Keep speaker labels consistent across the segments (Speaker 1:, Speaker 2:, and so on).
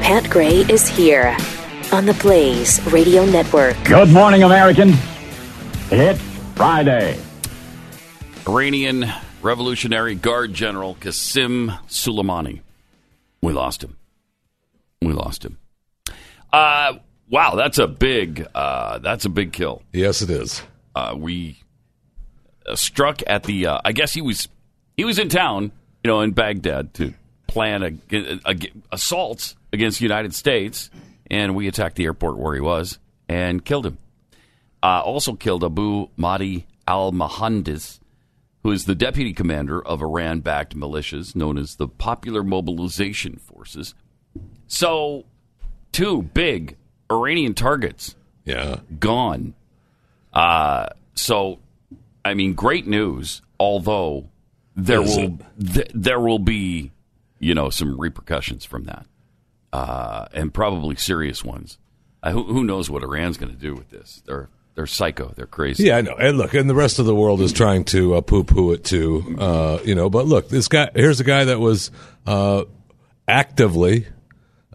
Speaker 1: Matt Gray is here on the Blaze Radio Network.
Speaker 2: Good morning, American. It's Friday.
Speaker 3: Iranian Revolutionary Guard General Qasem Soleimani. We lost him. We lost him. Uh, wow, that's a big. Uh, that's a big kill.
Speaker 4: Yes, it is.
Speaker 3: Uh, we uh, struck at the. Uh, I guess he was he was in town, you know, in Baghdad to plan a, a, a- assaults against the United States, and we attacked the airport where he was and killed him. Uh, also killed Abu Mahdi al Mohandes, who is the deputy commander of Iran backed militias known as the Popular Mobilization Forces. So, two big Iranian targets
Speaker 4: Yeah.
Speaker 3: gone. Uh, so, I mean, great news. Although there
Speaker 4: Is
Speaker 3: will th- there will be you know some repercussions from that, uh, and probably serious ones. Uh, who, who knows what Iran's going to do with this? They're they're psycho. They're crazy.
Speaker 4: Yeah, I know. And look, and the rest of the world is trying to uh, poo-poo it too, uh, you know. But look, this guy here's a guy that was uh, actively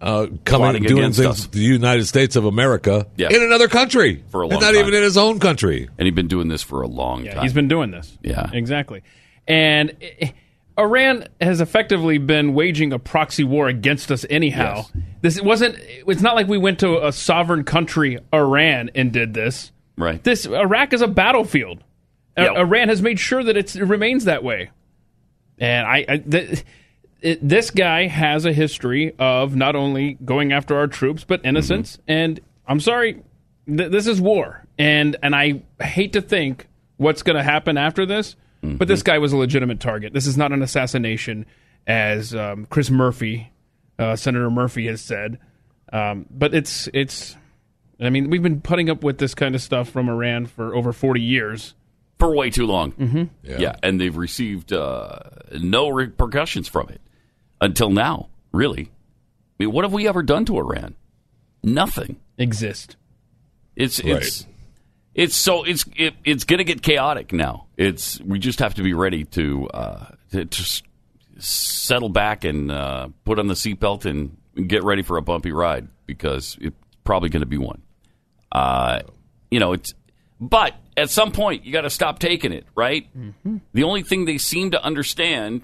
Speaker 4: uh, coming
Speaker 3: Plotting
Speaker 4: and doing
Speaker 3: against
Speaker 4: things
Speaker 3: us.
Speaker 4: to the United States of America
Speaker 3: Yeah.
Speaker 4: in another country
Speaker 3: For a
Speaker 4: and
Speaker 3: long
Speaker 4: not
Speaker 3: time.
Speaker 4: even in his own country.
Speaker 3: And he's been doing this for a long
Speaker 5: Yeah,
Speaker 3: time.
Speaker 5: he's been doing this.
Speaker 3: Yeah.
Speaker 5: exactly. And eh, Iran has effectively been waging a proxy war against us, anyhow. This wasn't. It's not like we went to a sovereign country, Iran, and did this.
Speaker 3: right.
Speaker 5: This Iraq is a battlefield. I-
Speaker 3: Yeah.
Speaker 5: Iran has made sure that it's, it remains that way. And I, I th- it, this guy has a history of not only going after our troops but innocents. And I'm sorry, th- this is war. And and I hate to think what's going to happen after this. But this guy was a legitimate target. This is not an assassination, as um, Chris Murphy, uh, Senator Murphy, has said. Um, but it's it's. I mean, we've been putting up with this kind of stuff from Iran for over 40 years.
Speaker 3: for way too long. Mm-hmm. Yeah. and they've received uh, no repercussions from it until now. Really, I mean, what have we ever done to Iran? Nothing.
Speaker 5: Exist.
Speaker 3: It's it's it's so it's it, it's going to get chaotic now. It's we just have to be ready to uh, to, to s- settle back and uh, put on the seatbelt and get ready for a bumpy ride because it's probably going to be one. Uh, you know, it's but at some point you got to stop taking it, right? The only thing they seem to understand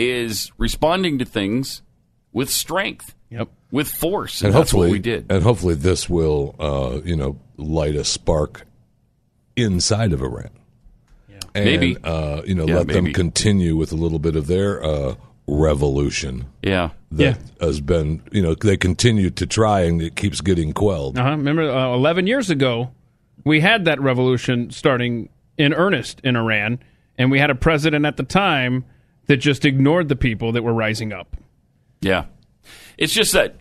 Speaker 3: is responding to things with strength,
Speaker 5: Yep.
Speaker 3: with force, and,
Speaker 4: And
Speaker 3: that's
Speaker 4: hopefully
Speaker 3: what we did.
Speaker 4: And hopefully this will uh, you know, light a spark inside of Iran. Yeah. And,
Speaker 3: Maybe.
Speaker 4: uh, you know,
Speaker 3: Yeah,
Speaker 4: let
Speaker 3: maybe.
Speaker 4: them continue with a little bit of their uh, revolution.
Speaker 3: yeah,
Speaker 4: that has been, you know, they continue to try and it keeps getting quelled.
Speaker 5: Uh-huh. Remember, uh, 11 years ago, we had that revolution starting in earnest in Iran, and we had a president at the time that just ignored the people that were rising up.
Speaker 3: Yeah. It's just that,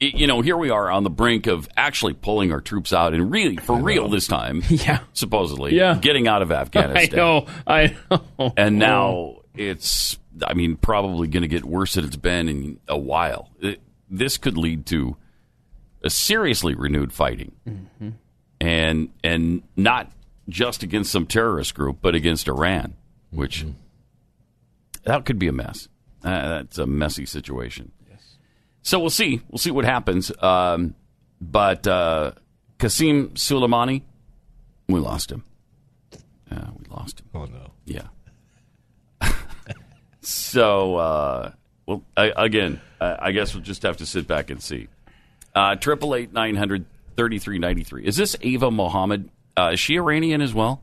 Speaker 3: y- you know, here we are on the brink of actually pulling our troops out and really, for real this time,
Speaker 5: Yeah.
Speaker 3: supposedly,
Speaker 5: Yeah.
Speaker 3: getting out of
Speaker 5: I
Speaker 3: Afghanistan.
Speaker 5: know. I know.
Speaker 3: And now it's, I mean, probably going to get worse than it's been in a while. It, this could lead to a seriously renewed fighting.
Speaker 4: Mm-hmm.
Speaker 3: And, and not just against some terrorist group, but against Iran, which
Speaker 4: Mm-hmm.
Speaker 3: that could be a mess. Uh, that's a messy situation. So we'll see. We'll see what happens. Um, but uh, Qasim Soleimani, we lost him. Uh, we lost him.
Speaker 4: Oh no.
Speaker 3: Yeah. so, uh, well, I, again, I, I guess we'll just have to sit back and see. Uh, Triple eight nine hundred thirty three ninety three. Is this Ava Mohammed? Uh, is she Iranian as well?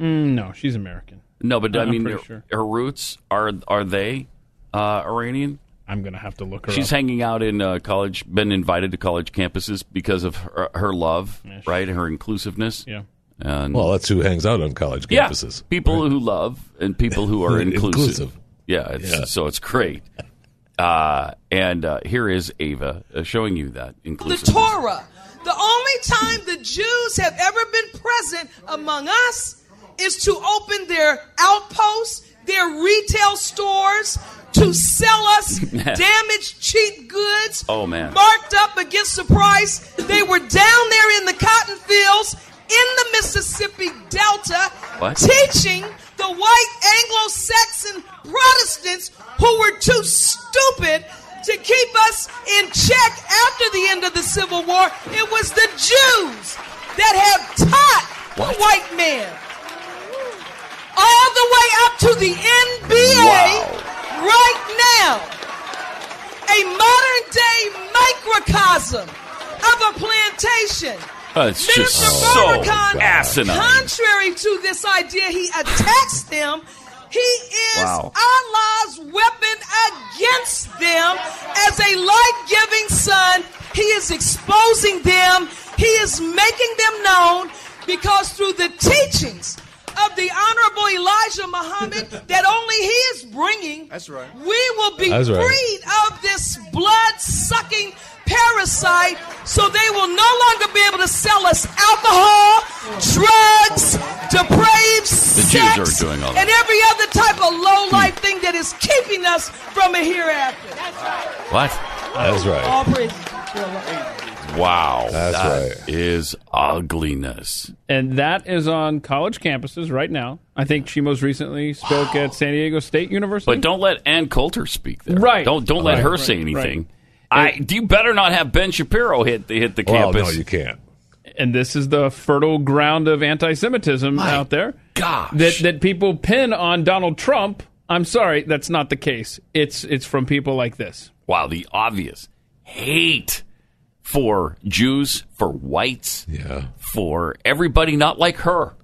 Speaker 5: Mm, no, she's American.
Speaker 3: No, but I
Speaker 5: I'm
Speaker 3: mean, her,
Speaker 5: pretty sure.
Speaker 3: her roots are are they uh, Iranian?
Speaker 5: I'm going to have to look her
Speaker 3: She's
Speaker 5: up.
Speaker 3: hanging out in uh, college, been invited to college campuses because of her, her love, right? Her inclusiveness.
Speaker 5: yeah.
Speaker 3: And,
Speaker 4: Well, that's who hangs out on college
Speaker 3: yeah,
Speaker 4: campuses.
Speaker 3: people who love and people who are inclusive.
Speaker 4: Inclusive.
Speaker 3: Yeah, it's,
Speaker 4: Yeah.
Speaker 3: so it's great. Uh, and uh, here is Ava uh, showing you that
Speaker 6: the
Speaker 3: inclusive.
Speaker 6: Torah. The only time the Jews have ever been present among us is to open their outposts, their retail stores, to sell us damaged, cheap goods.
Speaker 3: Oh, man.
Speaker 6: Marked up against the price. They were down there in the cotton fields, in the Mississippi Delta,
Speaker 3: What?
Speaker 6: teaching the white Anglo Saxon Protestants who were too stupid to keep us in check after the end of the Civil War. It was the Jews that have taught the white man all the way up to the NBA right now. A modern day microcosm of a plantation.
Speaker 3: Uh, it's just
Speaker 6: Minister
Speaker 3: so
Speaker 6: Farrakhan,
Speaker 3: asinine.
Speaker 6: contrary to this idea, he attacks them. He is
Speaker 3: Wow.
Speaker 6: Allah's weapon against them as a light giving son. He is exposing them, he is making them known because through the teachings of the Honorable Elijah Muhammad that only he is bringing, That's right. we will be
Speaker 4: That's right.
Speaker 6: freed of this blood sucking parasite so they will no longer be able to sell us alcohol, drugs, depraved
Speaker 3: The
Speaker 6: sex,
Speaker 3: Jews are doing all that.
Speaker 6: and every other type of low life thing that is keeping us from a hereafter.
Speaker 3: What?
Speaker 4: That's right.
Speaker 6: All praises.
Speaker 3: Wow.
Speaker 4: That's
Speaker 3: that
Speaker 4: right.
Speaker 3: Is ugliness.
Speaker 5: and that is on college campuses right now. I think she most recently spoke at San Diego State University.
Speaker 3: But don't let Ann Coulter speak there.
Speaker 5: Right.
Speaker 3: Don't don't let
Speaker 5: Right,
Speaker 3: her
Speaker 5: right,
Speaker 3: say
Speaker 5: right.
Speaker 3: anything. I you better not have Ben Shapiro hit the hit the
Speaker 4: Well,
Speaker 3: campus.
Speaker 4: no, you can't.
Speaker 5: and this is the fertile ground of anti-Semitism out there.
Speaker 3: gosh.
Speaker 5: that that people pin on Donald Trump. I'm sorry, that's not the case. It's it's from people like this.
Speaker 3: wow, the obvious hate for Jews, for whites,
Speaker 4: Yeah.
Speaker 3: for everybody not like her.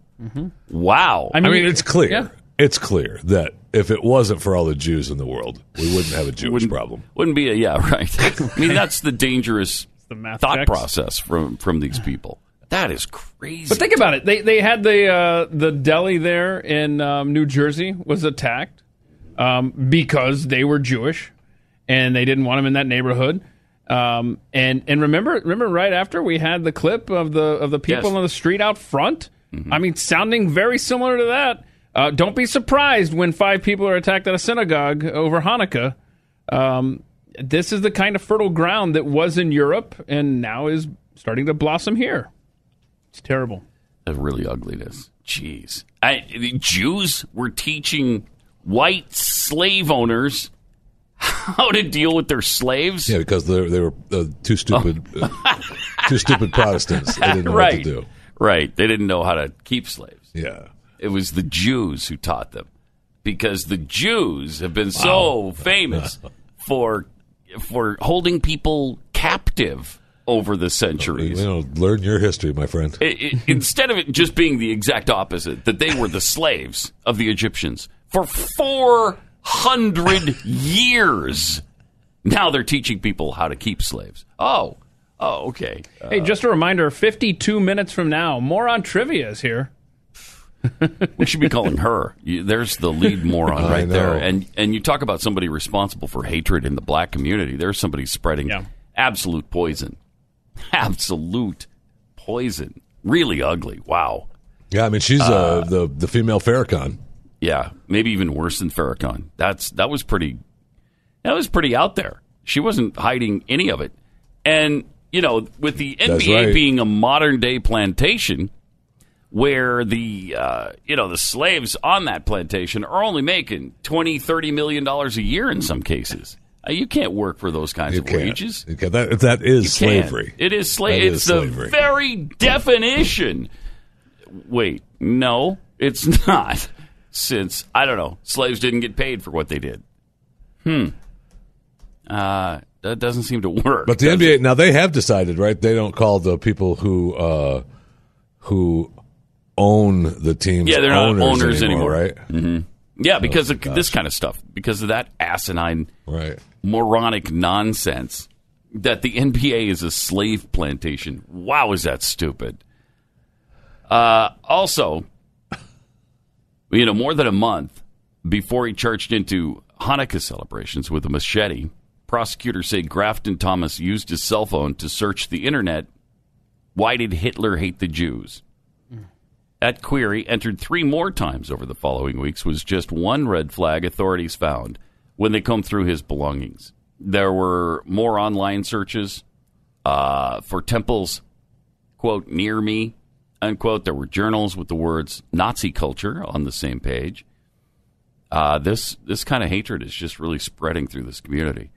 Speaker 3: Wow.
Speaker 4: I mean, it's clear.
Speaker 5: yeah.
Speaker 4: It's clear that if it wasn't for all the Jews in the world, we wouldn't have a Jewish problem.
Speaker 3: Wouldn't be a yeah, right. I mean, that's the dangerous
Speaker 5: the math
Speaker 3: thought
Speaker 5: checks.
Speaker 3: process from from these people. That is crazy.
Speaker 5: But think about it. They they had the uh, the deli there in um, New Jersey was attacked um, because they were Jewish and they didn't want them in that neighborhood. Um, and and remember remember right after we had the clip of the of the people
Speaker 3: Yes. Mm-hmm.
Speaker 5: on the street out front. I mean, sounding very similar to that. Uh, don't be surprised when five people are attacked at a synagogue over Hanukkah. Um, this is the kind of fertile ground that was in Europe and now is starting to blossom here. It's terrible.
Speaker 3: of really ugliness. Jeez. I, the Jews were teaching white slave owners how to deal with their slaves.
Speaker 4: Yeah, because they they were uh, too stupid, uh, too stupid Protestants. They didn't know
Speaker 3: Oh. right.
Speaker 4: what to do.
Speaker 3: Right. They didn't know how to keep slaves.
Speaker 4: Yeah,
Speaker 3: It was the Jews who taught them because the Jews have been so famous for for holding people captive over the
Speaker 4: you
Speaker 3: centuries.
Speaker 4: know, learn your history, my friend.
Speaker 3: I- I- instead of it just being the exact opposite, that they were the slaves of the Egyptians for 400 years. Now they're teaching people how to keep slaves. Oh, oh, okay. Uh,
Speaker 5: Hey, just a reminder 52 minutes from now, more on trivia is here.
Speaker 3: we should be calling her. You- There's the lead moron
Speaker 4: I
Speaker 3: right there.
Speaker 4: know.
Speaker 3: And and you talk about somebody responsible for hatred in the black community. There's somebody spreading
Speaker 5: Yeah.
Speaker 3: absolute poison. Absolute poison. Really ugly. Wow.
Speaker 4: Yeah, I mean, she's uh, the the female Farrakhan.
Speaker 3: Yeah, maybe even worse than Farrakhan. That's that was pretty. That was pretty out there. She wasn't hiding any of it, and you know, with the NBA
Speaker 4: right.
Speaker 3: being a modern day plantation, where the uh, you know the slaves on that plantation are only making 20 30 million dollars a year in some cases. Uh, you can't work for those kinds
Speaker 4: You
Speaker 3: of
Speaker 4: can't.
Speaker 3: wages.
Speaker 4: You can't. That, that is
Speaker 3: Can't.
Speaker 4: slavery.
Speaker 3: It is
Speaker 4: That
Speaker 3: slavery.
Speaker 4: is
Speaker 3: It's the
Speaker 4: slavery.
Speaker 3: very definition. Wait, no, it's not. Since I don't know, slaves didn't get paid for what they did. Hmm. Uh, that doesn't seem to work.
Speaker 4: But the NBA now they have decided, right? They don't call the people who uh, who own the teams.
Speaker 3: Yeah, they're not
Speaker 4: owners
Speaker 3: owners
Speaker 4: anymore, right?
Speaker 3: yeah,
Speaker 4: oh
Speaker 3: because of this kind of stuff, because of that asinine,
Speaker 4: Right.
Speaker 3: moronic nonsense that the NBA is a slave plantation. Wow, is that stupid? Uh, also, you know, more than a month before he charged into Hanukkah celebrations with a machete, prosecutors say Grafton Thomas used his cell phone to search the internet. Why did Hitler hate the Jews? That query, entered three more times over the following weeks, was just one red flag authorities found when they combed through his belongings. There were more online searches uh, for temples, quote, near me, unquote. There were journals with the words Nazi culture on the same page. Uh, this this kind of hatred is just really spreading through this community.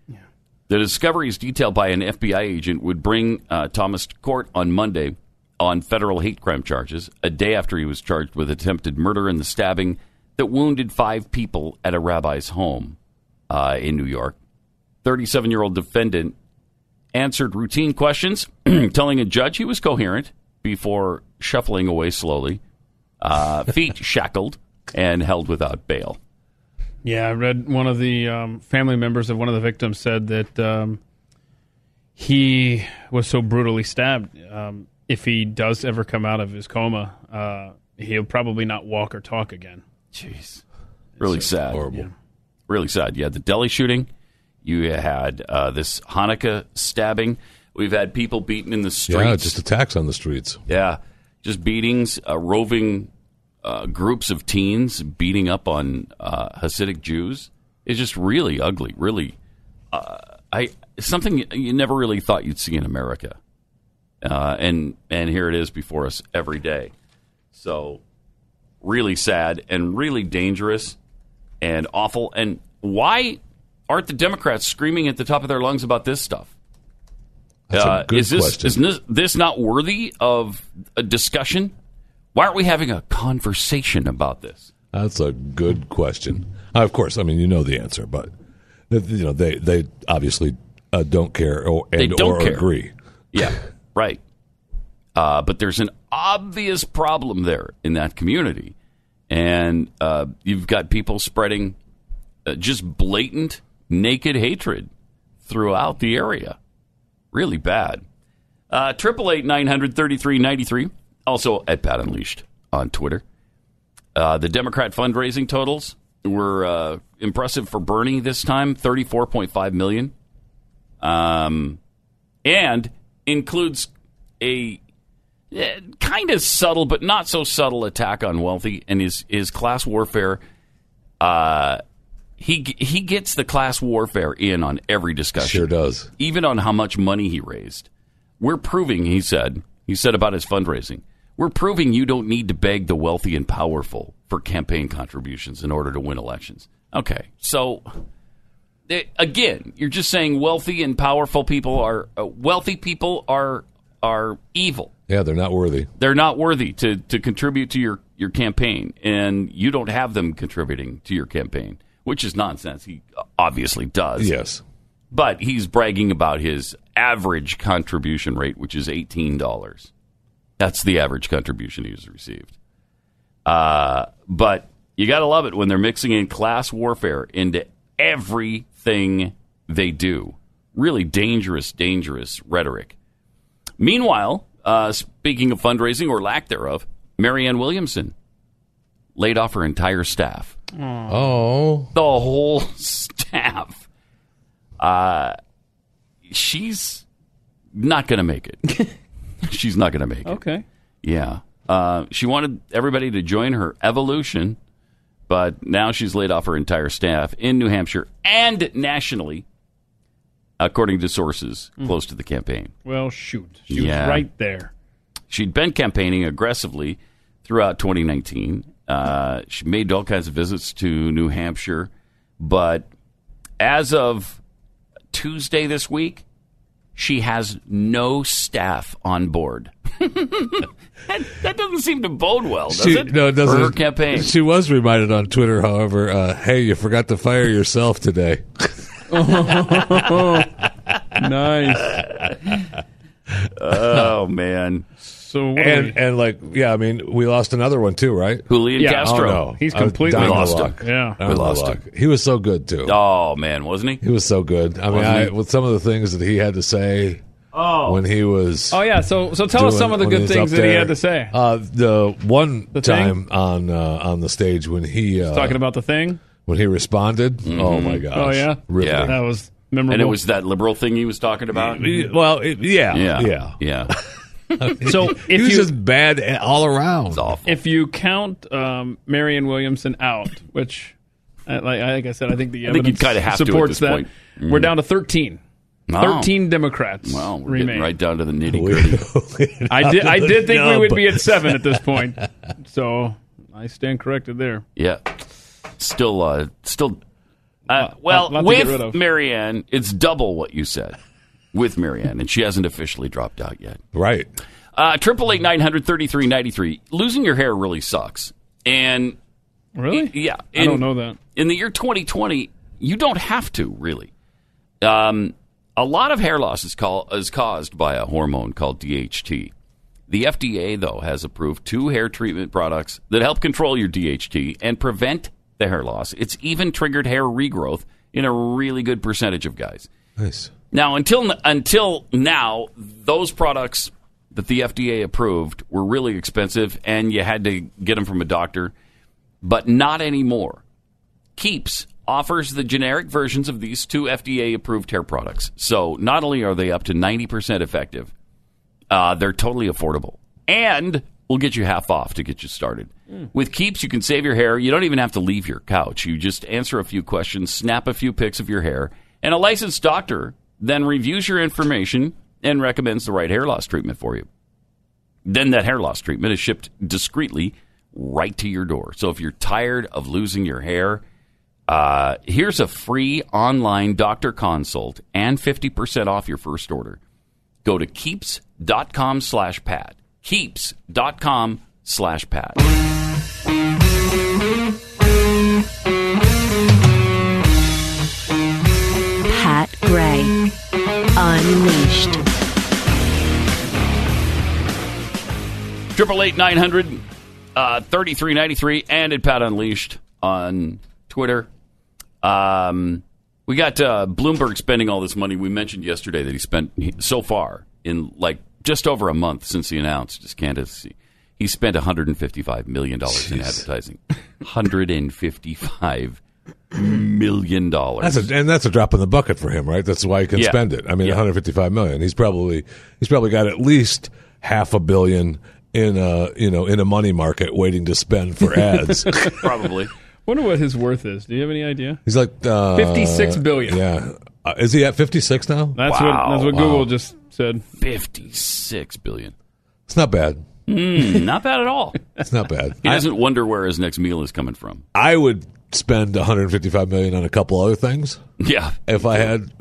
Speaker 3: The discoveries detailed by an FBI agent would bring uh, Thomas to court on Monday on federal hate crime charges, a day after he was charged with attempted murder and the stabbing that wounded five people at a rabbi's home uh, in New York. 37 year old defendant answered routine questions, telling a judge he was coherent before shuffling away slowly, uh, feet shackled, and held without bail.
Speaker 5: Yeah, I read one of the um, family members of one of the victims said that um, he was so brutally stabbed. Um, if he does ever come out of his coma, uh, he'll probably not walk or talk again.
Speaker 3: Jeez. Really sad.
Speaker 4: horrible.
Speaker 3: Really sad. You had the deli shooting. You had uh, this Hanukkah stabbing. We've had people beaten in the streets.
Speaker 4: Yeah, just attacks on the streets.
Speaker 3: Yeah, just beatings, uh, roving uh, groups of teens beating up on uh, Hasidic Jews. It's just really ugly. Really, uh, I something you never really thought you'd see in America, uh, and and here it is before us every day. So, really sad and really dangerous and awful. And why aren't the Democrats screaming at the top of their lungs about this stuff?
Speaker 4: That's
Speaker 3: Uh,
Speaker 4: a good
Speaker 3: is this
Speaker 4: question.
Speaker 3: is this, this not worthy of a discussion? Why aren't we having a conversation about this?
Speaker 4: That's a good question. Uh, of course, I mean you know the answer, but th- you know they they obviously uh, don't care or and
Speaker 3: They don't
Speaker 4: or
Speaker 3: care.
Speaker 4: agree.
Speaker 3: Yeah, right. Uh, but there's an obvious problem there in that community, and uh, you've got people spreading uh, just blatant, naked hatred throughout the area. Really bad. Uh, Triple eight nine hundred thirty three ninety three. Also at Pat Unleashed on Twitter. Uh, the Democrat fundraising totals were uh, impressive for Bernie this time, thirty four point five million, um, and includes a eh, kind of subtle but not so subtle attack on wealthy and his his class warfare. Uh, he g- he gets the class warfare in on every discussion
Speaker 4: Sure does.
Speaker 3: even on how much money he raised. We're proving, he said, he said about his fundraising, we're proving you don't need to beg the wealthy and powerful for campaign contributions in order to win elections. Okay, so eh, again, you're just saying wealthy and powerful people are uh, wealthy people are are evil.
Speaker 4: Yeah, they're not worthy.
Speaker 3: They're not worthy to to contribute to your your campaign, and you don't have them contributing to your campaign, which is nonsense. He obviously does
Speaker 4: Yes.
Speaker 3: but he's bragging about his average contribution rate, which is eighteen dollars. That's the average contribution he's received. Uh, but you got to love it when they're mixing in class warfare into everything they do. Really dangerous, dangerous rhetoric. Meanwhile, uh, speaking of fundraising or lack thereof, Marianne Williamson laid off her entire staff
Speaker 4: Oh,
Speaker 3: the whole staff. Uh, she's not going to make it. she's not going to make it.
Speaker 5: Okay.
Speaker 3: Yeah. Uh, she wanted everybody to join her evolution, but now she's laid off her entire staff in New Hampshire and nationally, according to sources close to the campaign.
Speaker 5: Well, shoot. She
Speaker 3: Yeah.
Speaker 5: was right there.
Speaker 3: She'd been campaigning aggressively throughout 2019. Uh, she made all kinds of visits to New Hampshire, but as of Tuesday this week, she has no staff on board. that, that doesn't seem to bode well, does
Speaker 4: She-
Speaker 3: it?
Speaker 4: no, it doesn't.
Speaker 3: For her campaign.
Speaker 4: She was reminded on Twitter, however, uh, hey, you forgot to fire yourself today.
Speaker 5: Nice.
Speaker 3: oh, man.
Speaker 5: So what are
Speaker 4: and and like, yeah, I mean, we lost another one too, right?
Speaker 3: Julian
Speaker 5: Yeah.
Speaker 3: Castro.
Speaker 4: Oh, no.
Speaker 5: He's
Speaker 4: I was
Speaker 5: completely
Speaker 4: down the
Speaker 3: lost
Speaker 4: luck.
Speaker 5: we- yeah.
Speaker 4: Down
Speaker 3: We
Speaker 4: the
Speaker 3: lost
Speaker 4: luck. He was so good too.
Speaker 3: Oh, man, wasn't he?
Speaker 4: He was so good. I mean,
Speaker 3: Wasn't
Speaker 4: I,
Speaker 3: he?
Speaker 4: with some of the things that he had to say when he was.
Speaker 5: Oh yeah. So so tell us
Speaker 4: doing-
Speaker 5: some of the
Speaker 4: when
Speaker 5: good
Speaker 4: was
Speaker 5: things
Speaker 4: up
Speaker 5: that he
Speaker 4: there.
Speaker 5: had to say.
Speaker 4: Uh, the one
Speaker 5: thing?
Speaker 4: time on uh, on the stage when he uh,
Speaker 5: Talking about the thing.
Speaker 4: when he responded, oh my gosh,
Speaker 5: Oh yeah.
Speaker 4: riveting.
Speaker 3: Mm-hmm. Yeah.
Speaker 5: That was memorable.
Speaker 3: And it was that liberal thing he was talking about?
Speaker 4: Well, it, yeah,
Speaker 3: Yeah.
Speaker 4: yeah,
Speaker 3: Yeah.
Speaker 5: so
Speaker 4: He
Speaker 5: if
Speaker 4: was
Speaker 5: you
Speaker 4: just bad a- all around.
Speaker 3: It's awful.
Speaker 5: if you count um, Marion Williamson out, which, uh, like, like I said, I think the
Speaker 3: think
Speaker 5: evidence
Speaker 3: you'd kinda have to at
Speaker 5: supports
Speaker 3: this
Speaker 5: that.
Speaker 3: point.
Speaker 5: We're down to 13.
Speaker 3: No.
Speaker 5: 13 Democrats
Speaker 3: Well, we're
Speaker 5: remain.
Speaker 3: getting right down to the nitty gritty.
Speaker 5: I did. I did think we
Speaker 4: No,
Speaker 5: would
Speaker 4: but-
Speaker 5: be at seven at this point. So I stand corrected there.
Speaker 3: Yeah. Still, uh, still Uh, well,
Speaker 5: lot to get rid
Speaker 3: with
Speaker 5: of.
Speaker 3: Marianne, it's double what you said with Marianne, and she hasn't officially dropped out yet.
Speaker 4: Right.
Speaker 3: Uh, Triple eight nine hundred thirty three ninety three. Losing your hair really sucks, and
Speaker 5: Really?
Speaker 3: yeah,
Speaker 5: I don't
Speaker 3: and-
Speaker 5: know that.
Speaker 3: in the year 2020, you don't have to really. Um, a lot of hair loss is, call, is caused by a hormone called DHT. The FDA, though, has approved two hair treatment products that help control your DHT and prevent the hair loss. It's even triggered hair regrowth in a really good percentage of guys.
Speaker 4: Nice.
Speaker 3: Now, until until now, those products that the FDA approved were really expensive, and you had to get them from a doctor. But not anymore. Keeps offers the generic versions of these two FDA-approved hair products. So not only are they up to ninety percent effective, uh, they're totally affordable, and we'll get you half off to get you started. With Keeps, you can save your hair. You don't even have to leave your couch. You just answer a few questions, snap a few pics of your hair, and a licensed doctor then reviews your information and recommends the right hair loss treatment for you. Then that hair loss treatment is shipped discreetly right to your door. So if you're tired of losing your hair, uh, here's a free online doctor consult and 50% off your first order go to keeps.com slash pat keeps.com slash pat
Speaker 1: Pat Gray. Unleashed.
Speaker 3: triple eight nine hundred thirty three ninety three and at pat unleashed on twitter um, we got uh, bloomberg spending all this money we mentioned yesterday that he spent he- so far in like just over a month since he announced his candidacy he spent 155 million dollars in advertising 155 million dollars
Speaker 4: That's a, and that's a drop in the bucket for him, right? That's why he can
Speaker 3: Yeah.
Speaker 4: spend it. I mean,
Speaker 3: Yeah.
Speaker 4: 155 million. He's probably he's probably got at least half a billion in a you know in a money market waiting to spend for ads.
Speaker 3: probably
Speaker 5: Wonder what his worth is. Do you have any idea?
Speaker 4: he's like uh,
Speaker 5: 56 billion.
Speaker 4: Yeah, uh, is he at 56 now?
Speaker 5: That's
Speaker 3: Wow,
Speaker 5: what that's what
Speaker 3: wow.
Speaker 5: Google just said.
Speaker 3: 56 billion
Speaker 4: It's not bad.
Speaker 3: Not bad at all.
Speaker 4: It's not bad.
Speaker 3: He doesn't wonder where his next meal is coming from.
Speaker 4: I would spend 155 million on a couple other things
Speaker 3: Yeah.
Speaker 4: if I had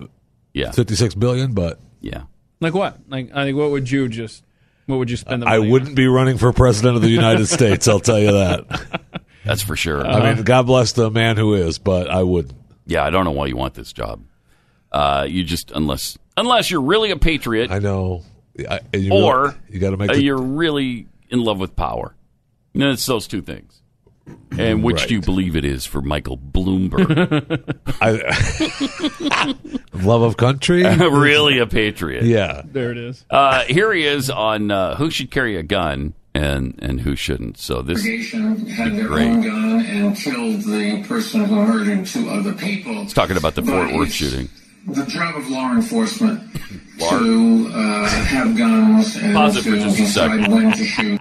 Speaker 3: Yeah.
Speaker 4: 56 billion, but
Speaker 3: Yeah.
Speaker 5: Like what? Like I think what would you just what would you spend the
Speaker 4: I
Speaker 5: money on?
Speaker 4: wouldn't be running for president of the United States. I'll tell you that.
Speaker 3: That's for sure.
Speaker 4: I mean, God bless the man who is, but I wouldn't.
Speaker 3: yeah, I don't know why you want this job. Uh, you just unless unless you're really a patriot
Speaker 4: I know. I, and you
Speaker 3: or
Speaker 4: really- you got to make
Speaker 3: uh,
Speaker 4: the,
Speaker 3: you're really in love with power. No, it's those two things. And which
Speaker 4: Right.
Speaker 3: do you believe it is for Michael Bloomberg?
Speaker 4: I- love of country.
Speaker 3: really a patriot.
Speaker 4: yeah,
Speaker 5: There it is.
Speaker 3: Uh, here he is on uh, who should carry a gun and and who shouldn't. So this
Speaker 7: congregation had their
Speaker 3: Great.
Speaker 7: own gun and killed the person who murdered two other people.
Speaker 3: talking about the Fort
Speaker 7: But
Speaker 3: Worth
Speaker 7: it's
Speaker 3: shooting.
Speaker 7: The job of law enforcement to uh, have guns and
Speaker 3: Pause it for
Speaker 7: to
Speaker 3: just a
Speaker 7: decide
Speaker 3: second.
Speaker 7: when to shoot.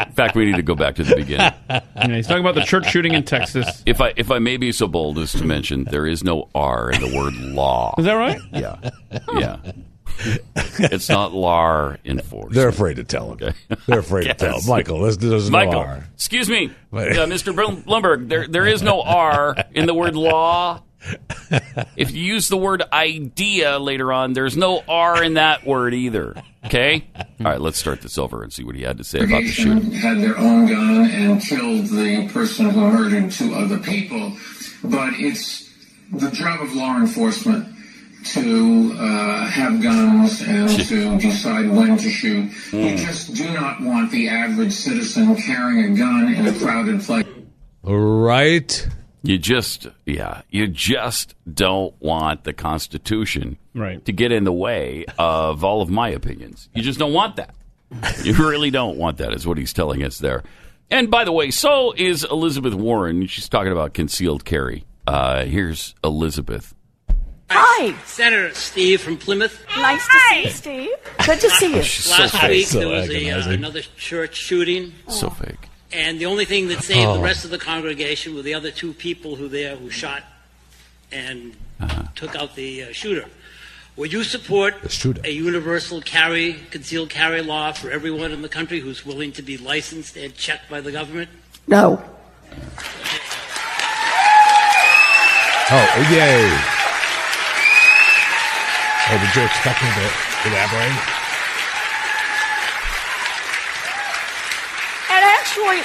Speaker 3: In fact, we need to go back to the beginning.
Speaker 5: Yeah, he's talking about the church shooting in Texas.
Speaker 3: If I if I may be so bold as to mention, there is no R in the word law.
Speaker 5: Is that right?
Speaker 3: Yeah, yeah. It's not lar enforced.
Speaker 4: they're afraid to tell him. They're afraid to tell him. Michael. This doesn't
Speaker 3: Michael,
Speaker 4: R.
Speaker 3: excuse me, uh,
Speaker 4: Wait.
Speaker 3: Mr. Blum- Blumberg. There there is no R in the word law. If you use the word idea later on, there's no R in that word either. Okay. All right, let's start this over and see what he had to say about the shooting.
Speaker 7: congregation had their own gun and killed the person who murdered two other people. But it's the job of law enforcement to uh, have guns and to decide when to shoot.
Speaker 3: Hmm.
Speaker 7: You just do not want the average citizen carrying a gun in a crowded place.
Speaker 4: Right.
Speaker 3: You just, yeah, you just don't want the Constitution
Speaker 5: Right.
Speaker 3: to get in the way of all of my opinions. You just don't want that. You really don't want that, is what he's telling us there. And by the way, so is Elizabeth Warren. She's talking about concealed carry. Uh, here's Elizabeth.
Speaker 8: Hi.
Speaker 9: Senator Steve from Plymouth.
Speaker 8: Nice to see you, Steve. Good to see you.
Speaker 3: Oh, She's so
Speaker 9: Last
Speaker 3: fake.
Speaker 9: week
Speaker 4: so
Speaker 9: there was a, uh,
Speaker 4: agonizing.
Speaker 9: another church shooting,
Speaker 3: So Oh. fake.
Speaker 9: and the only thing that saved the rest of the congregation were the other two people who there who shot and
Speaker 3: Uh-huh.
Speaker 9: took out the uh, shooter. Would you support
Speaker 4: shooter.
Speaker 9: a universal carry, concealed carry law for everyone in the country who's willing to be licensed and checked by the government?
Speaker 8: No.
Speaker 4: Oh, yay. Oh, did you expect me to elaborate?
Speaker 8: And actually,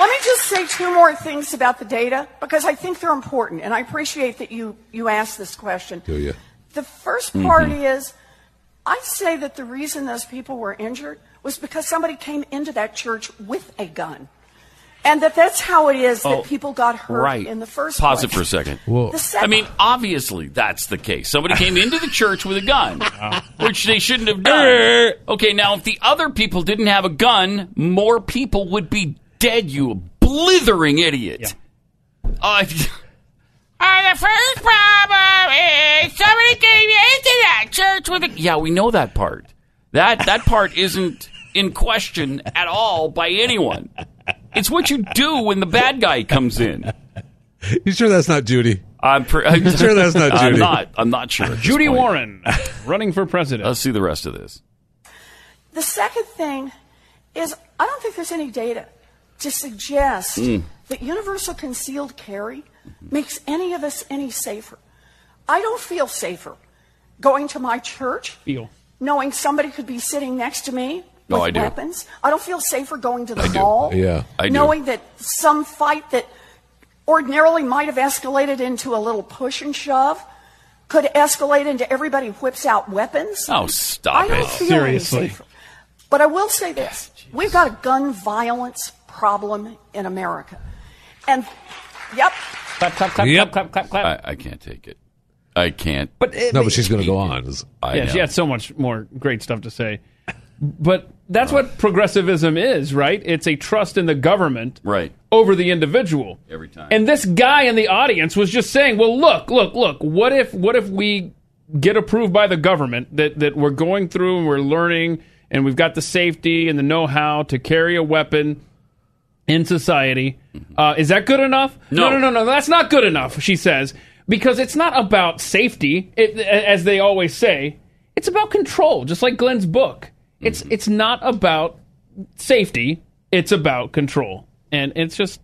Speaker 8: let me just say two more things about the data because I think they're important, and I appreciate that you you asked this question.
Speaker 4: Do you?
Speaker 8: The first part
Speaker 3: Mm-hmm.
Speaker 8: is, I say that the reason those people were injured was because somebody came into that church with a gun, and that that's how it is
Speaker 3: Oh,
Speaker 8: that people got hurt in the first
Speaker 3: Pause
Speaker 8: place.
Speaker 3: it for a second.
Speaker 8: The second,
Speaker 3: I mean, obviously that's the case. Somebody came into the church with a gun, which they shouldn't have done. Okay, now if the other people didn't have a gun, more people would be dead. You blithering idiot! Uh, if you- Uh, the first problem is somebody came into that church with a. Yeah, we know that part. That that part isn't in question at all by anyone. It's what you do when the bad guy comes in.
Speaker 4: You sure that's not Judy?
Speaker 3: I'm pre- I'm
Speaker 4: sure that's not
Speaker 3: I'm
Speaker 4: Judy?
Speaker 3: not. I'm not sure. at this
Speaker 5: Judy
Speaker 3: point.
Speaker 5: Warren running for president.
Speaker 3: Let's see the rest of this.
Speaker 8: The second thing is I don't think there's any data to suggest
Speaker 3: Hmm.
Speaker 8: that universal concealed carry makes any of us any safer. I don't feel safer going to my church
Speaker 5: Feel.
Speaker 8: knowing somebody could be sitting next to me
Speaker 3: No,
Speaker 8: with
Speaker 3: I do.
Speaker 8: weapons. I don't feel safer going to the
Speaker 3: I do.
Speaker 8: mall
Speaker 4: Yeah,
Speaker 3: I do.
Speaker 8: knowing that some fight that ordinarily might have escalated into a little push and shove could escalate into everybody whips out weapons.
Speaker 3: Oh, stop
Speaker 8: I don't
Speaker 3: it.
Speaker 8: feel
Speaker 5: Seriously.
Speaker 8: any safer. But I will say this: we've got a gun violence problem in America, and yep,
Speaker 5: Clap, clap, clap,
Speaker 4: Yep.
Speaker 5: clap, clap, clap, clap.
Speaker 3: I, I can't take it. I can't.
Speaker 5: but uh, it,
Speaker 4: No, but she's going to go on.
Speaker 3: I
Speaker 5: yeah,
Speaker 3: know.
Speaker 5: she had so much more great stuff to say. But that's what progressivism is, right? It's a trust in the government
Speaker 3: Right.
Speaker 5: over the individual.
Speaker 3: Every time.
Speaker 5: And this guy in the audience was just saying, "Well, look, look, look. What if what if we get approved by the government that that we're going through and we're learning and we've got the safety and the know-how to carry a weapon in society? Uh, is that good enough?
Speaker 3: Mm-hmm. No.
Speaker 5: no, no, no. That's not good enough," she says, because it's not about safety, it, a- as they always say. It's about control, just like Glenn's book. It's
Speaker 3: Mm-hmm.
Speaker 5: it's not about safety. It's about control, and it's just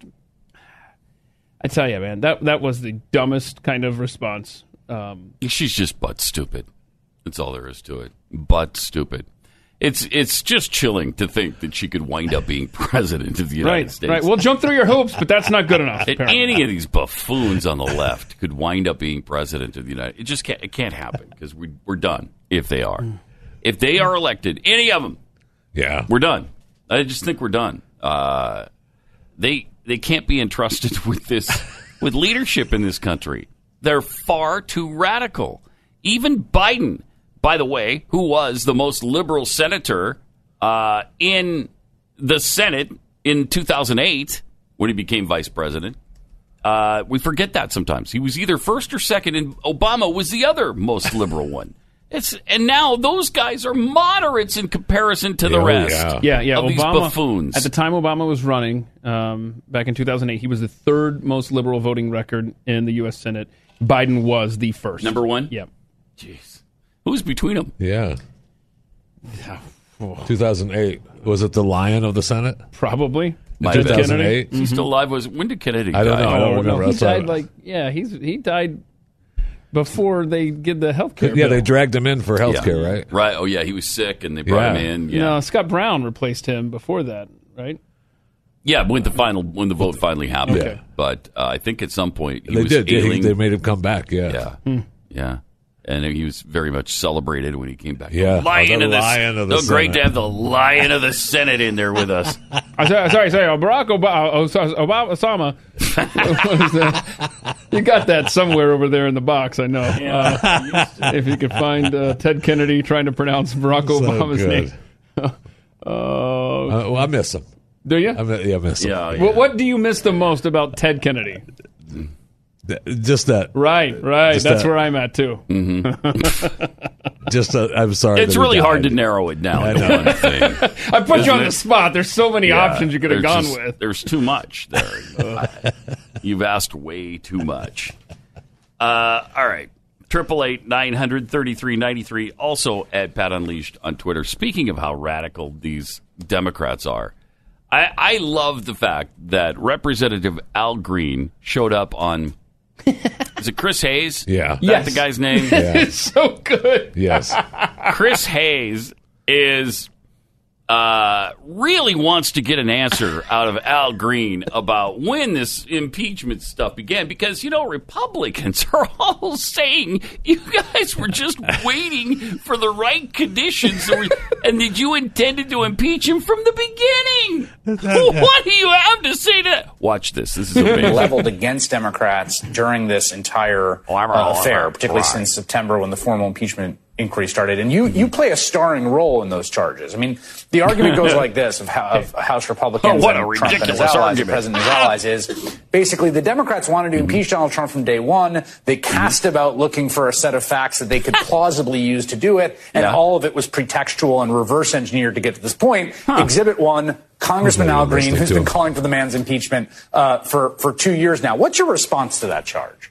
Speaker 5: I tell you, man, that that was the dumbest kind of response. Um,
Speaker 3: She's just butt stupid. That's all there is to it. Butt stupid. It's it's just chilling to think that she could wind up being president of the United
Speaker 5: right,
Speaker 3: States.
Speaker 5: right. We'll jump through your hopes, but that's not good enough.
Speaker 3: That
Speaker 5: apparently.
Speaker 3: any of these buffoons on the left could wind up being president of the United. It just can't. It can't happen because we we're done if they are.
Speaker 5: Mm.
Speaker 3: If they are elected, any of them,
Speaker 4: Yeah.
Speaker 3: we're done. I just think we're done. Uh, they they can't be entrusted with this with leadership in this country. They're far too radical. Even Biden, by the way, who was the most liberal senator uh, in the Senate in 2008 when he became vice president. Uh, we forget that sometimes. He was either first or second, and Obama was the other most liberal one. It's and now those guys are moderates in comparison to the
Speaker 4: Oh,
Speaker 3: rest.
Speaker 4: yeah.
Speaker 5: yeah, yeah.
Speaker 3: Of these
Speaker 5: Obama,
Speaker 3: buffoons.
Speaker 5: At the time Obama was running um, back in 2008, he was the third most liberal voting record in the U.S. Senate. Biden was the first.
Speaker 3: Number one?
Speaker 5: Yep.
Speaker 3: Jeez. Who's between them?
Speaker 4: Yeah. 2008. Was it the lion of the Senate?
Speaker 5: Probably.
Speaker 3: Might have been.
Speaker 4: 2008?
Speaker 3: He's still alive. Was when did Kennedy?
Speaker 4: Mm-hmm. I don't
Speaker 3: die?
Speaker 4: know. I don't remember.
Speaker 5: He
Speaker 4: That's all-
Speaker 5: died like yeah. He's he died before they did the health care.
Speaker 4: Yeah, they dragged him in for healthcare, care, right?
Speaker 3: Right. Oh yeah, he was sick, and they brought
Speaker 4: Yeah.
Speaker 3: him in. Yeah.
Speaker 5: No, Scott Brown replaced him before that, right?
Speaker 3: Yeah. When the final, when the vote finally happened.
Speaker 4: Okay.
Speaker 3: But uh, I think at some point he
Speaker 4: They
Speaker 3: was
Speaker 4: did. Yeah, he-
Speaker 3: ailing.
Speaker 4: they made him come back. Yeah.
Speaker 3: yeah. Yeah. And he was very much celebrated when he came back.
Speaker 4: Yeah.
Speaker 3: The lion,
Speaker 4: Oh, the
Speaker 3: of, the,
Speaker 4: lion of the
Speaker 3: so great
Speaker 4: Senate.
Speaker 3: to have the lion of the Senate in there with us.
Speaker 5: Oh, sorry, sorry, sorry. Oh, Barack Obama, oh, sorry, Obama Osama. What was that? You got that somewhere over there in the box, I know. Uh, if you could find uh, Ted Kennedy trying to pronounce Barack
Speaker 4: So
Speaker 5: Obama's
Speaker 4: good.
Speaker 5: name. Uh,
Speaker 4: Uh, well, I miss him.
Speaker 5: do you?
Speaker 4: I miss, yeah, I miss him.
Speaker 3: Yeah. yeah.
Speaker 5: Well, what do you miss the most about Ted Kennedy?
Speaker 4: Th- Just that.
Speaker 5: Right, right.
Speaker 4: Just
Speaker 5: That's
Speaker 4: that- Mm.
Speaker 5: where I'm at, too.
Speaker 4: Just that. I'm sorry.
Speaker 3: It's
Speaker 4: that he
Speaker 3: really
Speaker 4: died.
Speaker 3: hard to narrow it down. into
Speaker 4: know.
Speaker 3: one thing.
Speaker 5: I put you
Speaker 3: Isn't
Speaker 5: on
Speaker 3: it-
Speaker 5: the spot. There's so many
Speaker 3: Yeah,
Speaker 5: options you could have
Speaker 3: there's
Speaker 5: gone
Speaker 3: just-
Speaker 5: with.
Speaker 3: There's too much there. You've asked way too much. Uh, all right. Triple eight nine hundred thirty three ninety three. Also at Pat Unleashed on Twitter. Speaking of how radical these Democrats are, I, I love the fact that Representative Al Green showed up on Is it Chris Hayes?
Speaker 4: Yeah.
Speaker 3: Is that
Speaker 5: Yes.
Speaker 3: the guy's name?
Speaker 5: it's so good.
Speaker 4: Yes.
Speaker 3: Chris Hayes is uh, really wants to get an answer out of Al Green about when this impeachment stuff began because you know Republicans are all saying you guys were just waiting for the right conditions and we- and that you intended to impeach him from the beginning. What do you have to say to that? Watch this. This is amazing.
Speaker 10: leveled against Democrats during this entire
Speaker 3: Oh, I'm
Speaker 10: uh,
Speaker 3: all
Speaker 10: affair,
Speaker 3: right.
Speaker 10: particularly
Speaker 3: Right.
Speaker 10: since September when the formal impeachment inquiry started. And you, you play a starring role in those charges. I mean, the argument goes like this of, how, of House Republicans
Speaker 3: Oh, what
Speaker 10: and
Speaker 3: a
Speaker 10: Trump and his
Speaker 3: ridiculous
Speaker 10: allies,
Speaker 3: argument.
Speaker 10: the president and his allies, is basically the Democrats wanted to impeach Donald Trump from day one. They cast about looking for a set of facts that they could plausibly use to do it, and
Speaker 3: Yeah.
Speaker 10: all of it was pretextual and reverse engineered to get to this point. Exhibit one. Congressman
Speaker 4: Maybe I'm
Speaker 10: Al Green,
Speaker 4: listening
Speaker 10: who's
Speaker 4: to
Speaker 10: been
Speaker 4: him.
Speaker 10: calling for the man's impeachment uh, for for two years now. What's your response to that charge?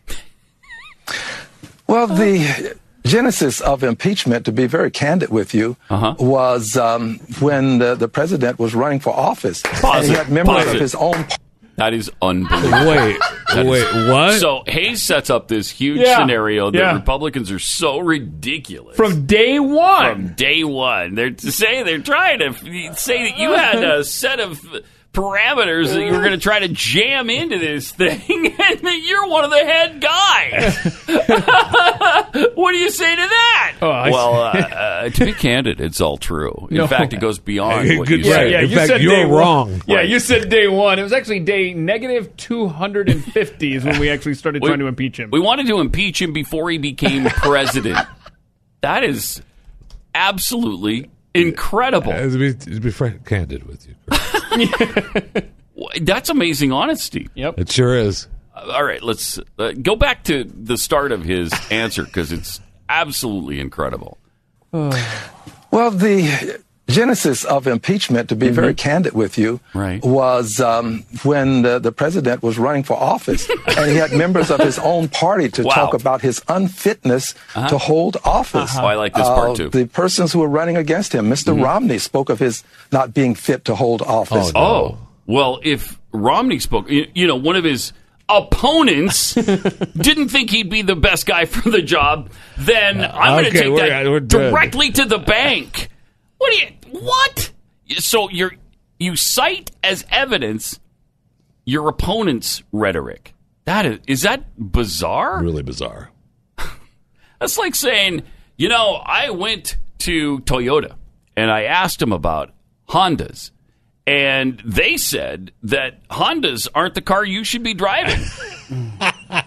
Speaker 11: Well, the genesis of impeachment, to be very candid with you,
Speaker 3: Uh-huh.
Speaker 11: was um, when the, the president was running for office. and he
Speaker 3: it.
Speaker 11: had members
Speaker 3: Pause
Speaker 11: of
Speaker 3: it.
Speaker 11: his own
Speaker 3: That is unbelievable.
Speaker 4: Wait.
Speaker 3: That
Speaker 4: Wait.
Speaker 3: is-
Speaker 4: What?
Speaker 3: So Hayes sets up this huge
Speaker 5: Yeah.
Speaker 3: scenario that
Speaker 5: Yeah.
Speaker 3: Republicans are so ridiculous
Speaker 5: From day one.
Speaker 3: from day one. They're to say they're trying to f- say that you had a set of parameters that you were going to try to jam into this thing, and that you're one of the head guys. what do you say to that?
Speaker 5: Oh, I see.
Speaker 3: well, uh, uh, to be candid, it's all true. In
Speaker 5: No.
Speaker 3: fact, it goes beyond what
Speaker 4: Good-
Speaker 3: you
Speaker 4: yeah,
Speaker 3: said.
Speaker 4: yeah. In fact, you're
Speaker 5: day one-
Speaker 4: wrong.
Speaker 5: Yeah,
Speaker 3: Right.
Speaker 5: you said day one. It was actually day negative 250 is when we actually started
Speaker 3: We-
Speaker 5: trying to impeach him.
Speaker 3: We wanted to impeach him before he became president. that is absolutely incredible.
Speaker 4: Uh, To be, to be frank, candid with you.
Speaker 3: That's amazing honesty.
Speaker 4: It sure is.
Speaker 3: All right, let's uh, go back to the start of his answer because it's absolutely incredible.
Speaker 11: Well, the genesis of impeachment, to be very candid with you,
Speaker 3: Right.
Speaker 11: was um, when the, the president was running for office and he had members of his own party to
Speaker 3: Wow.
Speaker 11: talk about his unfitness to hold office.
Speaker 3: Uh-huh. Oh, I like this part, too.
Speaker 11: Uh, The persons who were running against him, mister Romney spoke of his not being fit to hold office.
Speaker 4: no.
Speaker 3: Oh, well, if Romney spoke, you, you know, one of his opponents didn't think he'd be the best guy for the job, then I'm going
Speaker 4: okay,
Speaker 3: to take
Speaker 4: we're-
Speaker 3: that
Speaker 4: we're done.
Speaker 3: directly to the bank. What do you? What? So you're you cite as evidence your opponent's rhetoric. That is, is that bizarre?
Speaker 4: Really bizarre.
Speaker 3: That's like saying, you know, I went to Toyota and I asked them about Hondas. And they said that Hondas aren't the car you should be driving. huh.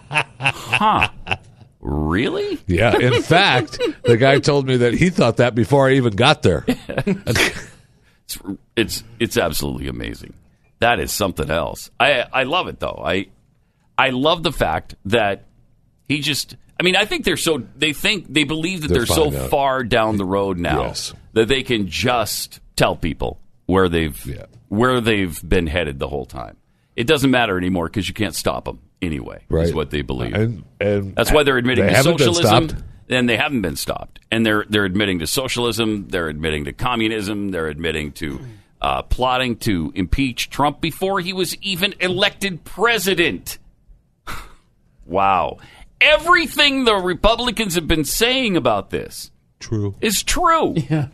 Speaker 3: Really?
Speaker 4: Yeah. In fact, the guy told me that he thought that before I even got there.
Speaker 3: It's it's it's absolutely amazing. That is something else. I I love it though. I I love the fact that he just I mean, I think they're so they think they believe that
Speaker 4: They'll
Speaker 3: they're so
Speaker 4: find out.
Speaker 3: far down the road now
Speaker 4: Yes.
Speaker 3: that they can just tell people where they've
Speaker 4: Yeah.
Speaker 3: where they've been headed the whole time. It doesn't matter anymore because you can't stop them anyway. Is what they believe.
Speaker 4: And, and
Speaker 3: That's why they're admitting
Speaker 4: they
Speaker 3: to
Speaker 4: haven't been
Speaker 3: socialism.
Speaker 4: stopped.
Speaker 3: and they haven't been stopped. And they're they're admitting to socialism. They're admitting to communism. They're admitting to uh, plotting to impeach Trump before he was even elected president. wow. Everything the Republicans have been saying about this
Speaker 4: True.
Speaker 3: is true.
Speaker 5: Yeah.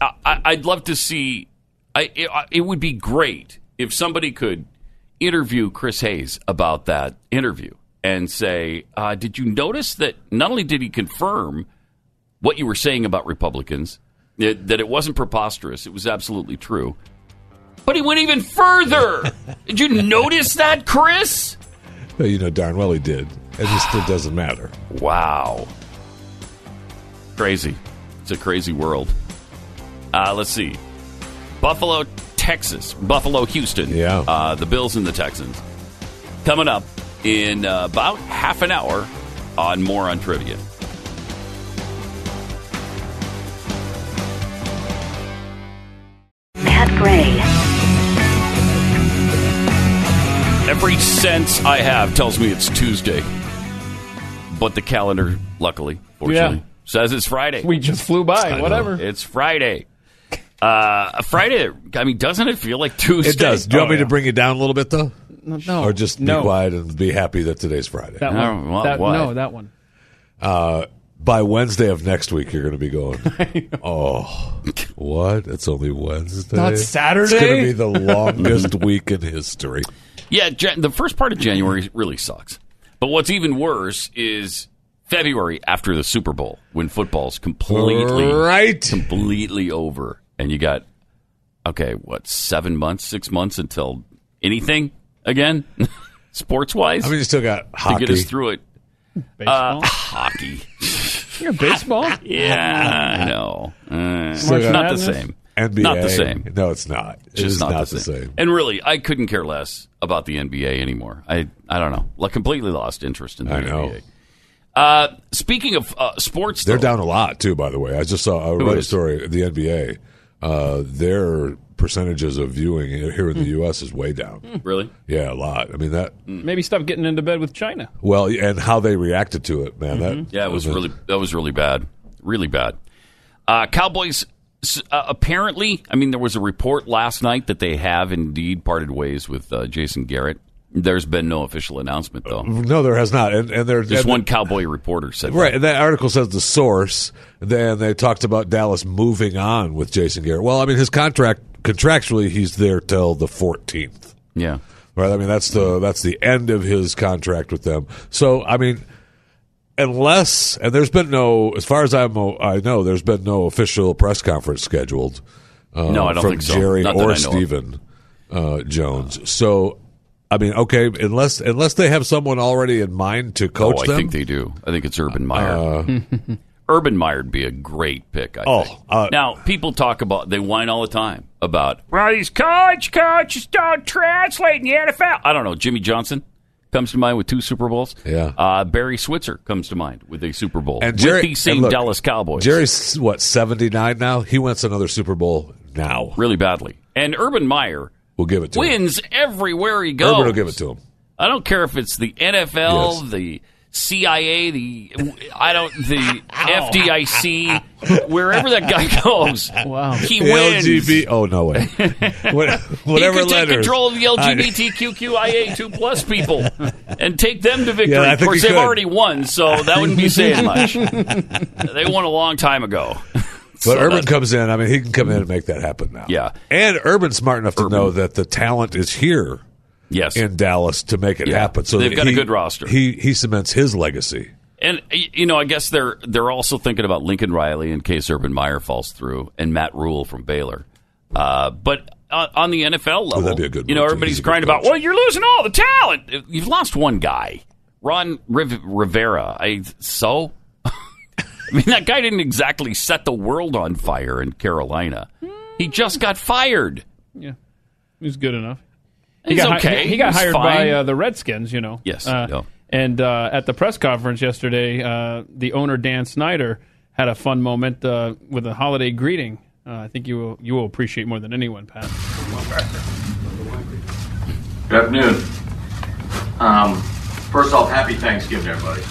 Speaker 3: I, I, I'd love to see. I it, I- it would be great if somebody could interview Chris Hayes about that interview and say, uh, "Did you notice that not only did he confirm what you were saying about Republicans, that, that it wasn't preposterous, it was absolutely true, but he went even further. did you notice that, Chris?
Speaker 4: Well, you know darn well he did. It just it doesn't matter.
Speaker 3: Wow, crazy! It's a crazy world. Uh, let's see. Buffalo, Texas. Buffalo, Houston.
Speaker 4: Yeah.
Speaker 3: Uh, the Bills and the Texans. Coming up in uh, about half an hour on more on trivia.
Speaker 1: Pat Gray,
Speaker 3: Every sense I have tells me it's Tuesday, but the calendar, luckily, fortunately,
Speaker 5: Yeah.
Speaker 3: says it's Friday.
Speaker 5: we just flew by. Whatever.
Speaker 3: It's Friday. Uh, Friday. I mean, doesn't it feel like Tuesday? Oh,
Speaker 4: It does. Do you want me to bring it down a little bit though?
Speaker 5: no,
Speaker 4: or just be
Speaker 5: no.
Speaker 4: quiet and be happy that today's Friday.
Speaker 5: That one. That- no, that one.
Speaker 4: Uh, by Wednesday of next week, you're going to be going. oh, what? It's only Wednesday.
Speaker 3: Not Saturday?
Speaker 4: It's going to be the longest week in history.
Speaker 3: Yeah, Jan- the first part of January really sucks. But what's even worse is February after the Super Bowl when football's completely
Speaker 4: Right.
Speaker 3: completely over and you got okay, what, 7 months, 6 months until anything again? Sports-wise?
Speaker 4: I mean, you still got
Speaker 3: To get us
Speaker 4: hockey.
Speaker 3: through it.
Speaker 5: Baseball?
Speaker 3: Uh, hockey.
Speaker 5: You're baseball?
Speaker 3: Yeah, I know. Uh,
Speaker 4: Still
Speaker 3: it's
Speaker 4: got
Speaker 3: not
Speaker 4: Madness?
Speaker 3: the same.
Speaker 4: NBA.
Speaker 3: Not the same.
Speaker 4: No, it's not. It
Speaker 3: Just
Speaker 4: is
Speaker 3: not,
Speaker 4: not
Speaker 3: the,
Speaker 4: the
Speaker 3: same.
Speaker 4: same.
Speaker 3: And really, I couldn't care less about the NBA anymore. I I don't know. Like completely lost interest in the
Speaker 4: I know.
Speaker 3: NBA. Uh, speaking of uh, sports,
Speaker 4: They're
Speaker 3: though,
Speaker 4: down a lot too. By the way, I just saw I
Speaker 3: Who
Speaker 4: read a
Speaker 3: is?
Speaker 4: story. The NBA, uh, their percentages of viewing here in
Speaker 3: Hmm.
Speaker 4: the U.S. is way down.
Speaker 3: Really?
Speaker 4: Yeah, a lot. I mean that.
Speaker 3: Hmm.
Speaker 5: Maybe stop getting into bed with China.
Speaker 4: Well, and how they reacted to it, man. That
Speaker 3: Mm-hmm. yeah, it was really that was really bad, really bad. Uh, Cowboys s- uh, apparently, I mean, there was a report last night that they have indeed parted ways with uh, Jason Garrett. There's been no official announcement though.
Speaker 4: No, there has not, and and there
Speaker 3: Just
Speaker 4: and-
Speaker 3: one Cowboy reporter said,
Speaker 4: Uh, Right, and that article says the source. Then they talked about Dallas moving on with Jason Garrett. Well, I mean, his contract contractually, he's there till the fourteenth.
Speaker 3: Yeah.
Speaker 4: Right. I mean, that's the that's the end of his contract with them. So, I mean, unless and there's been no, as far as I'm I know, there's been no official press conference scheduled. Uh,
Speaker 3: No, I don't
Speaker 4: from
Speaker 3: think so.
Speaker 4: Jerry
Speaker 3: Not that I know
Speaker 4: or
Speaker 3: of.
Speaker 4: Steven uh, Jones. So, I mean, okay, unless unless they have someone already in mind to coach
Speaker 3: "Oh, I
Speaker 4: them.
Speaker 3: think they do. I think it's Urban Meyer."
Speaker 4: Uh,
Speaker 3: Urban Meyer would be a great pick. I
Speaker 4: Oh,
Speaker 3: think. now people talk about they whine all the time about well, he's coach, coach, just don't translate in the NFL. I don't know. Jimmy Johnson comes to mind with two Super Bowls.
Speaker 4: Yeah.
Speaker 3: uh, Barry Switzer comes to mind with a Super Bowl
Speaker 4: And Jerry,
Speaker 3: with the same
Speaker 4: and look,
Speaker 3: Dallas Cowboys.
Speaker 4: Jerry's what seventy nine now. He wants another Super Bowl now.
Speaker 3: really badly, and Urban Meyer
Speaker 4: We'll give it to him.
Speaker 3: wins everywhere he goes.
Speaker 4: Urban will give it to him.
Speaker 3: I don't care if it's the NFL,
Speaker 4: Yes.
Speaker 3: the CIA, the I don't the FDIC, wherever that guy goes,
Speaker 5: Wow.
Speaker 3: he
Speaker 4: The
Speaker 3: wins.
Speaker 4: LGB. Oh no way. What- Whatever
Speaker 3: he could take
Speaker 4: letters.
Speaker 3: control of the
Speaker 4: I-
Speaker 3: LGBTQIA two plus people and take them to victory.
Speaker 4: Yeah, I
Speaker 3: of
Speaker 4: think
Speaker 3: course,
Speaker 4: he
Speaker 3: they've
Speaker 4: could.
Speaker 3: already won, so that wouldn't be saying much. they won a long time ago.
Speaker 4: But Urban
Speaker 3: that-
Speaker 4: comes in. I mean, he can come in and make that happen now.
Speaker 3: Yeah.
Speaker 4: And Urban's smart enough to know that the talent is here.
Speaker 3: Yes.
Speaker 4: In Dallas to make it
Speaker 3: Yeah.
Speaker 4: happen. So
Speaker 3: They've got a
Speaker 4: he-
Speaker 3: good roster.
Speaker 4: He he cements his legacy.
Speaker 3: And y- you know, I guess they're they're also thinking about Lincoln Riley in case Urban Meyer falls through, and Matt Rule from Baylor. Uh, but on, on the NFL level,
Speaker 4: that'd be a good
Speaker 3: you know,
Speaker 4: one, too.
Speaker 3: everybody's
Speaker 4: He's a good
Speaker 3: crying about,
Speaker 4: coach.
Speaker 3: well, you're losing all the talent. You've lost one guy, Ron Riv- Rivera. I so. I mean, that guy didn't exactly set the world on fire in Carolina. He just got fired.
Speaker 5: He's good enough.
Speaker 3: He's
Speaker 5: got hi-
Speaker 3: okay.
Speaker 5: He, he got
Speaker 3: He's
Speaker 5: hired
Speaker 3: fine.
Speaker 5: by uh, the Redskins, you know.
Speaker 3: Yes,
Speaker 5: Uh,
Speaker 3: no.
Speaker 5: And uh, at the press conference yesterday, uh, the owner Dan Snyder had a fun moment uh, with a holiday greeting. Uh, I think you will you will appreciate more than anyone, Pat.
Speaker 12: Good afternoon. Um, first off, happy Thanksgiving, everybody.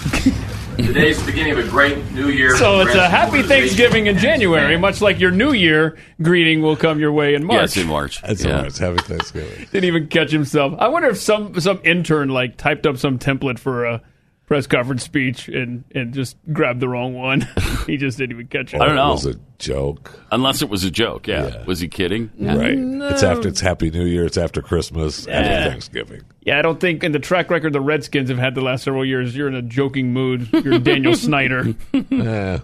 Speaker 12: Today's the beginning of a great new year.
Speaker 5: So it's
Speaker 12: Congrats
Speaker 5: a happy
Speaker 12: to the organization.
Speaker 5: Thanksgiving in January, much like your New Year greeting will come your way in March.
Speaker 3: Yes, in March.
Speaker 4: That's
Speaker 3: Yeah.
Speaker 4: all right. Happy Thanksgiving.
Speaker 5: Didn't even catch himself. I wonder if some some intern like typed up some template for a press conference speech and and just grabbed the wrong one. he just didn't even catch it.
Speaker 3: I don't know.
Speaker 4: It was a joke.
Speaker 3: Unless it was a joke. Yeah. Was he kidding?
Speaker 4: Right.
Speaker 5: Mm-hmm.
Speaker 4: It's after it's Happy New Year. It's after Christmas. After Thanksgiving.
Speaker 5: Yeah, I don't think in the track record the Redskins have had the last several years. You're in a joking mood. You're Daniel Snyder.
Speaker 4: Eh.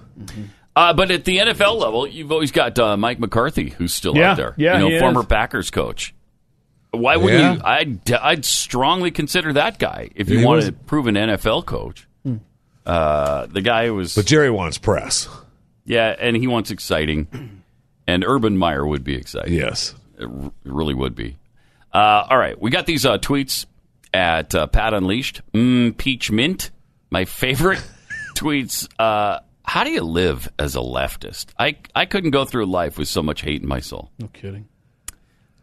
Speaker 3: Uh, but at the NFL level, you've always got uh, Mike McCarthy, who's still
Speaker 5: Yeah,
Speaker 3: out there.
Speaker 5: yeah,
Speaker 3: you know,
Speaker 5: he
Speaker 3: former
Speaker 5: is.
Speaker 3: Packers coach. Why wouldn't
Speaker 4: Yeah.
Speaker 3: you? I'd, I'd strongly consider that guy if you
Speaker 4: He
Speaker 3: want
Speaker 4: was-
Speaker 3: to prove an NFL coach.
Speaker 5: Hmm.
Speaker 3: Uh, the guy who was,
Speaker 4: But Jerry wants press.
Speaker 3: yeah, and he wants exciting. And Urban Meyer would be exciting.
Speaker 4: Yes.
Speaker 3: It r- really would be. Uh, all right, we got these uh, tweets at uh, Pat Unleashed. Mm, Peach Mint, my favorite tweets. Uh, how do you live as a leftist? I I couldn't go through life with so much hate in my soul.
Speaker 5: No kidding.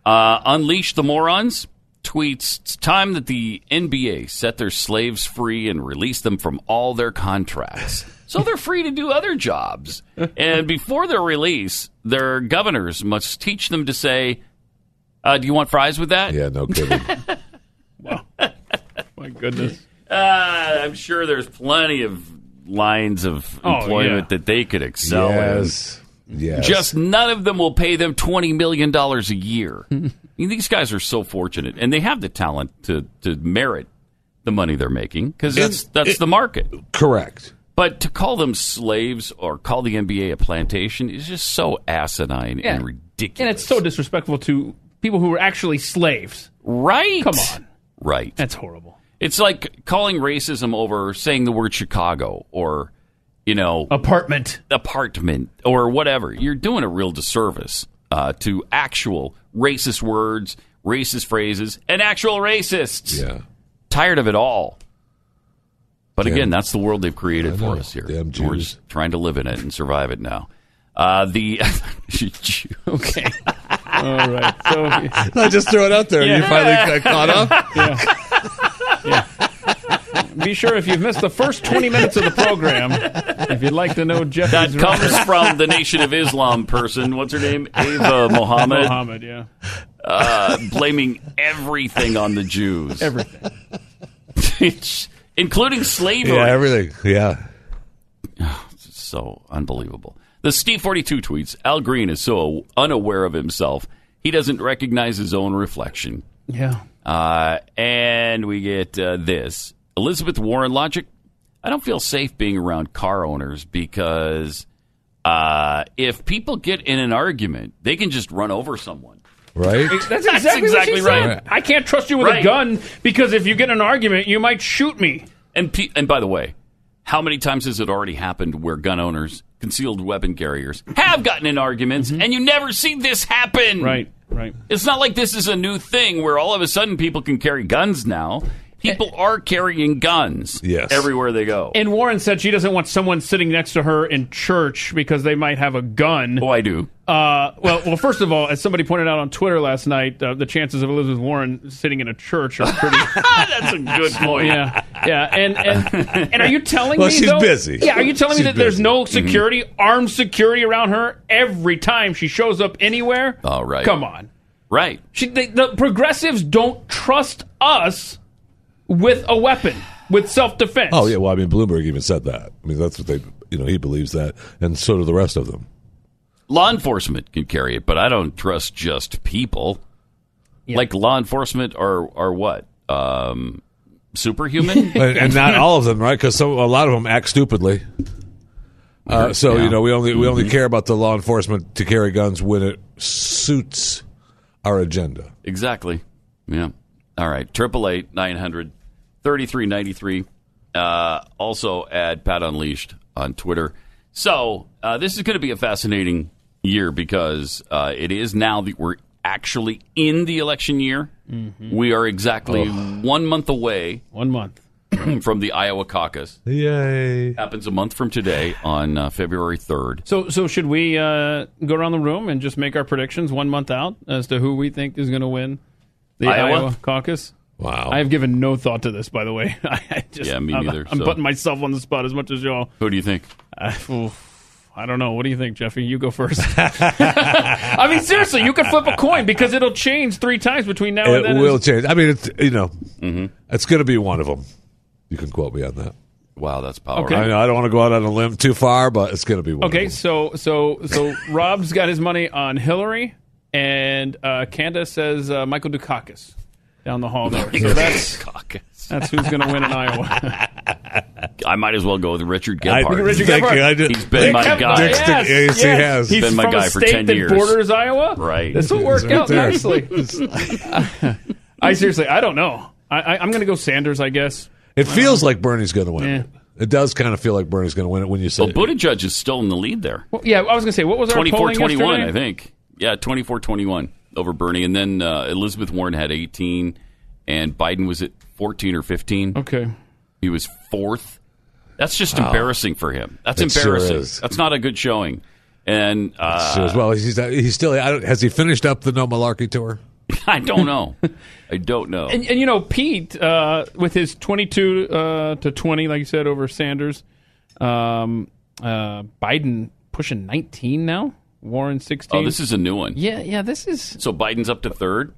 Speaker 3: Uh, Unleash the morons tweets. It's time that the NBA set their slaves free and release them from all their contracts, so they're free to do other jobs. And before their release, their governors must teach them to say, uh, "Do you want fries with that?"
Speaker 4: Yeah. No kidding.
Speaker 5: goodness.
Speaker 3: Uh, I'm sure there's plenty of lines of
Speaker 5: Oh,
Speaker 3: employment that they could excel
Speaker 4: um, Yes.
Speaker 3: in.
Speaker 4: Yes.
Speaker 3: Just none of them will pay them $20 million a year. I mean, these guys are so fortunate, and they have the talent to, to merit the money they're making because that's, that's the market.
Speaker 4: Correct.
Speaker 3: But to call them slaves or call the NBA a plantation is just so asinine
Speaker 5: Yeah.
Speaker 3: and ridiculous.
Speaker 5: And it's so disrespectful to people who were actually slaves.
Speaker 3: Right.
Speaker 5: Come on.
Speaker 3: Right.
Speaker 5: That's horrible.
Speaker 3: It's like calling racism over saying the word Chicago or, you know,
Speaker 5: apartment,
Speaker 3: apartment or whatever. You're doing a real disservice uh, to actual racist words, racist phrases, and actual racists.
Speaker 4: Yeah.
Speaker 3: Tired of it all. But
Speaker 4: Damn.
Speaker 3: again, that's the world they've
Speaker 4: I
Speaker 3: created for
Speaker 4: know.
Speaker 3: us here.
Speaker 4: Damn
Speaker 3: We're
Speaker 4: Jews.
Speaker 3: just trying to live in it and survive it now. Uh, the okay,
Speaker 5: all right. So
Speaker 4: I just throw it out there. You finally got caught up.
Speaker 5: Be sure if you've missed the first 20 minutes of the program, if you'd like to know Jeff
Speaker 3: that comes from the Nation of Islam person. What's her name? Ava Mohammed.
Speaker 5: Mohammed, yeah.
Speaker 3: uh, blaming everything on the Jews.
Speaker 5: Everything.
Speaker 3: Including slavery.
Speaker 4: Yeah, everything. Yeah.
Speaker 3: so unbelievable. The Steve 42 tweets Al Green is so unaware of himself, he doesn't recognize his own reflection.
Speaker 5: Yeah.
Speaker 3: Uh, and we get uh, this Elizabeth Warren logic. I don't feel safe being around car owners because uh, if people get in an argument, they can just run over someone.
Speaker 4: Right?
Speaker 5: That's exactly, what she
Speaker 3: exactly
Speaker 5: said.
Speaker 3: right.
Speaker 5: I can't trust you with
Speaker 3: Right.
Speaker 5: a gun because if you get in an argument, you might shoot me.
Speaker 3: And pe- and by the way, how many times has it already happened where gun owners, concealed weapon carriers, have gotten in arguments, and you never see this happen?
Speaker 5: Mm-hmm. Right, right.
Speaker 3: It's not like this is a new thing where all of a sudden people can carry guns now. People are carrying guns
Speaker 4: Yes.
Speaker 3: everywhere they go.
Speaker 5: Eh. And Warren said she doesn't want someone sitting next to her in church because they might have a gun.
Speaker 3: oh, I do.
Speaker 5: Uh, well, well. First of all, as somebody pointed out on Twitter last night, uh, the chances of Elizabeth Warren sitting in a church are pretty.
Speaker 3: That's a good point.
Speaker 5: yeah, yeah. And and, and are you telling
Speaker 4: Well,
Speaker 5: me?
Speaker 4: she's
Speaker 5: though-
Speaker 4: busy.
Speaker 5: Yeah. Are you telling
Speaker 4: She's
Speaker 5: me that there's
Speaker 4: busy.
Speaker 5: no security, armed security around her every time she shows up anywhere?
Speaker 3: All right.
Speaker 5: Come on.
Speaker 3: Right.
Speaker 5: She, they, the progressives don't trust us with a weapon, with self defense.
Speaker 4: Oh yeah, well, I mean, Bloomberg even said that. I mean, that's what they, you know, he believes that, and so do the rest of them.
Speaker 3: Law enforcement can carry it, but I don't trust just people. Like law enforcement are are what? Um, superhuman?
Speaker 4: and, and not all of them, right? Because a lot of them act stupidly. Uh, so you know, we only we only care about the law enforcement to carry guns when it suits our agenda.
Speaker 3: Exactly. Yeah. All right. Triple eight nine hundred thirty three ninety three. Uh, also at Pat Unleashed on Twitter. So uh, this is going to be a fascinating year because uh, it is now that we're actually in the election year.
Speaker 4: Mm-hmm.
Speaker 3: We are exactly one month away
Speaker 5: One month.
Speaker 3: from the Iowa caucus.
Speaker 4: Yay!
Speaker 3: Happens a month from today on uh, February third.
Speaker 5: So, so should we uh, go around the room and just make our predictions one month out as to who we think is going to win the
Speaker 3: Iowa?
Speaker 5: Iowa, caucus?
Speaker 4: Wow.
Speaker 5: I have given no thought to this, by the way. I just,
Speaker 3: Yeah, me
Speaker 5: I'm,
Speaker 3: neither,
Speaker 5: I'm
Speaker 3: so-
Speaker 5: putting myself on the spot as much as y'all.
Speaker 3: Who do you think?
Speaker 5: I, oof, I don't know. What do you think, Jeffy? You go first. I mean, seriously, you could flip a coin because it'll change three times between
Speaker 3: Oh,
Speaker 5: now and
Speaker 4: it
Speaker 5: then.
Speaker 4: will change. I mean, it's you know,
Speaker 3: Mm-hmm.
Speaker 4: it's going to be one of them. You can quote me on that.
Speaker 3: Wow, that's powerful.
Speaker 5: Okay.
Speaker 4: I know I don't want to go out on a limb too far, but it's going to be one.
Speaker 5: Okay,
Speaker 4: Of
Speaker 5: so
Speaker 4: them.
Speaker 5: so so Rob's got his money on Hillary, and uh, Candace says uh, Michael Dukakis down the hall there. So that's
Speaker 3: Caucus.
Speaker 5: that's who's going to win in Iowa.
Speaker 3: I might as well go with Richard
Speaker 4: I,
Speaker 3: Gephardt.
Speaker 5: Richard
Speaker 4: thank
Speaker 5: Gephardt.
Speaker 4: you. I did,
Speaker 3: He's been my
Speaker 4: Dick-
Speaker 3: guy.
Speaker 4: Dick's the-
Speaker 5: Yes,
Speaker 4: yes, he
Speaker 5: yes.
Speaker 4: has.
Speaker 5: He's
Speaker 3: Been my
Speaker 5: from
Speaker 3: guy
Speaker 5: a
Speaker 3: for
Speaker 5: state
Speaker 3: 10
Speaker 5: that
Speaker 3: years.
Speaker 5: borders Iowa.
Speaker 3: Right.
Speaker 5: This will
Speaker 4: He's
Speaker 5: work
Speaker 4: right
Speaker 5: out
Speaker 4: there.
Speaker 5: nicely. I seriously, I don't know. I, I, I'm going to go Sanders, I guess.
Speaker 4: It feels like Bernie's going to win.
Speaker 5: Yeah.
Speaker 4: It. It does kind of feel like Bernie's going to win it when you say
Speaker 3: Well, Buttigieg is still in the lead there.
Speaker 5: Well, yeah, I was going to say, what was our
Speaker 3: 24
Speaker 5: polling
Speaker 3: 21,
Speaker 5: yesterday?
Speaker 3: I think. Yeah, 24 21 over Bernie. And then uh, Elizabeth Warren had 18, and Biden was at 14 or 15.
Speaker 5: Okay.
Speaker 3: He was fourth. That's just embarrassing for him. That's
Speaker 4: It sure
Speaker 3: embarrassing.
Speaker 4: is.
Speaker 3: That's not a good showing. And uh,
Speaker 4: So as well, he's he's still. I don't, has he finished up the No Malarkey tour?
Speaker 3: I don't know. I don't know.
Speaker 5: And, and you know, Pete, uh, with his 22 uh, to 20, like you said, over Sanders, um, uh, Biden pushing 19 now, Warren 16.
Speaker 3: Oh, this is a new one.
Speaker 5: yeah, yeah, this is.
Speaker 3: So Biden's up to third.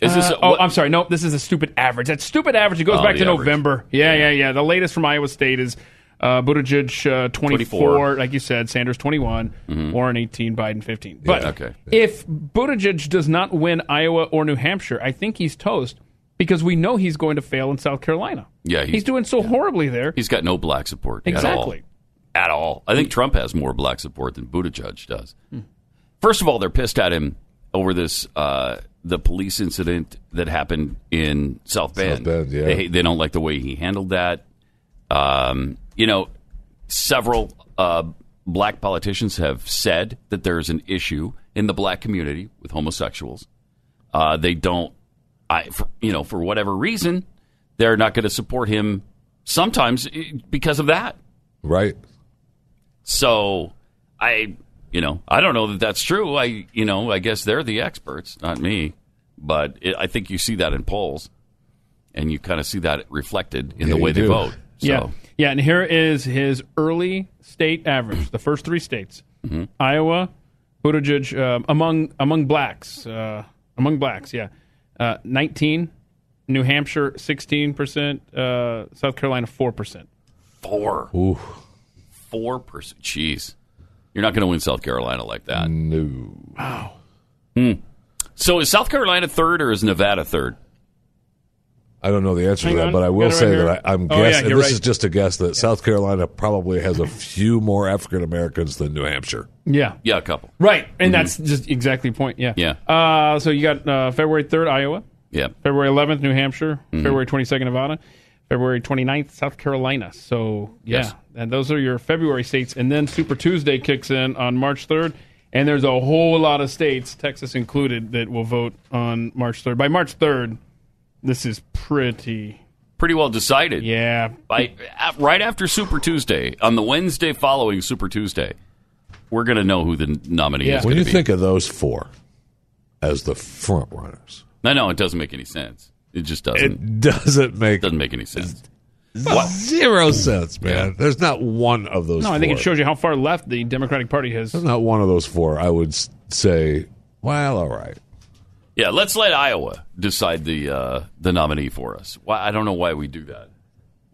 Speaker 3: Is this
Speaker 5: Uh,
Speaker 3: a-
Speaker 5: oh,
Speaker 3: what-
Speaker 5: I'm sorry. No, this is a stupid average. That stupid average. It goes
Speaker 3: Oh,
Speaker 5: back
Speaker 3: the
Speaker 5: to
Speaker 3: average.
Speaker 5: November. Yeah, yeah, yeah, The latest from Iowa State is uh, Buttigieg uh, 24,
Speaker 3: 24.
Speaker 5: like you said. Sanders 21,
Speaker 3: Mhm.
Speaker 5: Warren 18, Biden 15. But
Speaker 3: Yeah, okay.
Speaker 5: if Buttigieg does not win Iowa or New Hampshire, I think he's toast because we know he's going to fail in South Carolina.
Speaker 3: Yeah,
Speaker 5: he's,
Speaker 3: he's-
Speaker 5: doing so horribly there.
Speaker 3: He's got no black support
Speaker 5: Exactly.
Speaker 3: at all. At all. I think Trump has more black support than Buttigieg does. First of all, they're pissed at him over this uh, the police incident that happened in South Bend.
Speaker 4: Bend, yeah.
Speaker 3: They, they don't like the way he handled that. Um, you know, several uh, black politicians have said that there is an issue in the black community with homosexuals. Uh, they don't, I, for, you know, for whatever reason, they're not going to support him. Sometimes eh, because of that,
Speaker 4: right?
Speaker 3: So I, you know, I don't know that that's true. I, you know, I guess they're the experts, not me. But it, I think you see that in polls, and you kind of see that reflected in
Speaker 5: Yeah,
Speaker 3: the way
Speaker 5: you
Speaker 3: they
Speaker 5: do.
Speaker 3: vote. So,
Speaker 5: Yeah, yeah. And here is his early state average: the first three states, Iowa, Buttigieg um, among among blacks, uh, among blacks, yeah, uh, nineteen, New Hampshire sixteen percent, uh, South Carolina four percent.
Speaker 3: Four.
Speaker 4: Ooh.
Speaker 3: Four percent. Jeez, you're not going to win South Carolina like that.
Speaker 4: No.
Speaker 3: Wow. Hmm. So is South Carolina third or is Nevada third?
Speaker 4: I don't know the answer
Speaker 3: Hang
Speaker 4: to that,
Speaker 3: on.
Speaker 4: but I
Speaker 3: Got
Speaker 4: will
Speaker 3: it right
Speaker 4: say
Speaker 3: here.
Speaker 4: that I, I'm
Speaker 3: Oh, yeah,
Speaker 4: guessing.
Speaker 3: you're
Speaker 4: this
Speaker 3: right.
Speaker 4: is just a guess that South Carolina probably has a few more African Americans than New Hampshire.
Speaker 5: Yeah.
Speaker 3: Yeah, a couple.
Speaker 5: Right, and
Speaker 4: Mhm.
Speaker 5: that's just exactly the point. Yeah.
Speaker 4: Yeah.
Speaker 5: Uh, so you got uh, February third, Iowa.
Speaker 3: Yeah.
Speaker 5: February 11th, New Hampshire.
Speaker 3: Mhm.
Speaker 5: February 22nd, Nevada. February 29th, South Carolina. So, yeah.
Speaker 3: Yes.
Speaker 5: And those are your February states. And then Super Tuesday kicks in on March 3rd. And there's a whole lot of states, Texas included, that will vote on March 3rd. By March 3rd, this is pretty.
Speaker 3: Pretty well decided.
Speaker 5: Yeah.
Speaker 3: By, a- right after Super Tuesday, on the Wednesday following Super Tuesday, we're going to know who the nominee is
Speaker 4: When
Speaker 3: going
Speaker 4: you
Speaker 3: to be.
Speaker 4: think of those four as the front runners,
Speaker 3: I know it doesn't make any sense. It just doesn't.
Speaker 4: it doesn't make
Speaker 3: doesn't make any sense.
Speaker 4: zero sense, man. There's not one of those.
Speaker 5: No, I think it
Speaker 4: four.
Speaker 5: shows you how far left the Democratic Party has.
Speaker 4: There's not one of those four. I would s- say, well, all right.
Speaker 3: Yeah, let's let Iowa decide the uh, the nominee for us. Why I don't know why we do that.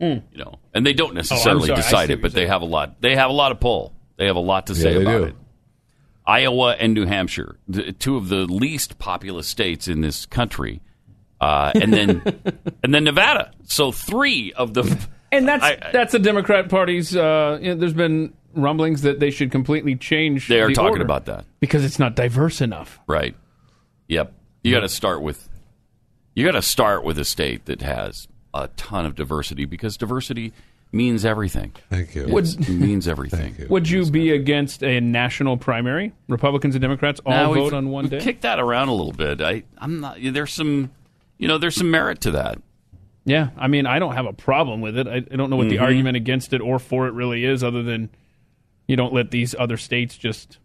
Speaker 5: Mm.
Speaker 3: You know, and they don't necessarily
Speaker 5: sorry. I see what
Speaker 3: decide
Speaker 5: you're
Speaker 3: it, but they have a lot. They have a lot of pull. They have a lot to
Speaker 4: Yeah,
Speaker 3: say
Speaker 4: they
Speaker 3: about
Speaker 4: do.
Speaker 3: it. Iowa and New Hampshire, the, two of the least populous states in this country, uh, and then and then Nevada. So three of the
Speaker 5: And that's
Speaker 3: I- I-
Speaker 5: that's the Democrat Party's. Uh, you know, there's been rumblings that they should completely change.
Speaker 3: they are
Speaker 5: the
Speaker 3: talking
Speaker 5: order
Speaker 3: about that.
Speaker 5: because it's not diverse enough.
Speaker 3: Right. Yep. You got to start with you got to start with a state that has a ton of diversity because diversity means everything.
Speaker 4: Thank you.
Speaker 3: It means everything.
Speaker 5: Would you be against a national primary? Republicans and Democrats all
Speaker 3: Now, we've-
Speaker 5: vote on one
Speaker 3: we've
Speaker 5: day.
Speaker 3: Kick that around a little bit. I I'm not there's some you know there's some merit to that.
Speaker 5: yeah, I mean, I don't have a problem with it. I, I don't know what the
Speaker 3: Mhm.
Speaker 5: argument against it or for it really is, other than you don't let these other states just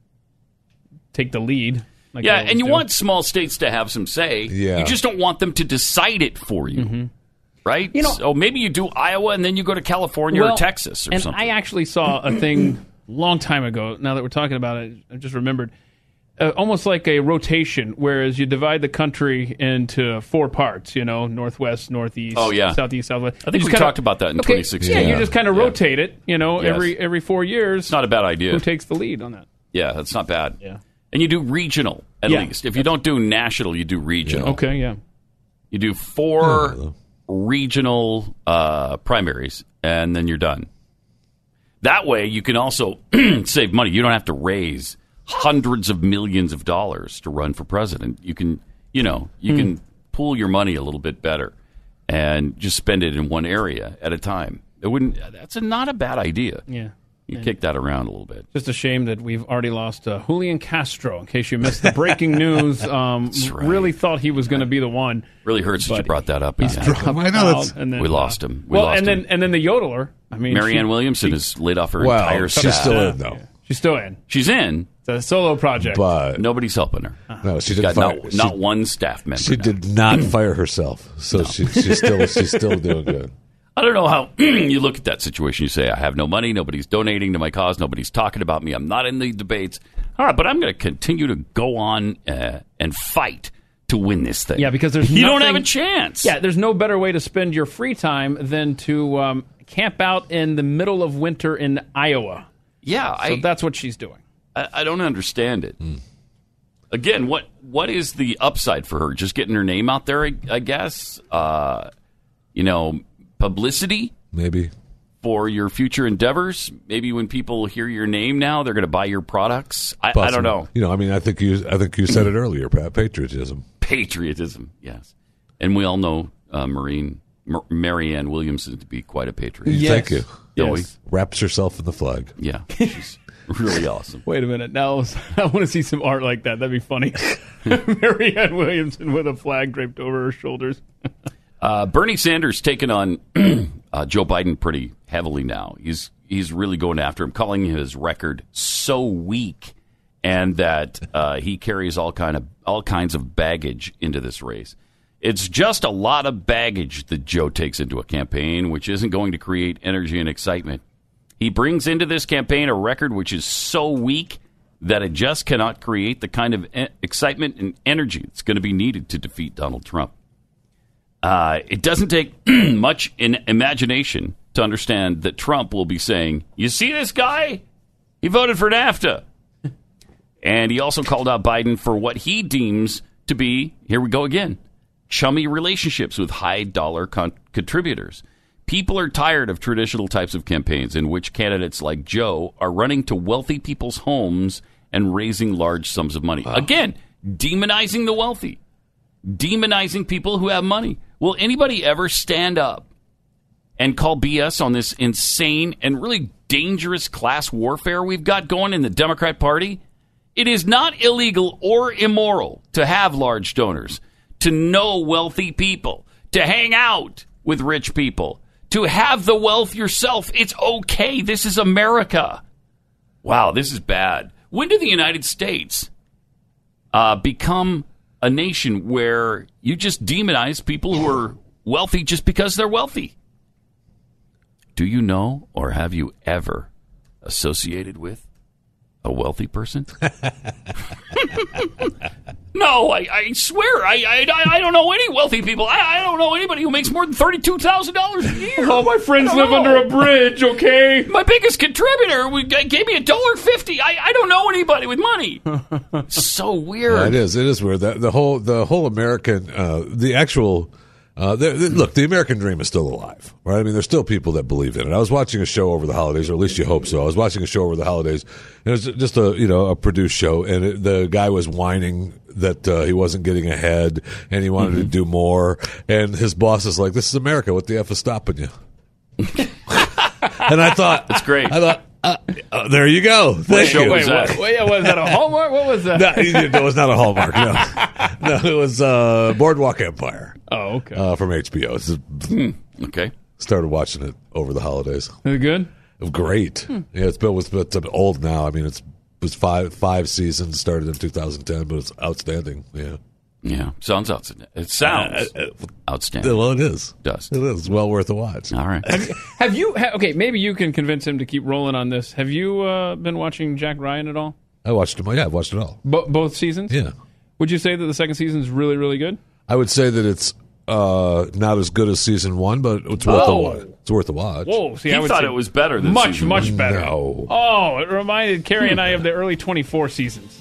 Speaker 5: take the lead. like
Speaker 3: yeah,
Speaker 5: they always
Speaker 3: and you
Speaker 5: do.
Speaker 3: want small states to have some say.
Speaker 5: Yeah.
Speaker 3: You just don't want them to decide it for you.
Speaker 5: Mm-hmm.
Speaker 3: Right? You know, so maybe you do Iowa and then you go to California
Speaker 5: Well,
Speaker 3: or Texas or
Speaker 5: and
Speaker 3: something.
Speaker 5: I actually saw a thing long time ago. Now that we're talking about it, I just remembered. Uh, almost like a rotation, whereas you divide the country into four parts. You know, northwest, northeast,
Speaker 3: Oh, yeah.
Speaker 5: southeast, southwest.
Speaker 3: I think
Speaker 5: You just
Speaker 3: we
Speaker 5: kinda-
Speaker 3: talked about that in
Speaker 5: Okay,
Speaker 3: 2016.
Speaker 5: Yeah, you just kind of rotate it. You know,
Speaker 3: Yes.
Speaker 5: every every four years. It's
Speaker 3: not a bad idea.
Speaker 5: Who takes the lead on that?
Speaker 3: Yeah, that's not bad.
Speaker 5: Yeah.
Speaker 3: And you do regional at
Speaker 5: Yeah.
Speaker 3: least. If you don't do national, you do regional.
Speaker 5: Okay, yeah. Hmm.
Speaker 3: You do four regional uh, primaries, and then you're done. That way, you can also save money. You don't have to raise hundreds of millions of dollars to run for president. You can, you know, you
Speaker 5: Hmm.
Speaker 3: can pool your money a little bit better and just spend it in one area at a time. It wouldn't. That's a, not a bad idea.
Speaker 5: Yeah.
Speaker 3: You kick that around a little bit.
Speaker 5: Just a shame that we've already lost uh, Julian Castro. In case you missed the breaking news, um, really thought he was going to be the one.
Speaker 3: Really hurts that you brought that up. He's
Speaker 5: I know, that's- And then,
Speaker 3: we
Speaker 5: uh,
Speaker 3: lost him. We
Speaker 5: well,
Speaker 3: lost
Speaker 5: and
Speaker 3: him.
Speaker 5: then and then the yodeler. I mean,
Speaker 3: Marianne
Speaker 5: she-
Speaker 3: Williamson has laid off her
Speaker 4: Well,
Speaker 3: entire
Speaker 4: she's
Speaker 3: staff.
Speaker 4: still in, though.
Speaker 5: She's still in.
Speaker 3: She's in.
Speaker 5: It's a solo project.
Speaker 4: But
Speaker 3: nobody's helping her.
Speaker 5: Uh-huh.
Speaker 4: No, she
Speaker 3: She's
Speaker 4: didn't
Speaker 3: got
Speaker 4: fire.
Speaker 3: not,
Speaker 4: she,
Speaker 3: not one staff member.
Speaker 4: she
Speaker 3: now.
Speaker 4: did not fire herself, so she, she's still she's still doing good.
Speaker 3: I don't know how you look at that situation. You say, I have no money. Nobody's donating to my cause. Nobody's talking about me. I'm not in the debates. All right, but I'm going to continue to go on uh, and fight to win this thing.
Speaker 5: Yeah, because there's
Speaker 3: you don't
Speaker 5: nothing-
Speaker 3: have a chance.
Speaker 5: Yeah, there's no better way to spend your free time than to um, camp out in the middle of winter in Iowa.
Speaker 3: Yeah,
Speaker 5: so that's what she's doing.
Speaker 3: I, I don't understand it. Again, what what is the upside for her? Just getting her name out there, I, I guess. Uh, you know, publicity
Speaker 4: maybe
Speaker 3: for your future endeavors. Maybe when people hear your name now, they're going to buy your products. I, I
Speaker 4: Possible.
Speaker 3: don't know.
Speaker 4: You know, I mean, I think you, I think you said it earlier, Pat. Patriotism.
Speaker 3: Patriotism, yes, and we all know uh, Marine Mar- Marianne Williamson to be quite a patriot.
Speaker 4: Thank you.
Speaker 3: Don't we?
Speaker 4: Wraps herself in the flag.
Speaker 3: Yeah, she's really awesome.
Speaker 5: Wait a minute. Now I want to see some art like that. That'd be funny. Hmm. Marianne Williamson with a flag draped over her shoulders.
Speaker 3: Uh, Bernie Sanders taking on uh, Joe Biden pretty heavily now. He's he's really going after him, calling his record so weak, and that uh, he carries all kind of all kinds of baggage into this race. It's just a lot of baggage that Joe takes into a campaign, which isn't going to create energy and excitement. He brings into this campaign a record which is so weak that it just cannot create the kind of e- excitement and energy that's going to be needed to defeat Donald Trump. Uh, it doesn't take much in imagination to understand that Trump will be saying, "You see this guy? He voted for NAFTA," and he also called out Biden for what he deems to be here we go again chummy relationships with high dollar con- contributors. People are tired of traditional types of campaigns in which candidates like Joe are running to wealthy people's homes and raising large sums of money. Again, demonizing the wealthy demonizing people who have money. Will anybody ever stand up and call BS on this insane and really dangerous class warfare we've got going in the Democrat Party? It is not illegal or immoral to have large donors, to know wealthy people, to hang out with rich people, to have the wealth yourself. It's okay. This is America. Wow, this is bad. When did the United States uh, become a nation where you just demonize people who are wealthy just because they're wealthy? Do you know or have you ever associated with a wealthy person? no, I, I swear, I, I, I don't know any wealthy people. I, I don't know anybody who makes more than $32,000 a year.
Speaker 5: All my friends
Speaker 3: I don't
Speaker 5: live under a bridge, okay?
Speaker 3: My biggest contributor we- gave me a dollar fifty. I, I don't know anybody with money. so weird.
Speaker 4: Yeah, it is. It is weird. That the whole the whole American uh, the actual. Uh, the, the- look, the American dream is still alive, right? I mean, there's still people that believe in it. I was watching a show over the holidays, or at least you hope so. I was watching a show over the holidays. And it was just a you know a produced show, and it, the guy was whining that uh, he wasn't getting ahead, and he
Speaker 3: Mm-hmm.
Speaker 4: wanted to do more. And his boss is like, "This is America. What the f is stopping you?" and I thought, "That's
Speaker 3: great."
Speaker 4: I thought, uh, uh, "There you go." Thank
Speaker 3: show
Speaker 4: you.
Speaker 3: was that?
Speaker 5: Wait, yeah, was that a Hallmark? What was that?
Speaker 4: No, it was not a Hallmark. No, no it was uh, Boardwalk Empire
Speaker 5: oh, okay. Hmm,
Speaker 4: uh, from HBO. It's just-
Speaker 3: Okay.
Speaker 4: started watching it over the holidays.
Speaker 5: Is it good?
Speaker 4: Great.
Speaker 5: Hmm.
Speaker 4: Yeah, it's been it's, been- it's been old now. I mean, it's it was five five seasons. Started in 2010, but it's outstanding. Yeah,
Speaker 3: Yeah, sounds outstanding. It sounds outstanding.
Speaker 4: well, it is.
Speaker 3: Does.
Speaker 4: It is well worth a watch.
Speaker 3: All right.
Speaker 5: Have you? Ha- okay, maybe you can convince him to keep rolling on this. Have you uh, been watching Jack Ryan at all?
Speaker 4: I watched it. Yeah, I watched it all.
Speaker 5: Bo- both seasons?
Speaker 4: Yeah,
Speaker 5: Would you say that the second season is really, really good?
Speaker 4: I would say that it's uh, not as good as season one, but it's worth a
Speaker 5: Oh.
Speaker 4: watch. It's worth a watch.
Speaker 5: Whoa! Oh, See,
Speaker 3: He
Speaker 5: I would
Speaker 3: thought
Speaker 5: say
Speaker 3: it was better than
Speaker 5: much,
Speaker 3: season
Speaker 5: much better.
Speaker 4: No.
Speaker 5: Oh, it reminded Carrie and I of the early 24 seasons.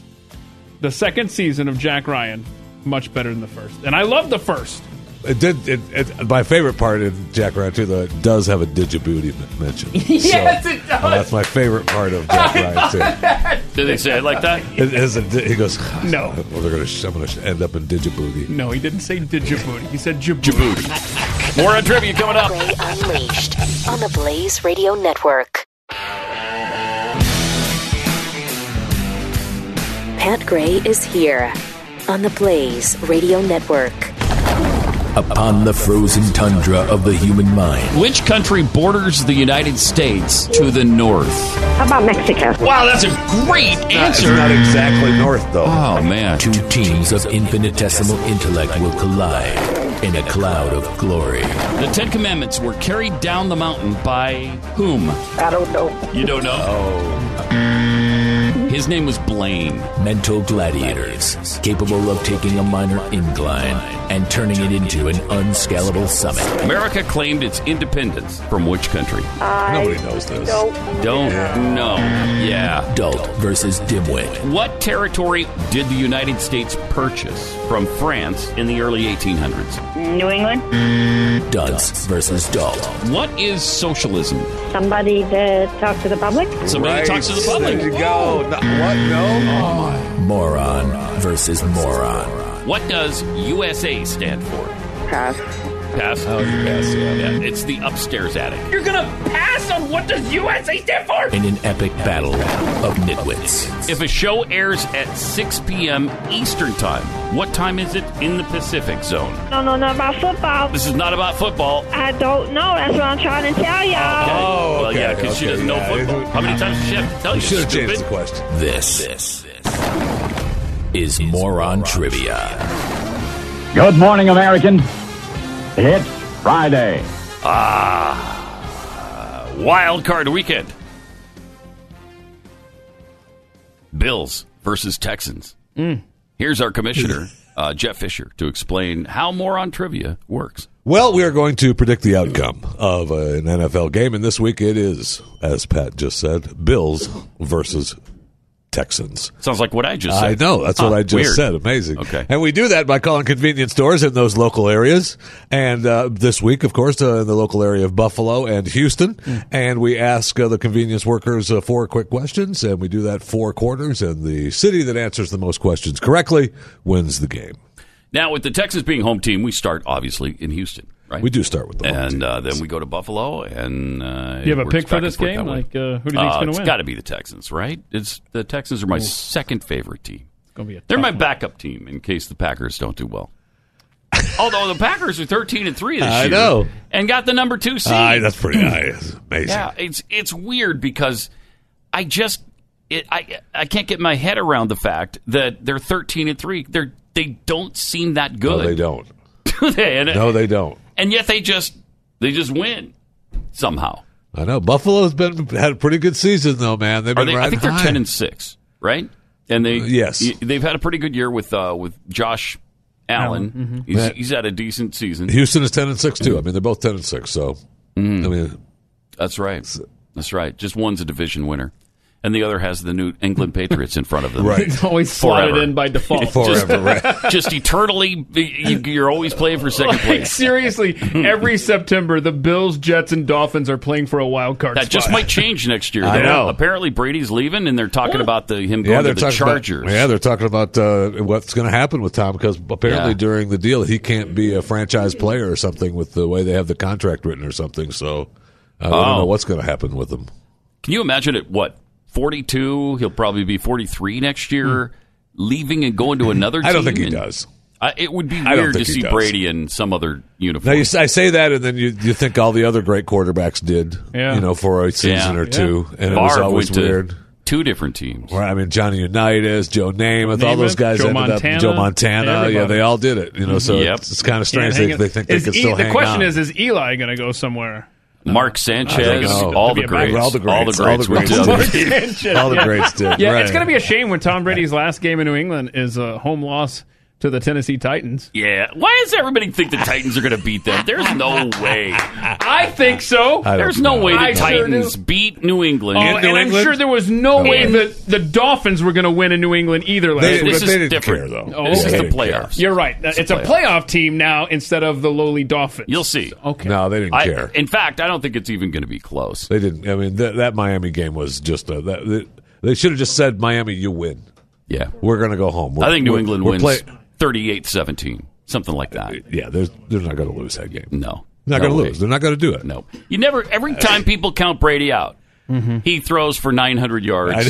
Speaker 5: The second season of Jack Ryan, much better than the first. And I love the first.
Speaker 4: It did. It, it, my favorite part in Jack Ryan too, though, it does have a didgeridoo m- mention. oh,
Speaker 5: Yes, it does.
Speaker 4: that's my favorite part of Jack Ryan too.
Speaker 3: Did they say it like that?
Speaker 4: It is a, di- he goes,
Speaker 5: No.
Speaker 4: Well, they're gonna. sh- I'm gonna sh- end up in didgeridoo.
Speaker 5: No, he didn't say Djibouti. He said Djibouti.
Speaker 3: More on trivia coming up.
Speaker 1: Gray Unleashed on the Blaze Radio Network. Pat Gray is here on the Blaze Radio Network.
Speaker 13: Upon the frozen tundra of the human mind,
Speaker 3: Which country borders the United States to the north?
Speaker 14: How about Mexico?
Speaker 3: Wow, that's a great answer.
Speaker 4: exactly north, though.
Speaker 3: Oh man!
Speaker 13: two teams of infinitesimal intellect will collide in a cloud of glory.
Speaker 3: The Ten Commandments were carried down the mountain by whom?
Speaker 14: I don't know.
Speaker 3: Oh. You don't know? His name was Blaine.
Speaker 13: Mental gladiators, capable of taking a minor incline and turning it into an unscalable summit.
Speaker 3: America claimed its independence from which country?
Speaker 13: I Nobody
Speaker 4: knows this.
Speaker 13: don't
Speaker 3: Don't know. Yeah.
Speaker 13: Adult versus dimwit.
Speaker 3: What territory did the United States purchase from France in the early 1800s?
Speaker 14: New England?
Speaker 3: Dunce versus Dalt. What is socialism?
Speaker 14: Somebody that talks to the public?
Speaker 3: Somebody talks to the public. go. what? No.
Speaker 13: Moron versus moron.
Speaker 3: What does USA stand for? Pass. Pass. Oh, pass. Yeah. It's the upstairs attic.
Speaker 5: You're gonna pass on what does USA stand for?
Speaker 13: In an epic battle of nitwits.
Speaker 3: If a show airs at 6 p.m. Eastern Time, what time is it in the Pacific Zone?
Speaker 14: No, no, no, about football.
Speaker 3: This is not about football.
Speaker 14: I don't know. That's what I'm trying to tell y'all.
Speaker 3: Oh, well,
Speaker 4: okay,
Speaker 3: yeah, because she
Speaker 4: okay,
Speaker 3: doesn't know
Speaker 4: yeah.
Speaker 3: football. How many times does she have to tell
Speaker 4: We
Speaker 3: you?
Speaker 4: should have
Speaker 3: stupid?
Speaker 4: changed the question.
Speaker 13: This, is moron trivia.
Speaker 2: Good morning, American. It's Friday.
Speaker 3: Ah, wild card weekend. Bills versus Texans.
Speaker 2: Mm.
Speaker 3: Here's our commissioner, uh, Jeff Fisher, to explain how moron trivia works.
Speaker 4: Well, we are going to predict the outcome of an NFL game, and this week it is, as Pat just said, Bills versus Texans.
Speaker 3: Sounds like what I just said.
Speaker 4: I know. That's what
Speaker 3: Huh,
Speaker 4: I just
Speaker 3: ah, weird.
Speaker 4: said. Amazing.
Speaker 3: Okay.
Speaker 4: And we do that by calling convenience stores in those local areas. And uh, this week, of course, uh, in the local area of Buffalo and Houston.
Speaker 3: Hmm.
Speaker 4: And we ask uh, the convenience workers uh, four quick questions. And we do that four quarters. And the city that answers the most questions correctly wins the game.
Speaker 3: Now, with the Texans being home team, we start obviously in Houston, right?
Speaker 4: We do start with the
Speaker 3: and uh, then we go to Buffalo. And uh,
Speaker 5: Do you have
Speaker 3: it
Speaker 5: a
Speaker 3: works
Speaker 5: pick for
Speaker 3: back and
Speaker 5: this
Speaker 3: forth
Speaker 5: game?
Speaker 3: that way.
Speaker 5: Like, uh, who do you think's
Speaker 3: Uh,
Speaker 5: gonna
Speaker 3: It's
Speaker 5: win?
Speaker 3: got to be the Texans, right? It's the Texans are my second favorite team.
Speaker 5: Gonna be a
Speaker 3: They're my backup team in case the Packers don't do well. Although the Packers are thirteen and three this
Speaker 4: I
Speaker 3: year,
Speaker 4: know.
Speaker 3: and got the number two seed.
Speaker 4: Aye, that's pretty high. It's amazing.
Speaker 3: Yeah, it's it's weird because I just it, I I can't get my head around the fact that they're thirteen and three. They're they don't seem that good.
Speaker 4: No, they don't.
Speaker 3: do they? And,
Speaker 4: No, they don't.
Speaker 3: and yet they just they just win somehow.
Speaker 4: I know Buffalo's been had a pretty good season though, man. They've
Speaker 3: Are
Speaker 4: been
Speaker 3: they,
Speaker 4: riding
Speaker 3: I think they're
Speaker 4: high.
Speaker 3: ten and six, right? And they
Speaker 4: Uh, yes.
Speaker 3: y- they've had a pretty good year with uh, with Josh Allen.
Speaker 4: Allen, mhm.
Speaker 3: He's,
Speaker 4: That-
Speaker 3: he's had a decent season.
Speaker 4: Houston is ten and six
Speaker 3: Hmm.
Speaker 4: too. I mean, they're both ten and six. So I mean,
Speaker 3: That's right. That's right. Just one's a division winner, and the other has the New England Patriots in front of them.
Speaker 4: Right.
Speaker 5: It's always slotted
Speaker 3: Forever.
Speaker 5: in by default.
Speaker 3: just, just eternally, you- you're always playing for second
Speaker 5: Like
Speaker 3: place.
Speaker 5: seriously, every September the Bills, Jets, and Dolphins are playing for a wild card.
Speaker 3: That just
Speaker 5: spot.
Speaker 3: might change next year.
Speaker 4: I
Speaker 3: though.
Speaker 4: know.
Speaker 3: Apparently, Brady's leaving, and they're talking about the him going
Speaker 4: yeah,
Speaker 3: to
Speaker 4: they're
Speaker 3: the
Speaker 4: talking
Speaker 3: Chargers.
Speaker 4: about yeah, they're talking about uh, what's going to happen with Tom because apparently
Speaker 3: Yeah.
Speaker 4: during the deal he can't be a franchise player or something with the way they have the contract written or something. So uh, I
Speaker 3: Oh.
Speaker 4: don't know what's going to happen with him.
Speaker 3: Can you imagine at what 42? He'll probably be 43 next year, leaving and going to another. team
Speaker 4: Hmm. I don't think he
Speaker 3: and-
Speaker 4: does.
Speaker 3: I, it would be
Speaker 4: I don't
Speaker 3: weird to
Speaker 4: think he
Speaker 3: see
Speaker 4: does.
Speaker 3: Brady in some other
Speaker 4: Now
Speaker 3: uniform.
Speaker 4: you, s- I say that, and then you, you think all the other great quarterbacks did,
Speaker 3: Yeah.
Speaker 4: you know, for a season
Speaker 3: Yeah.
Speaker 4: or two,
Speaker 3: Yeah.
Speaker 4: and it
Speaker 3: Favre
Speaker 4: was always
Speaker 3: went to
Speaker 4: weird.
Speaker 3: Two different teams.
Speaker 4: Right, I mean, Johnny Unitas, Joe Namath, all
Speaker 5: Namath,
Speaker 4: those guys
Speaker 5: Joe
Speaker 4: ended
Speaker 5: Montana,
Speaker 4: up. Joe Montana, yeah,
Speaker 5: everybody.
Speaker 4: they all did it. You know, so
Speaker 3: Yep.
Speaker 4: it's, it's kind of
Speaker 5: Can't
Speaker 4: strange.
Speaker 5: hang
Speaker 4: They,
Speaker 5: it.
Speaker 4: they think they
Speaker 5: Is
Speaker 4: can
Speaker 5: E-
Speaker 4: still
Speaker 5: the
Speaker 4: hang
Speaker 5: question
Speaker 4: on.
Speaker 5: is: Is Eli going to go somewhere?
Speaker 3: Mark
Speaker 4: I don't
Speaker 3: Sanchez,
Speaker 4: know. Could
Speaker 3: all the,
Speaker 4: be a
Speaker 3: greats,
Speaker 4: backup.
Speaker 3: all the greats, were
Speaker 4: greats.
Speaker 3: to
Speaker 4: All
Speaker 3: other
Speaker 4: the
Speaker 3: teams.
Speaker 4: greats. All the
Speaker 5: Yeah.
Speaker 4: greats did.
Speaker 5: Yeah,
Speaker 4: right.
Speaker 5: it's going to be a shame when Tom Brady's last game in New England is a home loss to the Tennessee Titans.
Speaker 3: Yeah, why does everybody think the Titans are going to beat them? There's no way.
Speaker 5: I think so.
Speaker 3: I don't There's no know. way the
Speaker 5: I sure
Speaker 3: Titans
Speaker 5: do.
Speaker 3: beat New England.
Speaker 5: Oh, and I'm sure there was no
Speaker 3: No
Speaker 5: way
Speaker 3: way.
Speaker 5: that the Dolphins were going to win in New England either last
Speaker 4: They,
Speaker 5: year.
Speaker 4: but
Speaker 3: This
Speaker 4: they
Speaker 3: is
Speaker 4: didn't
Speaker 3: different.
Speaker 4: care, though.
Speaker 5: Oh,
Speaker 3: this is
Speaker 5: okay.
Speaker 3: the playoffs.
Speaker 5: You're right. It's, a, playoff. team now instead of the lowly Dolphins.
Speaker 3: You'll see.
Speaker 5: Okay.
Speaker 4: No, they didn't
Speaker 3: I-
Speaker 4: care.
Speaker 3: in fact, I don't think it's even going to be close.
Speaker 4: They didn't. I mean, th- that Miami game was just a, that. They, they should have just said, "Miami, you win.
Speaker 3: Yeah.
Speaker 4: We're going to go home." We're-
Speaker 3: I think New
Speaker 4: we're-
Speaker 3: England
Speaker 4: we're
Speaker 3: wins
Speaker 4: play-
Speaker 3: 38 17, something like that.
Speaker 4: yeah, they're they're not going to lose that game.
Speaker 3: No.
Speaker 4: They're not
Speaker 3: No
Speaker 4: going to
Speaker 3: way.
Speaker 4: lose. They're not going to do it.
Speaker 3: No. You never, every time people count Brady out, he throws for 900 yards,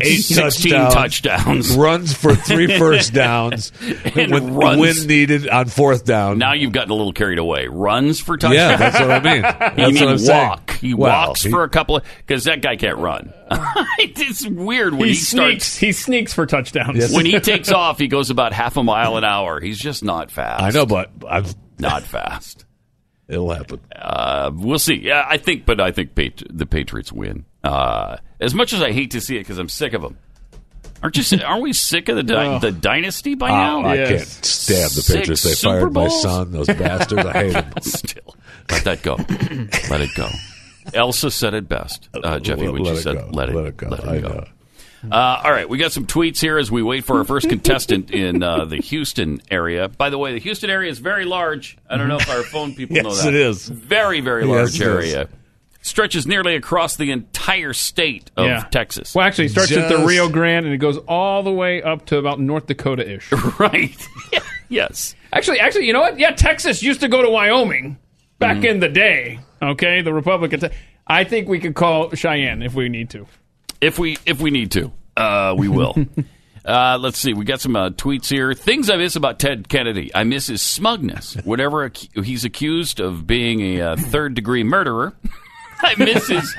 Speaker 4: Eight
Speaker 3: 16 touchdowns.
Speaker 4: runs for three first downs,
Speaker 3: And
Speaker 4: when,
Speaker 3: runs.
Speaker 4: when needed on fourth down.
Speaker 3: Now you've gotten a little carried away. Runs for touchdowns.
Speaker 4: Yeah, that's what I mean. That's
Speaker 3: You mean
Speaker 4: what I'm saying.
Speaker 3: walk? He
Speaker 4: Well,
Speaker 3: walks
Speaker 4: he-
Speaker 3: for a couple of because that guy can't run. it's weird
Speaker 5: he,
Speaker 3: when he,
Speaker 5: sneaks.
Speaker 3: starts.
Speaker 5: He sneaks for touchdowns.
Speaker 3: When he takes off, he goes about half a mile an hour. He's just not fast.
Speaker 4: I know, but i
Speaker 3: not fast.
Speaker 4: it'll happen.
Speaker 3: Uh, we'll see. Yeah, I think, but I think Pat- the Patriots win. Uh, as much as I hate to see it because I'm sick of them. Aren't you? si- Aren't we sick of the di- the dynasty by
Speaker 4: Oh,
Speaker 3: now?
Speaker 4: I Yes. can't stand the Patriots. They
Speaker 3: Super
Speaker 4: fired my
Speaker 3: Bowls?
Speaker 4: son, those bastards. I hate 'em.
Speaker 3: Still, let that go. let it go. Elsa said it best. Uh, Jeffy,
Speaker 4: Let-
Speaker 3: when
Speaker 4: let
Speaker 3: she
Speaker 4: it
Speaker 3: said,
Speaker 4: go.
Speaker 3: "Let it, let it go." Let it go. Uh, all right, we got some tweets here as we wait for our first contestant in uh, the Houston area. By the way, the Houston area is very large. I don't know if our phone people know
Speaker 4: Yes,
Speaker 3: that.
Speaker 4: it is.
Speaker 3: very, very
Speaker 4: Yes, it
Speaker 3: large
Speaker 4: is.
Speaker 3: area. Stretches nearly across the entire state of
Speaker 5: Yeah.
Speaker 3: Texas.
Speaker 5: Well, actually, it starts at the
Speaker 3: Just-
Speaker 5: Rio Grande and it goes all the way up to about North Dakota ish.
Speaker 3: right. yes.
Speaker 5: Actually, actually, you know what? Yeah, Texas used to go to Wyoming
Speaker 3: Mm-hmm.
Speaker 5: back in the day. Okay, the Republic of Te- I think we could call Cheyenne if we need to.
Speaker 3: If we if we need to, uh, we will. uh, let's see. We got some uh, tweets here. Things I miss about Ted Kennedy. I miss his smugness. Whatever ac- he's accused of being a uh, third degree murderer. I miss his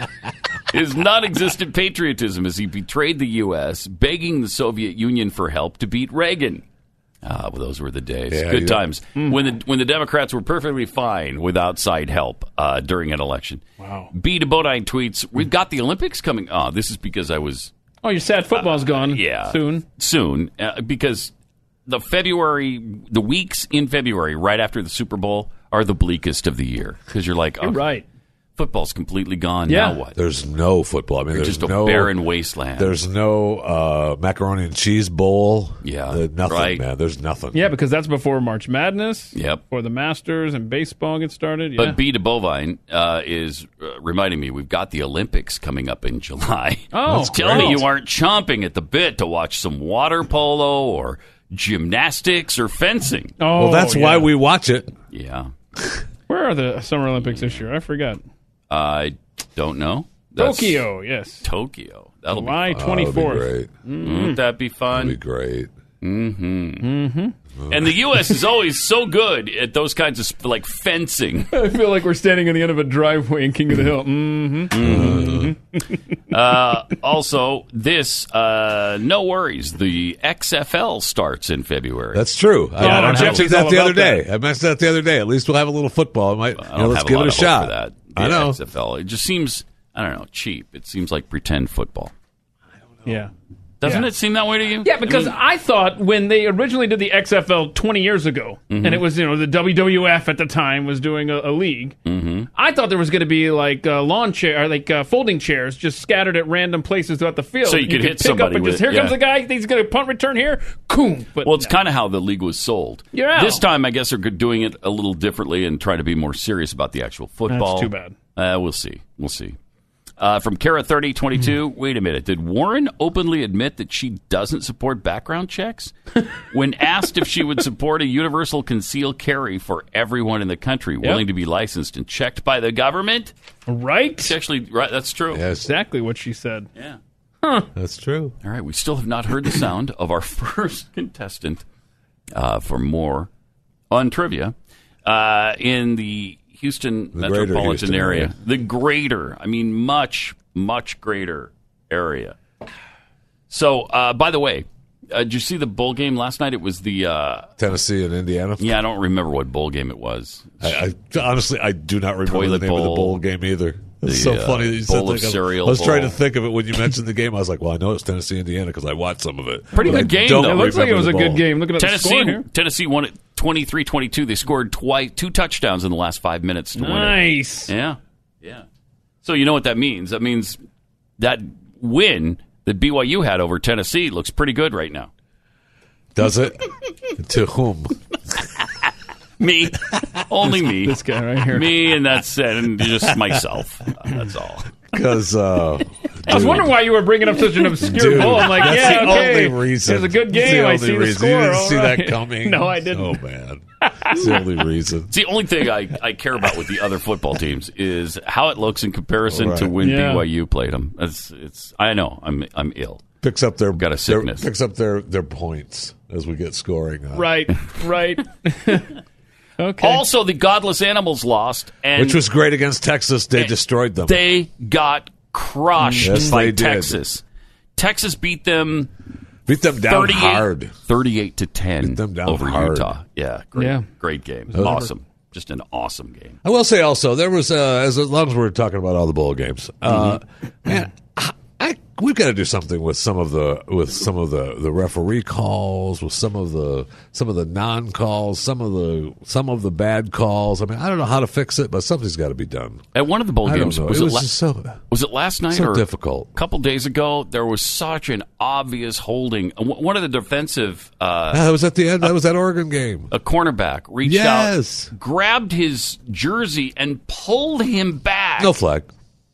Speaker 3: his non-existent patriotism as he betrayed the U.S., begging the Soviet Union for help to beat Reagan. Ah, well, those were the days.
Speaker 4: Yeah,
Speaker 3: Good
Speaker 4: yeah. Hmm.
Speaker 3: times when the when the Democrats were perfectly fine with outside help uh, during an election. Wow. B. Bodine tweets: We've got the Olympics coming. Ah, this is because I was
Speaker 5: Oh, your sad football's gone.
Speaker 3: Uh, yeah
Speaker 5: soon.
Speaker 3: soon uh, because the February the weeks in February right after the Super Bowl are the bleakest of the year because you're like oh,
Speaker 5: right
Speaker 3: football's completely gone
Speaker 4: Yeah.
Speaker 3: now what
Speaker 4: There's no football. I mean,
Speaker 3: You're
Speaker 4: there's
Speaker 3: just a
Speaker 4: no
Speaker 3: barren wasteland.
Speaker 4: There's no uh, macaroni and cheese bowl.
Speaker 3: Yeah,
Speaker 4: Uh, nothing,
Speaker 3: right.
Speaker 4: man. There's nothing.
Speaker 5: Yeah, because that's before March Madness.
Speaker 3: Yep.
Speaker 5: Or the Masters and baseball gets started. Yeah.
Speaker 3: But B to Bovine uh, is uh, reminding me we've got the Olympics coming up in July.
Speaker 5: Oh, That's
Speaker 3: tell me
Speaker 5: great.
Speaker 3: you aren't chomping at the bit to watch some water polo or gymnastics or fencing.
Speaker 5: Oh.
Speaker 4: well, that's why we watch it.
Speaker 3: Yeah,
Speaker 5: Where are the Summer Olympics this year? I forgot.
Speaker 3: I don't know.
Speaker 5: Tokyo, yes.
Speaker 3: Tokyo. That'll
Speaker 5: July
Speaker 3: Oh, be fun.
Speaker 5: 24th. Mm.
Speaker 3: Wouldn't that be fun?
Speaker 4: That'd be great.
Speaker 3: Mm-hmm. And the U.S. is always so good at those kinds of sp- like fencing.
Speaker 5: I feel like we're standing on the end of a driveway in King of the Hill. Mm-hmm.
Speaker 3: Uh, also, this uh, no worries. The XFL starts in February.
Speaker 4: That's true.
Speaker 3: Yeah,
Speaker 4: I, I
Speaker 3: I don't
Speaker 4: mentioned
Speaker 3: know.
Speaker 4: that the
Speaker 3: All
Speaker 4: other
Speaker 3: about
Speaker 4: day. I mentioned that the other day. At least we'll have a little football. I might.
Speaker 3: I
Speaker 4: you know,
Speaker 3: don't
Speaker 4: let's
Speaker 3: have
Speaker 4: give
Speaker 3: a lot
Speaker 4: it a
Speaker 3: of hope
Speaker 4: shot.
Speaker 3: For that. The
Speaker 4: I know.
Speaker 3: XFL. It just seems I don't know cheap. It seems like pretend football.
Speaker 5: Yeah.
Speaker 3: Doesn't
Speaker 5: Yeah.
Speaker 3: it seem that way to you?
Speaker 5: Yeah, because I, thought when they originally did the XFL 20 years ago,
Speaker 3: Mhm.
Speaker 5: and it was, you know, the WWF at the time was doing a, a league,
Speaker 3: Mm-hmm.
Speaker 5: I thought there was going to be like uh, lawn chair or like uh, folding chairs just scattered at random places throughout the field.
Speaker 3: So you could hit
Speaker 5: pick up
Speaker 3: somebody
Speaker 5: and
Speaker 3: with
Speaker 5: just
Speaker 3: it,
Speaker 5: here comes
Speaker 3: yeah.
Speaker 5: a guy. He's going to punt return here. Coom. But
Speaker 3: well, it's kind of how the league was sold.
Speaker 5: Yeah.
Speaker 3: This time, I guess they're doing it a little differently and trying to be more serious about the actual football.
Speaker 5: That's too bad.
Speaker 3: Uh, we'll see. We'll see. Uh, from Kara thirty twenty two.
Speaker 5: Hmm.
Speaker 3: Wait a minute. Did Warren openly admit that she doesn't support background checks? when asked if she would support a universal concealed carry for everyone in the country willing to be licensed and checked by the government,
Speaker 5: right?
Speaker 3: She actually, right. That's true.
Speaker 5: exactly what she said.
Speaker 3: Yeah.
Speaker 4: That's true.
Speaker 3: All right, we still have not heard the sound of our first contestant uh, for more on trivia uh, in the Houston
Speaker 4: greater
Speaker 3: metropolitan
Speaker 4: Houston
Speaker 3: area.
Speaker 4: area.
Speaker 3: The greater, I mean, much, much greater area. So, uh, by the way, uh, did you see the bowl game last night? It was the. Uh,
Speaker 4: Tennessee and Indiana.
Speaker 3: yeah, I don't remember what bowl game it was.
Speaker 4: I, I honestly I do not remember
Speaker 3: Toilet
Speaker 4: the name of
Speaker 3: bowl.
Speaker 4: the bowl game either. It's so
Speaker 3: The, uh,
Speaker 4: funny that you said
Speaker 3: bowl
Speaker 4: that.
Speaker 3: of
Speaker 4: I was-
Speaker 3: cereal
Speaker 4: I was trying to
Speaker 3: bowl.
Speaker 4: think of it when you mentioned the game. I was like, well, I know it's Tennessee Indiana because I watched some of it.
Speaker 3: Pretty
Speaker 4: But I
Speaker 3: good game,
Speaker 4: don't
Speaker 3: though.
Speaker 4: remember the bowl.
Speaker 3: Tennessee, Tennessee won it 23-22. They scored twice, two touchdowns in the last five minutes to win it.
Speaker 5: Nice.
Speaker 3: Yeah. Yeah. So you know what that means? That means that win that BYU had over Tennessee looks pretty good right now.
Speaker 4: Does it? to whom?
Speaker 3: Me, only me.
Speaker 5: This guy right here.
Speaker 3: Me, and that's it, and just myself. Uh, that's all.
Speaker 4: Because uh,
Speaker 5: I was wondering why you were bringing up such an obscure
Speaker 4: Dude,
Speaker 5: bowl. I'm like,
Speaker 4: that's
Speaker 5: yeah,
Speaker 4: the
Speaker 5: okay.
Speaker 4: only reason.
Speaker 5: It was a good
Speaker 4: It's the
Speaker 5: game. I
Speaker 4: only
Speaker 5: see the
Speaker 4: reason.
Speaker 5: score.
Speaker 4: You didn't
Speaker 5: all
Speaker 4: see that
Speaker 5: right.
Speaker 4: coming?
Speaker 5: No, I didn't.
Speaker 4: Oh, man. It's the only reason.
Speaker 3: It's the only thing I, I care about with the other football teams is how it looks in comparison to
Speaker 4: Right.
Speaker 3: when
Speaker 4: Yeah.
Speaker 3: BYU played them. It's, it's I know I'm I'm ill.
Speaker 4: Picks up their
Speaker 3: got a sickness.
Speaker 4: Picks up their, their points as we get scoring uh, on.
Speaker 5: Right, right. okay.
Speaker 3: Also, the godless animals lost, and
Speaker 4: Which was great against Texas. They destroyed them.
Speaker 3: they got crushed
Speaker 4: Yes,
Speaker 3: by
Speaker 4: they did.
Speaker 3: Texas. Texas beat them
Speaker 4: Beat them down
Speaker 3: 38
Speaker 4: hard.
Speaker 3: 38 to 10 over
Speaker 4: hard.
Speaker 3: Utah. Yeah, great,
Speaker 4: Yeah.
Speaker 3: great game.
Speaker 4: Those-
Speaker 3: Awesome. Just an awesome game.
Speaker 4: I will say
Speaker 3: Mm-hmm.
Speaker 4: also there was uh, as long as we're talking about all the bowl games, uh, man, I, I we've got to do something with some of the with some of the the referee calls, with some of the some of the non calls, some of the some of the bad calls. I mean, I don't know how to fix it, but something's got to be done.
Speaker 3: At one of the bowl
Speaker 4: I don't
Speaker 3: games,
Speaker 4: know.
Speaker 3: was
Speaker 4: It
Speaker 3: it,
Speaker 4: was
Speaker 3: la-
Speaker 4: just so-
Speaker 3: was it last night
Speaker 4: so
Speaker 3: or
Speaker 4: difficult.
Speaker 3: A couple days ago, there was such an obvious holding. Uh, One of the defensive, uh,
Speaker 4: Yeah, that was at the end. That was that Oregon game.
Speaker 3: a cornerback, reached
Speaker 4: Yes.
Speaker 3: out, grabbed his jersey, and pulled him back.
Speaker 4: No flag.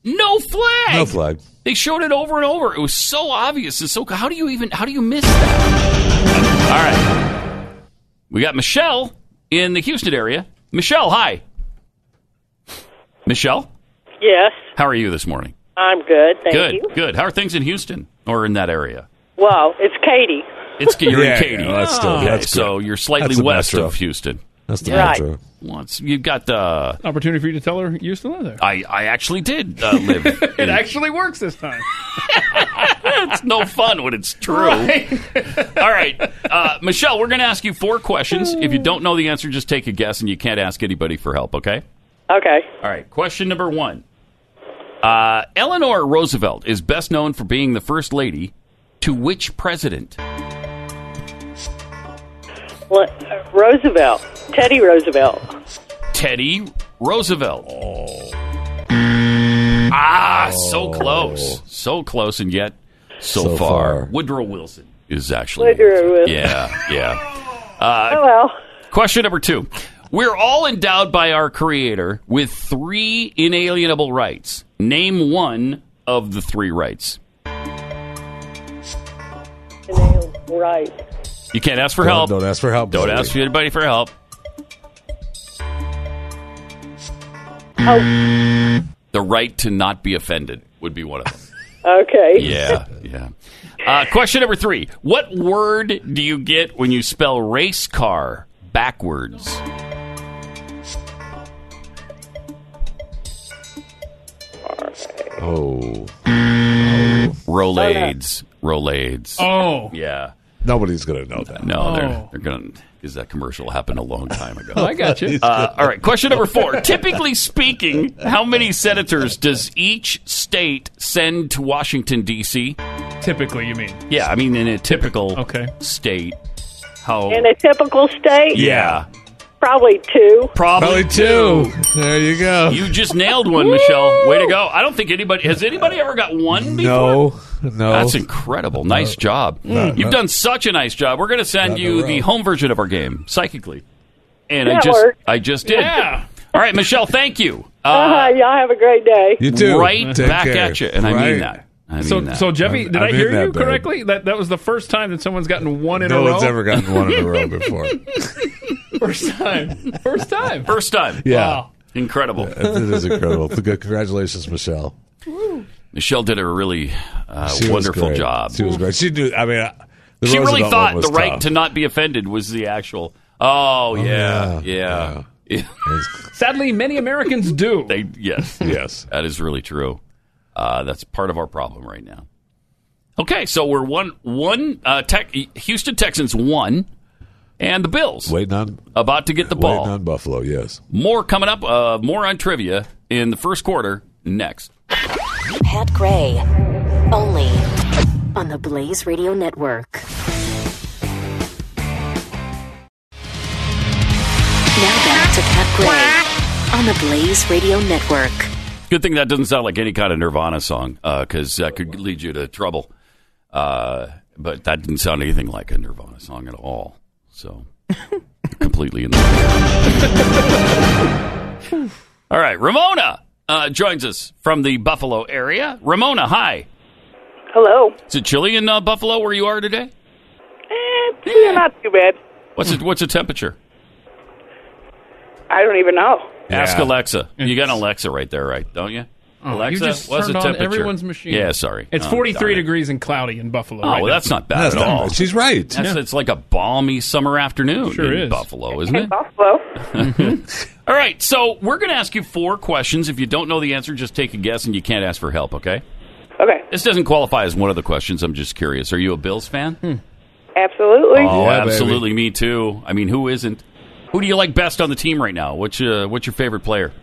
Speaker 3: No flag.
Speaker 4: No flag.
Speaker 3: They showed it over and over. It was so obvious. And so, how do you even? How do you miss that? All right. We got Michelle in the Houston area. Michelle, hi. Michelle,
Speaker 15: Yes,
Speaker 3: how are you this morning?
Speaker 15: I'm good. Thank
Speaker 3: good,
Speaker 15: you.
Speaker 3: good. How are things in Houston or in that area?
Speaker 15: Well, it's Katie.
Speaker 3: It's you're
Speaker 4: Yeah,
Speaker 3: in Katy.
Speaker 4: yeah, that's still-
Speaker 3: Okay,
Speaker 4: that's
Speaker 3: so
Speaker 4: good.
Speaker 3: you're slightly
Speaker 4: That's the
Speaker 3: west
Speaker 4: metro.
Speaker 3: of Houston.
Speaker 4: That's the
Speaker 15: Right.
Speaker 4: metro.
Speaker 3: Once you've got the,
Speaker 5: Opportunity for you to tell her you still live there.
Speaker 3: I I actually did uh, live.
Speaker 5: It
Speaker 3: in-
Speaker 5: actually works this time.
Speaker 3: it's no fun when it's true.
Speaker 5: Right.
Speaker 3: All right, uh, Michelle, we're going to ask you four questions. If you don't know the answer, just take a guess, and you can't ask anybody for help. Okay.
Speaker 15: Okay.
Speaker 3: All right. Question number one. Uh, Eleanor Roosevelt is best known for being the first lady to which president?
Speaker 15: Le- uh, Roosevelt. Teddy Roosevelt.
Speaker 3: Teddy Roosevelt. Ah, so close. So close, and yet so,
Speaker 4: So
Speaker 3: far.
Speaker 4: far.
Speaker 3: Woodrow Wilson is actually.
Speaker 15: Woodrow Wilson.
Speaker 3: Yeah, yeah. Uh,
Speaker 15: Oh, well.
Speaker 3: Question number two. We're all endowed by our Creator with three inalienable rights. Name one of the three rights.
Speaker 15: Right.
Speaker 3: You can't ask for
Speaker 4: Don't-
Speaker 3: help.
Speaker 4: Don't ask for help.
Speaker 3: Don't
Speaker 4: buddy.
Speaker 3: ask anybody for help. The right to not be offended would be one of them.
Speaker 15: Okay.
Speaker 3: Yeah, yeah. Uh, question number three. What word do you get when you spell race car backwards?
Speaker 4: Oh,
Speaker 3: Rolades. Rolades.
Speaker 5: Oh.
Speaker 3: Yeah.
Speaker 4: nobody's gonna know that.
Speaker 3: No,
Speaker 5: Oh.
Speaker 3: they're, they're going to, because that commercial happened a long time ago.
Speaker 5: I got you.
Speaker 3: Uh, all right, question number four. Typically speaking, how many senators does each state send to Washington, D.C.?
Speaker 5: Typically, you mean.
Speaker 3: Yeah, I mean, in a typical
Speaker 5: Okay.
Speaker 3: state, how.
Speaker 15: In a typical state,
Speaker 3: yeah.
Speaker 15: probably two.
Speaker 4: Probably
Speaker 3: Probably,
Speaker 4: two. There you go.
Speaker 3: You just nailed one, Michelle. Way to go. I don't think anybody has anybody ever got one before?
Speaker 4: no, no.
Speaker 3: That's incredible. Nice job. You've
Speaker 4: no.
Speaker 3: done such a nice job. We're going to send
Speaker 4: Not in a
Speaker 3: you
Speaker 4: row.
Speaker 3: the home version of our game psychically. And I
Speaker 15: That
Speaker 3: just
Speaker 15: worked.
Speaker 3: I just did.
Speaker 5: Yeah.
Speaker 3: All right, Michelle, thank you. Uh,
Speaker 15: Uh, y'all have a great day.
Speaker 4: you too.
Speaker 3: Right
Speaker 4: Take
Speaker 3: back
Speaker 4: care.
Speaker 3: at you, and I
Speaker 4: Right.
Speaker 3: mean that. I mean
Speaker 5: So,
Speaker 3: that.
Speaker 5: so Jeffy,
Speaker 4: I'm-
Speaker 5: did i
Speaker 4: I'm
Speaker 5: hear
Speaker 4: in that
Speaker 5: you
Speaker 4: bag.
Speaker 5: correctly? That that was the first time that someone's gotten one in
Speaker 4: No
Speaker 5: a row.
Speaker 4: one's ever gotten one in a row before.
Speaker 5: First time. First time.
Speaker 3: First time.
Speaker 4: Yeah.
Speaker 5: Wow.
Speaker 3: Incredible.
Speaker 4: It is incredible. Good- Congratulations, Michelle.
Speaker 3: Michelle did a really uh,
Speaker 4: She was
Speaker 3: wonderful
Speaker 4: great.
Speaker 3: job.
Speaker 4: She was great. She knew. I mean, I- the
Speaker 3: She
Speaker 4: Roosevelt
Speaker 3: really
Speaker 4: one
Speaker 3: thought
Speaker 4: was
Speaker 3: the right
Speaker 4: tough.
Speaker 3: to not be offended was the actual. Oh, yeah, yeah.
Speaker 5: Sadly, many Americans do.
Speaker 3: They, yes,
Speaker 4: Yes.
Speaker 3: that is really true. Uh, that's part of our problem right now. Okay, so we're one one uh, tech, Houston Texans one, and the Bills
Speaker 4: Waiting on
Speaker 3: about to get the
Speaker 4: waiting
Speaker 3: ball.
Speaker 4: on Buffalo. Yes.
Speaker 3: More coming up. Uh, more on trivia in the first quarter next.
Speaker 1: Pat Gray, only on the Blaze Radio Network. Now back to Pat Gray on the Blaze Radio Network.
Speaker 3: Good thing that doesn't sound like any kind of Nirvana song, because that could lead you to trouble. Uh, but that didn't sound anything like a Nirvana song at all. So completely in the. all right, Ramona uh, joins us from the Buffalo area. Ramona, hi.
Speaker 14: Hello.
Speaker 3: Is it chilly in uh, Buffalo where you are today?
Speaker 14: Eh, yeah, not too bad.
Speaker 3: What's it, What's the temperature?
Speaker 14: I don't even know.
Speaker 3: Ask
Speaker 4: Yeah.
Speaker 3: Alexa. You got an Alexa right there, right? Don't you?
Speaker 5: Oh,
Speaker 3: Alexa,
Speaker 5: you just
Speaker 3: what's
Speaker 5: turned
Speaker 3: the
Speaker 5: on
Speaker 3: temperature?
Speaker 5: everyone's machine.
Speaker 3: Yeah, sorry.
Speaker 5: It's
Speaker 3: Oh,
Speaker 5: 43
Speaker 3: darn it.
Speaker 5: degrees and cloudy in Buffalo.
Speaker 3: Oh,
Speaker 5: right
Speaker 3: well,
Speaker 5: now.
Speaker 3: that's not bad
Speaker 4: That's
Speaker 3: at
Speaker 4: not-
Speaker 3: all.
Speaker 4: She's right.
Speaker 3: That's, It's like a balmy summer afternoon
Speaker 5: Sure
Speaker 3: in
Speaker 5: is.
Speaker 3: Buffalo, isn't
Speaker 14: Hey,
Speaker 3: it?
Speaker 14: Buffalo.
Speaker 3: All right, so we're going to ask you four questions. If you don't know the answer, just take a guess, and you can't ask for help. Okay?
Speaker 14: Okay.
Speaker 3: This doesn't qualify as one of the questions. I'm just curious. Are you a Bills fan?
Speaker 5: Hmm.
Speaker 14: Absolutely.
Speaker 3: Oh,
Speaker 4: Yeah, baby.
Speaker 3: absolutely. Me too. I mean, who isn't? Who do you like best on the team right now? What's your What's your favorite player?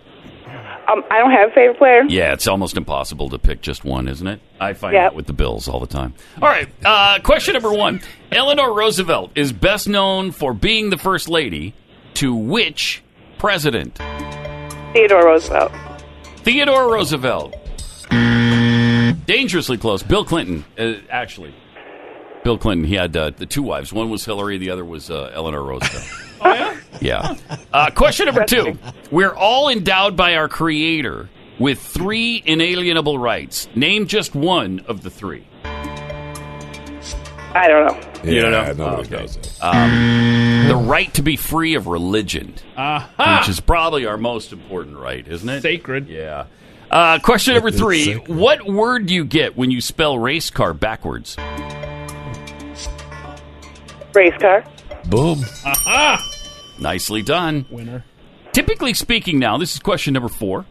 Speaker 14: Um, I don't have a favorite player.
Speaker 3: Yeah, it's almost impossible to pick just one, isn't it? I find
Speaker 14: Yep.
Speaker 3: out with the Bills all the time. All right, uh, question number one. Eleanor Roosevelt is best known for being the first lady to which president?
Speaker 14: Theodore Roosevelt.
Speaker 3: Theodore Roosevelt. Dangerously close. Bill Clinton, uh, actually. Bill Clinton, he had uh, the two wives. One was Hillary, the other was uh, Eleanor Roosevelt. yeah? Yeah. Uh, question number two. We're all endowed by our Creator with three inalienable rights. Name just one of the three.
Speaker 14: I don't know.
Speaker 3: you don't know? Nobody knows Um, the right to be free of religion,
Speaker 5: Ah.
Speaker 3: which is probably our most important right, isn't it? Sacred. Yeah. Uh, question number three. What word do you get when you spell race car backwards?
Speaker 14: Race car.
Speaker 3: Boom. Nicely done. Winner. Typically speaking, now, this is question number four.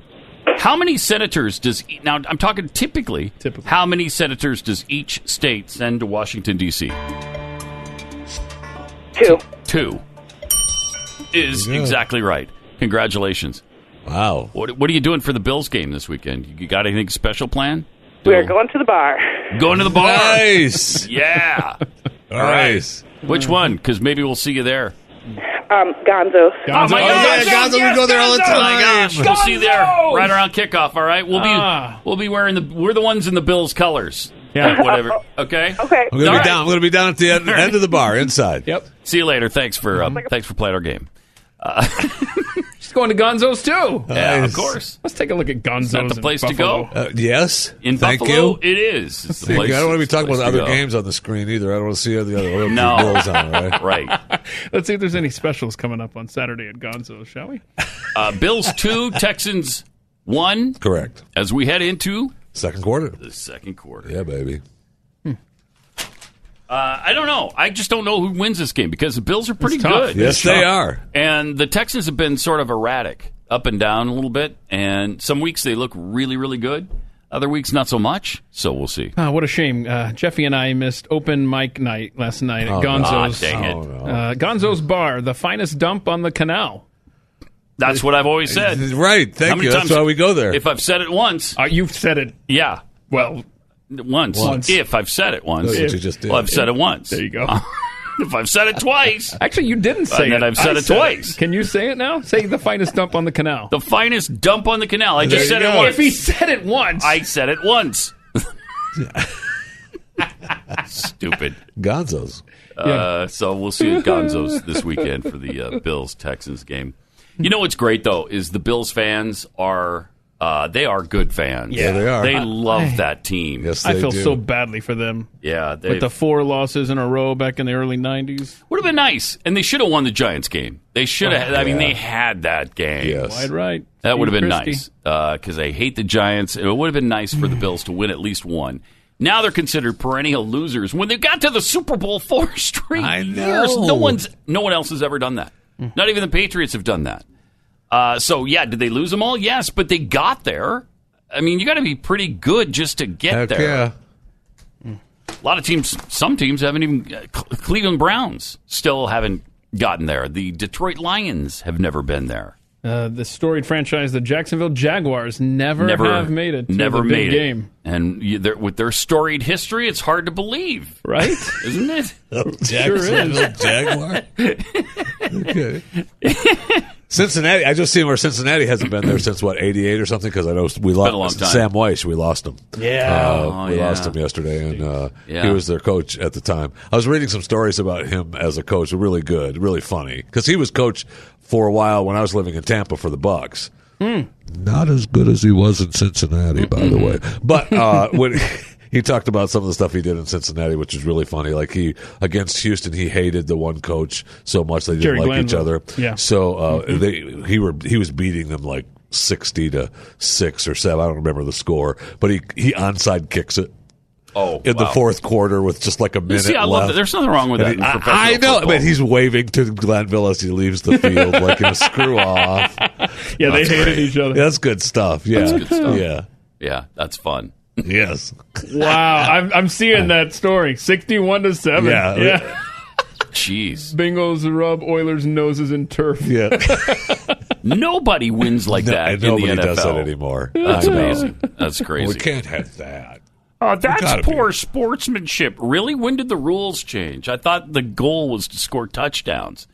Speaker 3: How many senators does e- now? I'm talking typically. Typically, how many senators does each state send to Washington D.C.?
Speaker 14: Two.
Speaker 3: Two is exactly right. Congratulations! Wow. What What are you doing for the Bills game this weekend? You got anything special planned?
Speaker 14: We're going to the bar.
Speaker 3: Going to the bar. Nice. yeah. All right. Which one? Because maybe we'll see you there.
Speaker 14: Um, Gonzo.
Speaker 3: Oh my gosh!
Speaker 14: Gonzo, we go there all the
Speaker 3: Oh my gosh! We'll see you there
Speaker 14: Gonzo!
Speaker 3: right around kickoff. All right, we'll be
Speaker 14: Ah.
Speaker 3: we'll be wearing the we're the ones in the Bills colors.
Speaker 4: Yeah.
Speaker 3: whatever. Okay.
Speaker 14: Okay.
Speaker 4: I'm gonna be down. I'm gonna be down at the end, end of the bar inside.
Speaker 3: Yep. See you later. Thanks for um, thanks for playing our game. Uh,
Speaker 5: She's going to Gonzo's too.
Speaker 3: yeah, of course.
Speaker 5: Let's take a look at Gonzo's.
Speaker 3: Is that the
Speaker 5: in
Speaker 3: place to
Speaker 5: Buffalo.
Speaker 3: go?
Speaker 4: Uh, yes.
Speaker 3: In
Speaker 4: Thank
Speaker 3: Buffalo,
Speaker 4: you.
Speaker 3: it is. It's the
Speaker 4: Thank
Speaker 3: place-
Speaker 4: you. I don't want to be
Speaker 3: it's the
Speaker 4: talking about
Speaker 3: place to
Speaker 4: other
Speaker 3: go.
Speaker 4: games on the screen either. I don't want to see the other Olympic
Speaker 3: No.
Speaker 4: Bills on, right?
Speaker 3: Right.
Speaker 5: Let's see if there's any specials coming up on Saturday at Gonzo's, shall we?
Speaker 3: Uh, Bills two, Texans one.
Speaker 4: Correct.
Speaker 3: As we head into
Speaker 4: Second quarter.
Speaker 3: the second quarter.
Speaker 4: Yeah, baby.
Speaker 3: Uh, I don't know. I just don't know who wins this game because the Bills are pretty
Speaker 4: It's tough.
Speaker 3: good.
Speaker 4: Yes,
Speaker 3: It's
Speaker 4: they
Speaker 3: tough.
Speaker 4: are.
Speaker 3: And the Texans have been sort of erratic, up and down a little bit. And some weeks they look really, really good. Other weeks not so much. So we'll see.
Speaker 5: Ah, what a shame. Uh, Jeffy and I missed open mic night last night at
Speaker 3: Oh,
Speaker 5: Gonzo's.
Speaker 3: ah, dang it. Oh, no.
Speaker 5: uh, Gonzo's Bar, the finest dump on the canal.
Speaker 3: That's what I've always said.
Speaker 4: Right.
Speaker 3: How
Speaker 4: Thank
Speaker 3: many
Speaker 4: you. That's
Speaker 3: times-
Speaker 4: why we go there.
Speaker 3: If I've said it once,
Speaker 5: Uh, you've said it.
Speaker 3: yeah.
Speaker 5: Well,
Speaker 3: Once.
Speaker 5: Once.
Speaker 3: If I've said it once,
Speaker 4: That's what you just did.
Speaker 3: Well, I've said it once.
Speaker 5: There you go.
Speaker 3: if I've said it twice,
Speaker 5: Actually, you didn't say
Speaker 3: And
Speaker 5: it.
Speaker 3: then I've said
Speaker 5: I
Speaker 3: it twice.
Speaker 5: Can you say it now? Say the finest dump on the canal.
Speaker 3: the finest dump on the canal. I just said it
Speaker 5: If he
Speaker 3: once.
Speaker 5: said it once,
Speaker 3: I said it once. Stupid.
Speaker 4: Gonzo's.
Speaker 3: Uh, so we'll see at Gonzo's this weekend for the uh, Bills Texans game. You know what's great though is the Bills fans are uh, they are good fans.
Speaker 4: Yeah, they are.
Speaker 3: They
Speaker 4: I-
Speaker 3: love
Speaker 5: I-
Speaker 3: that team. Yes,
Speaker 5: I feel so badly for them.
Speaker 3: Yeah, they
Speaker 5: With the four losses in a row back in the early 90s.
Speaker 3: would have been nice, and they should have won the Giants game. They
Speaker 5: Oh,
Speaker 3: should have. I mean, they had that game.
Speaker 5: Wide right.
Speaker 3: That would have
Speaker 5: Steve
Speaker 3: been
Speaker 5: Christie.
Speaker 3: nice because I hate the Giants. It would have been nice for the Bills to win at least one. Now they're considered perennial losers when they got to the Super Bowl four straight
Speaker 4: I know.
Speaker 3: years. No one's, no one else has ever done that. Not even the Patriots have done that. Uh, so yeah, did they lose them all? Yes, but they got there. I mean, you got to be pretty good just to get
Speaker 4: Heck
Speaker 3: there.
Speaker 4: yeah.
Speaker 3: A lot of teams, some teams haven't even. uh, Cle- Cleveland Browns still haven't gotten there. The Detroit Lions have never been there.
Speaker 5: Uh, the storied franchise, the Jacksonville Jaguars, never, have made it. To
Speaker 3: never
Speaker 5: the big
Speaker 3: made it.
Speaker 5: game.
Speaker 3: And you, they're- with their storied history, it's hard to believe,
Speaker 5: Right?
Speaker 3: isn't it?
Speaker 4: Jacksonville Jaguar. okay. Cincinnati. I just seen where Cincinnati hasn't been there since what '88 or something because I know we
Speaker 3: a long
Speaker 4: lost
Speaker 3: time.
Speaker 4: Sam Weiss. We lost him.
Speaker 3: Yeah.
Speaker 4: uh,
Speaker 3: Oh,
Speaker 4: we
Speaker 3: yeah.
Speaker 4: lost him yesterday, and uh,
Speaker 3: Yeah.
Speaker 4: he was their coach at the time. I was reading some stories about him as a coach. Really good, really funny because he was coach for a while when I was living in Tampa for the Bucks. Not as good as he was in Cincinnati, by
Speaker 3: Mm-hmm.
Speaker 4: the way. But uh, when he talked about some of the stuff he did in Cincinnati, which is really funny, like he against Houston, he hated the one coach so much they didn't
Speaker 5: Jerry
Speaker 4: like each
Speaker 5: Glanville.
Speaker 4: other.
Speaker 5: Yeah.
Speaker 4: So uh,
Speaker 3: Mm-hmm.
Speaker 4: they he were he was beating them like sixty to six or seven. I don't remember the score, but he he onside kicks it
Speaker 3: Oh,
Speaker 4: in the
Speaker 3: wow.
Speaker 4: fourth quarter with just like a
Speaker 3: You
Speaker 4: minute
Speaker 3: see, I love
Speaker 4: left.
Speaker 3: that. There's nothing wrong with
Speaker 4: And he-
Speaker 3: that. in professional
Speaker 4: I, I know,
Speaker 3: football.
Speaker 4: but he's waving to Glanville as he leaves the field like a screw off.
Speaker 5: Yeah, they
Speaker 3: That's
Speaker 5: hated
Speaker 3: great.
Speaker 5: each other.
Speaker 4: That's good stuff. Yeah,
Speaker 3: That's good stuff.
Speaker 4: yeah,
Speaker 3: yeah, that's fun.
Speaker 4: yes,
Speaker 5: Wow, I'm, I'm seeing that story. 61 to 7.
Speaker 4: yeah.
Speaker 3: Jeez.
Speaker 5: Bengals rub Oilers' noses in turf.
Speaker 4: Yeah.
Speaker 3: Nobody wins like
Speaker 4: No,
Speaker 3: that in
Speaker 4: and
Speaker 3: the
Speaker 4: nobody
Speaker 3: NFL
Speaker 4: does that anymore.
Speaker 3: That's
Speaker 4: I know.
Speaker 3: amazing. That's crazy.
Speaker 4: We can't have that.
Speaker 3: Uh,
Speaker 4: gotta
Speaker 3: that's
Speaker 4: be.
Speaker 3: poor sportsmanship. Really? When did the rules change? I thought the goal was to score touchdowns.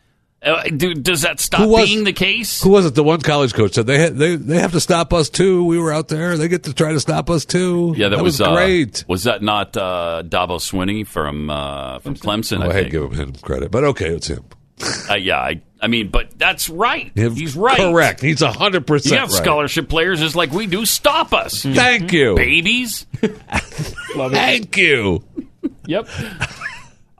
Speaker 3: Uh, dude, does that stop being the case?
Speaker 4: Who was it? The one college coach said they had, they they have to stop us too. We were out there. They get to try to stop us too.
Speaker 3: Yeah, that,
Speaker 4: was,
Speaker 3: uh,
Speaker 4: great.
Speaker 3: Was that not uh, Dabo Swinney from uh, from Clemson?
Speaker 4: Oh, I
Speaker 3: I
Speaker 4: had
Speaker 3: think.
Speaker 4: to give him credit, but okay, it's him.
Speaker 3: Uh, yeah, I, I mean, but that's right. He's right.
Speaker 4: Correct. He's hundred percent.
Speaker 3: You have scholarship players just like we do. Stop us.
Speaker 4: Thank you.
Speaker 3: Babies.
Speaker 4: Thank you.
Speaker 5: Yep.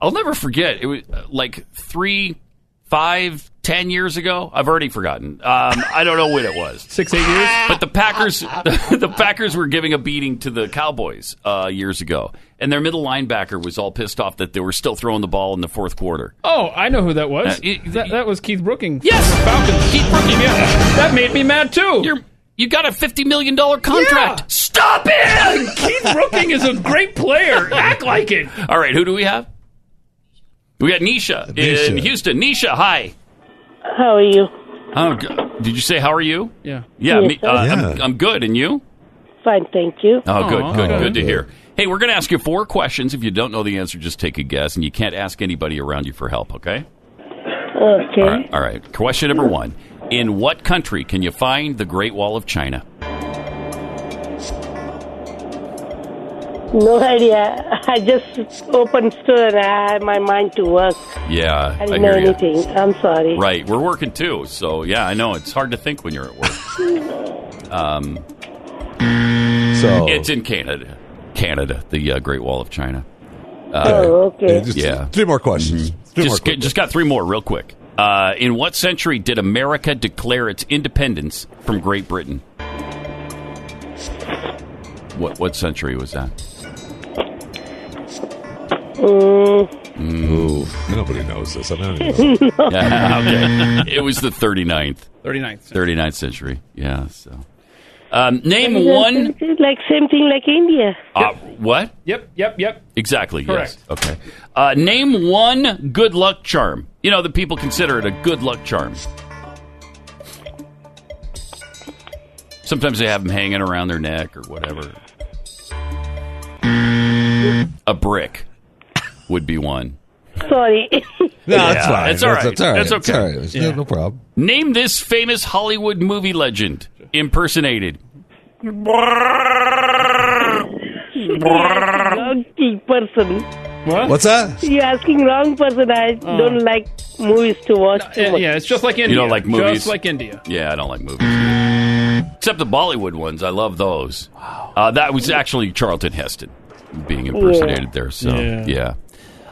Speaker 3: I'll never forget. It was uh, like three, five, ten years ago. I've already forgotten. Um, I don't know when it was.
Speaker 5: Six, eight years.
Speaker 3: But the Packers, the Packers were giving a beating to the Cowboys uh, years ago, and their middle linebacker was all pissed off that they were still throwing the ball in the fourth quarter.
Speaker 5: Oh, I know who that was.
Speaker 3: Uh, it-
Speaker 5: that, that was Keith Brooking.
Speaker 3: Yes,
Speaker 5: Falcons.
Speaker 3: Keith Brooking.
Speaker 5: Yeah, that made me mad too.
Speaker 3: You're, you got a fifty million dollar contract.
Speaker 5: Yeah.
Speaker 3: Stop it!
Speaker 5: Keith Brooking is a great player. Act like it.
Speaker 3: All right, who do we have? We got Nisha, in
Speaker 5: Nisha.
Speaker 3: Houston. Nisha, hi.
Speaker 15: How are you?
Speaker 3: Oh, g- did you say how are you?
Speaker 5: Yeah.
Speaker 3: Yeah,
Speaker 15: Yes,
Speaker 3: me,
Speaker 15: sir.
Speaker 3: uh, I'm, I'm good. And you?
Speaker 15: Fine, thank you.
Speaker 3: Oh, good, good,
Speaker 15: okay.
Speaker 3: good to hear. Hey, we're going to ask you four questions. If you don't know the answer, just take a guess, and you can't ask anybody around you for help. Okay?
Speaker 15: Okay.
Speaker 11: Uh,
Speaker 3: All right. All right. Question number one: In what country can you find the Great Wall of China?
Speaker 15: No idea. I just opened store and I had my mind to work.
Speaker 3: Yeah,
Speaker 15: I didn't know
Speaker 3: hear you.
Speaker 15: anything. I'm sorry.
Speaker 3: Right, we're working too, so yeah, I know it's hard to think when you're at work. Um,
Speaker 4: So
Speaker 3: it's in Canada, Canada, the uh, Great Wall of China. Uh,
Speaker 15: Oh, okay.
Speaker 4: Yeah, just
Speaker 3: Yeah. Mm-hmm.
Speaker 4: Three more questions. Three more
Speaker 3: just, get- just got three more, real quick. Uh, in what century did America declare its independence from Great Britain? What what century was that?
Speaker 15: Mm,
Speaker 4: Ooh, nobody knows this. I don't even know.
Speaker 3: Yeah, okay. It was the 39th,
Speaker 5: 39th.
Speaker 3: 39th century. Yeah. So, um, name
Speaker 15: is that
Speaker 3: one.
Speaker 15: something Like same thing like India.
Speaker 3: Uh, what?
Speaker 5: Yep, yep, yep.
Speaker 3: Exactly.
Speaker 5: Correct.
Speaker 3: Yes. Okay. Uh, name one good luck charm. You know that people consider it a good luck charm. Sometimes they have them hanging around their neck or whatever. A brick would be one.
Speaker 15: Sorry.
Speaker 4: No,
Speaker 3: Yeah,
Speaker 4: that's fine.
Speaker 3: that's all right.
Speaker 4: That's all right.
Speaker 3: That's okay.
Speaker 4: all right. It's No, no problem.
Speaker 3: Name this famous Hollywood movie legend impersonated.
Speaker 15: wrong person.
Speaker 5: What?
Speaker 4: What's that?
Speaker 15: You're asking wrong person. I
Speaker 3: Uh.
Speaker 15: don't like movies to watch too
Speaker 5: Yeah,
Speaker 15: much.
Speaker 5: Uh, yeah, it's just like India.
Speaker 3: don't like movies?
Speaker 5: Just like India.
Speaker 3: Yeah, I don't like movies. either. Except the Bollywood ones. I love those. Uh, that was actually Charlton Heston being impersonated there. So,
Speaker 5: Yeah.
Speaker 3: yeah.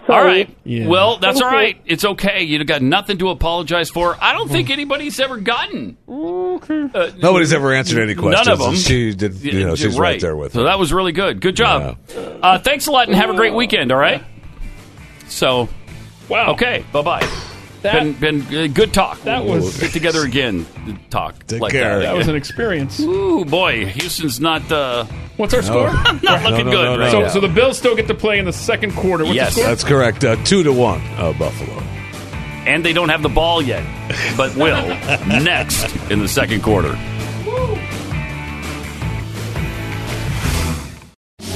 Speaker 15: Sorry.
Speaker 3: All right.
Speaker 5: Yeah.
Speaker 3: Well, that's all
Speaker 15: Okay.
Speaker 3: right. It's okay. You got nothing to apologize for. I don't
Speaker 5: Hmm.
Speaker 3: think anybody's ever gotten uh,
Speaker 4: Nobody's ever answered any questions.
Speaker 3: none of them.
Speaker 4: and She did. You know, she's right, there with.
Speaker 3: So
Speaker 4: it.
Speaker 3: that was really good. Good job. Uh, thanks a lot and have a great weekend. All right. So,
Speaker 5: Wow.
Speaker 3: okay. Bye bye.
Speaker 5: Oh. That,
Speaker 3: Been been uh, good talk.
Speaker 5: That was-
Speaker 3: get together again. to Talk
Speaker 4: Take
Speaker 3: like
Speaker 4: care.
Speaker 3: that.
Speaker 5: that was an experience.
Speaker 3: Ooh boy, Houston's not uh,
Speaker 5: What's our score?
Speaker 3: not looking
Speaker 4: no,
Speaker 3: good
Speaker 4: no, no,
Speaker 3: right
Speaker 5: So,
Speaker 3: now.
Speaker 5: so the Bills still get to play in the second quarter. What's
Speaker 3: Yes.
Speaker 5: the score?
Speaker 4: That's correct. Uh, two to one, uh, Buffalo.
Speaker 3: and they don't have the ball yet, but will next in the second quarter.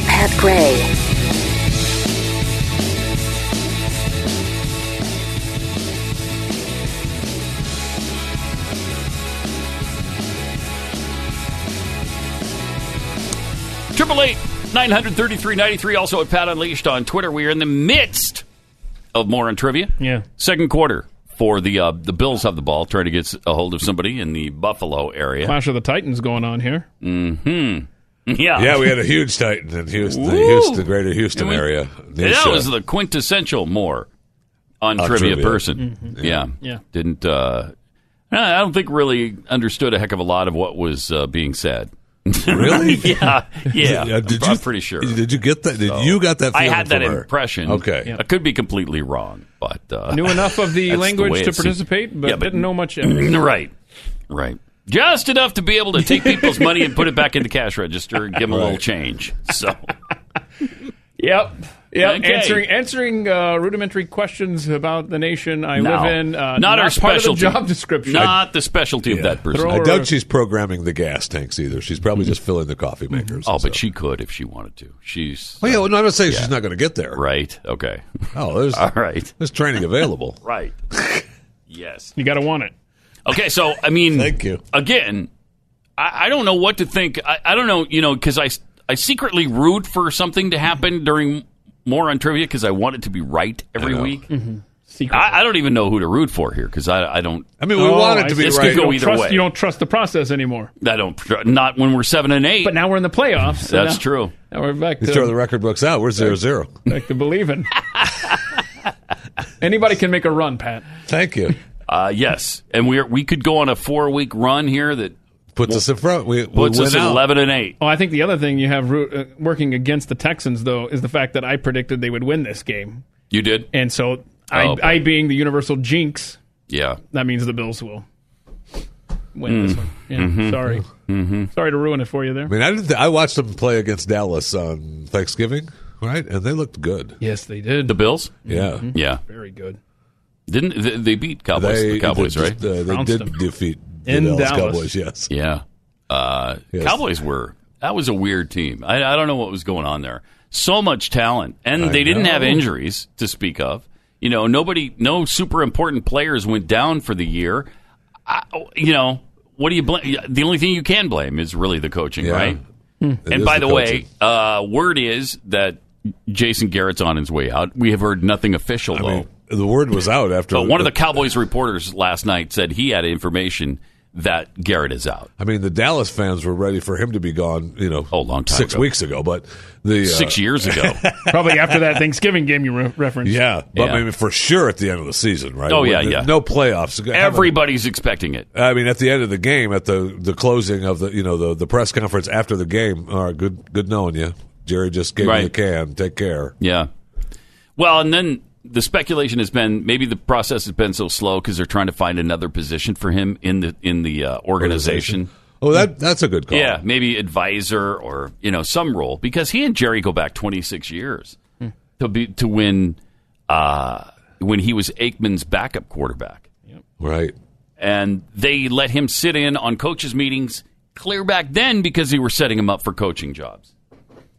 Speaker 1: Pat Gray.
Speaker 3: Triple eight nine hundred thirty three ninety three. Also at Pat Unleashed on Twitter. We are in the midst of more on trivia.
Speaker 5: Yeah.
Speaker 3: Second quarter for the uh, the Bills have the ball, trying to get a hold of somebody in the Buffalo area.
Speaker 5: Clash of the Titans going on here.
Speaker 3: Hmm. Yeah.
Speaker 4: Yeah, we had a huge Titan in Houston, the
Speaker 3: Woo!
Speaker 4: Houston, greater Houston
Speaker 3: Yeah, we-
Speaker 4: area.
Speaker 3: That
Speaker 4: Nisha.
Speaker 3: was the quintessential more on,
Speaker 4: On
Speaker 3: trivia,
Speaker 4: trivia. Mm-hmm.
Speaker 3: person. Yeah.
Speaker 5: Yeah.
Speaker 3: Didn't, uh, I don't think really understood a heck of a lot of what was uh, being said.
Speaker 4: really.
Speaker 3: yeah. Yeah.
Speaker 4: Uh, did
Speaker 3: I'm,
Speaker 4: you,
Speaker 3: I'm pretty sure.
Speaker 4: Did you get that? Did you got that?
Speaker 3: I
Speaker 4: feeling
Speaker 3: had that
Speaker 4: from her?
Speaker 3: impression.
Speaker 4: Okay.
Speaker 3: I could be completely wrong, but. Uh,
Speaker 5: Knew enough of the
Speaker 3: That's the
Speaker 5: language
Speaker 3: way
Speaker 5: to
Speaker 3: it seems.
Speaker 5: participate, but,
Speaker 3: Yeah, but-
Speaker 5: didn't know much. Else.
Speaker 3: right. Right. Just enough to be able to take people's money and put it back in the cash register and give them a little
Speaker 4: Right.
Speaker 3: change. So.
Speaker 5: Yep. Yeah,
Speaker 3: Okay.
Speaker 5: answering answering uh, rudimentary questions about the nation I
Speaker 3: No.
Speaker 5: live in. Uh,
Speaker 3: not, our
Speaker 5: part of the
Speaker 3: specialty.
Speaker 5: job description.
Speaker 3: Not the specialty of that person.
Speaker 4: I doubt she's programming the gas tanks either. She's probably just filling the coffee makers.
Speaker 3: Oh, but she could if she wanted to. She's.
Speaker 4: Well, yeah, well, no, I'm not saying she's not going to get there.
Speaker 3: Right. Okay.
Speaker 4: Oh, there's
Speaker 3: all right.
Speaker 4: There's training available.
Speaker 3: right. Yes.
Speaker 5: You got to want it.
Speaker 3: Okay, so I mean,
Speaker 4: Thank you.
Speaker 3: Again, I, I don't know what to think. I, I don't know, you know, because I s- I secretly root for something to happen during more on trivia because I want it to be right every
Speaker 5: know.
Speaker 3: week. I, I don't even know who to root for here because I, Oh, I don't.
Speaker 4: I mean, we want it to be
Speaker 3: This
Speaker 4: right.
Speaker 3: could go
Speaker 5: Oh, You don't
Speaker 3: either
Speaker 5: trust-
Speaker 3: way.
Speaker 5: You don't trust the process anymore.
Speaker 3: I don't. tr- Not when we're seven and eight.
Speaker 5: But now we're in the playoffs. so
Speaker 3: That's
Speaker 5: now-
Speaker 3: true.
Speaker 5: Now we're back
Speaker 4: You
Speaker 5: to
Speaker 4: throw the record books out. We're zero zero.
Speaker 5: back to believing. Anybody can make a run, Pat.
Speaker 4: Thank you.
Speaker 3: Uh, yes, and we are, we could go on a four week run here that
Speaker 4: puts us in front. We,
Speaker 3: puts
Speaker 4: we
Speaker 3: us
Speaker 4: win
Speaker 3: at
Speaker 4: out.
Speaker 3: eleven and eight.
Speaker 5: Well, I think the other thing you have root, uh, working against the Texans though is the fact that I predicted they would win this game,
Speaker 3: You did,
Speaker 5: and so I,
Speaker 3: Oh, boy.
Speaker 5: I being the universal jinx,
Speaker 3: yeah.
Speaker 5: that means the Bills will
Speaker 3: Hmm.
Speaker 5: win this
Speaker 4: Mm.
Speaker 5: one. Yeah,
Speaker 3: Mm-hmm.
Speaker 4: Mhm.
Speaker 5: sorry, sorry to ruin it for you there.
Speaker 4: I mean, I didn't. Th- I watched them play against Dallas on Thanksgiving, right? And they looked good.
Speaker 5: Yes, they did.
Speaker 3: The Bills.
Speaker 4: Yeah.
Speaker 3: Yeah.
Speaker 5: Very good.
Speaker 3: Didn't they, they beat Cowboys?
Speaker 4: They-
Speaker 3: the Cowboys,
Speaker 4: they
Speaker 3: right?
Speaker 4: just, uh, they Trounced did them. defeat the In Dallas Dallas. Cowboys, yes.
Speaker 3: Yeah. Uh, Cowboys were. That was a weird team. I, I don't know what was going on there. So much talent, and
Speaker 4: I
Speaker 3: they didn't have
Speaker 4: know.
Speaker 3: injuries to speak of. You know, nobody, no super important players went down for the year. I, you know, what do you blame? The only thing you can blame is really the coaching,
Speaker 4: Yeah.
Speaker 3: right?
Speaker 4: Hmm. It
Speaker 3: And
Speaker 4: is
Speaker 3: by
Speaker 4: the
Speaker 3: the, way, uh, word is that Jason Garrett's on his way out. We have heard nothing official though.
Speaker 4: The word was out after.
Speaker 3: But one of the Cowboys reporters last night said he had information that Garrett is out.
Speaker 4: I mean, the Dallas fans were ready for him to be gone. You know, oh, long
Speaker 3: time
Speaker 4: six
Speaker 3: ago.
Speaker 4: weeks ago, but the uh,
Speaker 3: Six years ago.
Speaker 5: Probably after that Thanksgiving game you re- referenced.
Speaker 4: Yeah, but
Speaker 3: Yeah.
Speaker 4: I mean, for sure at the end of the season, right?
Speaker 3: Oh, yeah,
Speaker 4: When the-
Speaker 3: yeah.
Speaker 4: No playoffs.
Speaker 3: Everybody's expecting it.
Speaker 4: I mean, at the end of the game, at the the closing of the you know the the press conference after the game. All right, good good knowing you, Jerry. Just gave
Speaker 3: Right.
Speaker 4: you the can. Take care.
Speaker 3: Yeah. Well, and then the speculation has been maybe the process has been so slow because they're trying to find another position for him in the in the uh, organization.
Speaker 4: Oh, that that's a good call.
Speaker 3: Yeah, maybe advisor or you know some role because he and Jerry go back 26 years to be to win uh, when he was Aikman's backup quarterback.
Speaker 4: Right.
Speaker 3: and they let him sit in on coaches meetings clear back then because they were setting him up for coaching jobs.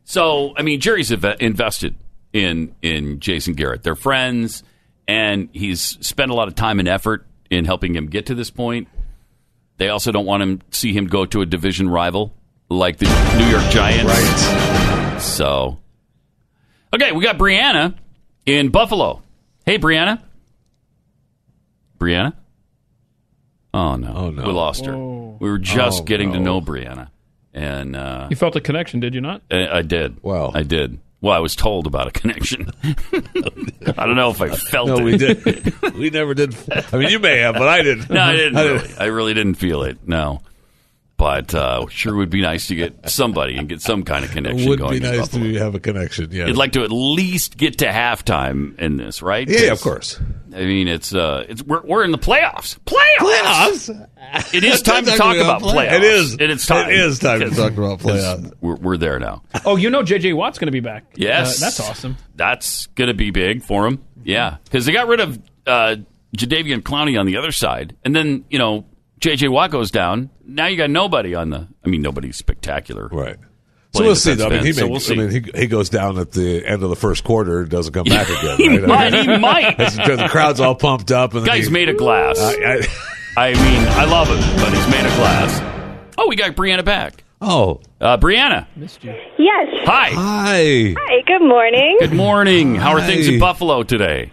Speaker 3: So I mean, Jerry's inve- invested in in Jason Garrett. They're friends, and he's spent a lot of time and effort in helping him get to this point. They also don't want him see him go to a division rival like the New York Giants. Right. So, okay, we got Brianna in Buffalo. Hey, Brianna. Brianna. Oh no. Oh no. We lost her.
Speaker 5: Whoa.
Speaker 3: We were just
Speaker 5: Oh,
Speaker 3: getting to
Speaker 5: no.
Speaker 3: know Brianna, and uh,
Speaker 5: You felt a connection, did you not?
Speaker 3: I I did. Wow. I did. Well, I was told about a connection. I don't know if I felt
Speaker 4: No,
Speaker 3: it.
Speaker 4: we did. we never did. I mean, you may have, but I didn't.
Speaker 3: No, I didn't. Really. I really didn't feel it. No. But uh, sure would be nice to get somebody and get some kind of
Speaker 4: It
Speaker 3: connection
Speaker 4: would
Speaker 3: going.
Speaker 4: be
Speaker 3: in
Speaker 4: nice
Speaker 3: Buffalo.
Speaker 4: to have a connection. Yeah.
Speaker 3: You'd like to at least get to halftime in this, right?
Speaker 4: Yeah, yeah,
Speaker 3: 'Cause,
Speaker 4: of course.
Speaker 3: I mean, it's uh, it's we're, we're in the playoffs. Playoffs. It is time to talk about playoffs.
Speaker 4: It is.
Speaker 3: And it's time.
Speaker 4: It is time to
Speaker 3: Because-
Speaker 4: talk about playoffs.
Speaker 3: because We're, we're there now.
Speaker 5: Oh, you know JJ Watt's going to be back.
Speaker 3: Yes.
Speaker 5: Uh, that's awesome. Mm-hmm.
Speaker 3: That's going to be big for him. Yeah. Because they got rid of uh, Jadavian Clowney on the other side. And then, you know, J.J. Watt goes down. Now you got nobody on the. I mean, nobody's spectacular.
Speaker 4: Right. So
Speaker 3: playing
Speaker 4: we'll see. though.
Speaker 3: defensive
Speaker 4: I mean, he
Speaker 3: end, so
Speaker 4: may,
Speaker 3: we'll see.
Speaker 4: I mean, he, he goes down at the end of the first quarter, doesn't come back again.
Speaker 3: He
Speaker 4: right? I mean,
Speaker 3: might, he might.
Speaker 4: that's because the crowd's all pumped up, and then
Speaker 3: Guy's
Speaker 4: he-
Speaker 3: made of glass.
Speaker 4: I-
Speaker 3: I mean, I love him, but he's made of glass. Oh, we got Brianna back.
Speaker 4: Oh,
Speaker 3: uh, Brianna.
Speaker 16: Yes.
Speaker 3: Hi.
Speaker 4: Hi.
Speaker 16: Hi. Good morning.
Speaker 3: Good morning. How are things in Buffalo today?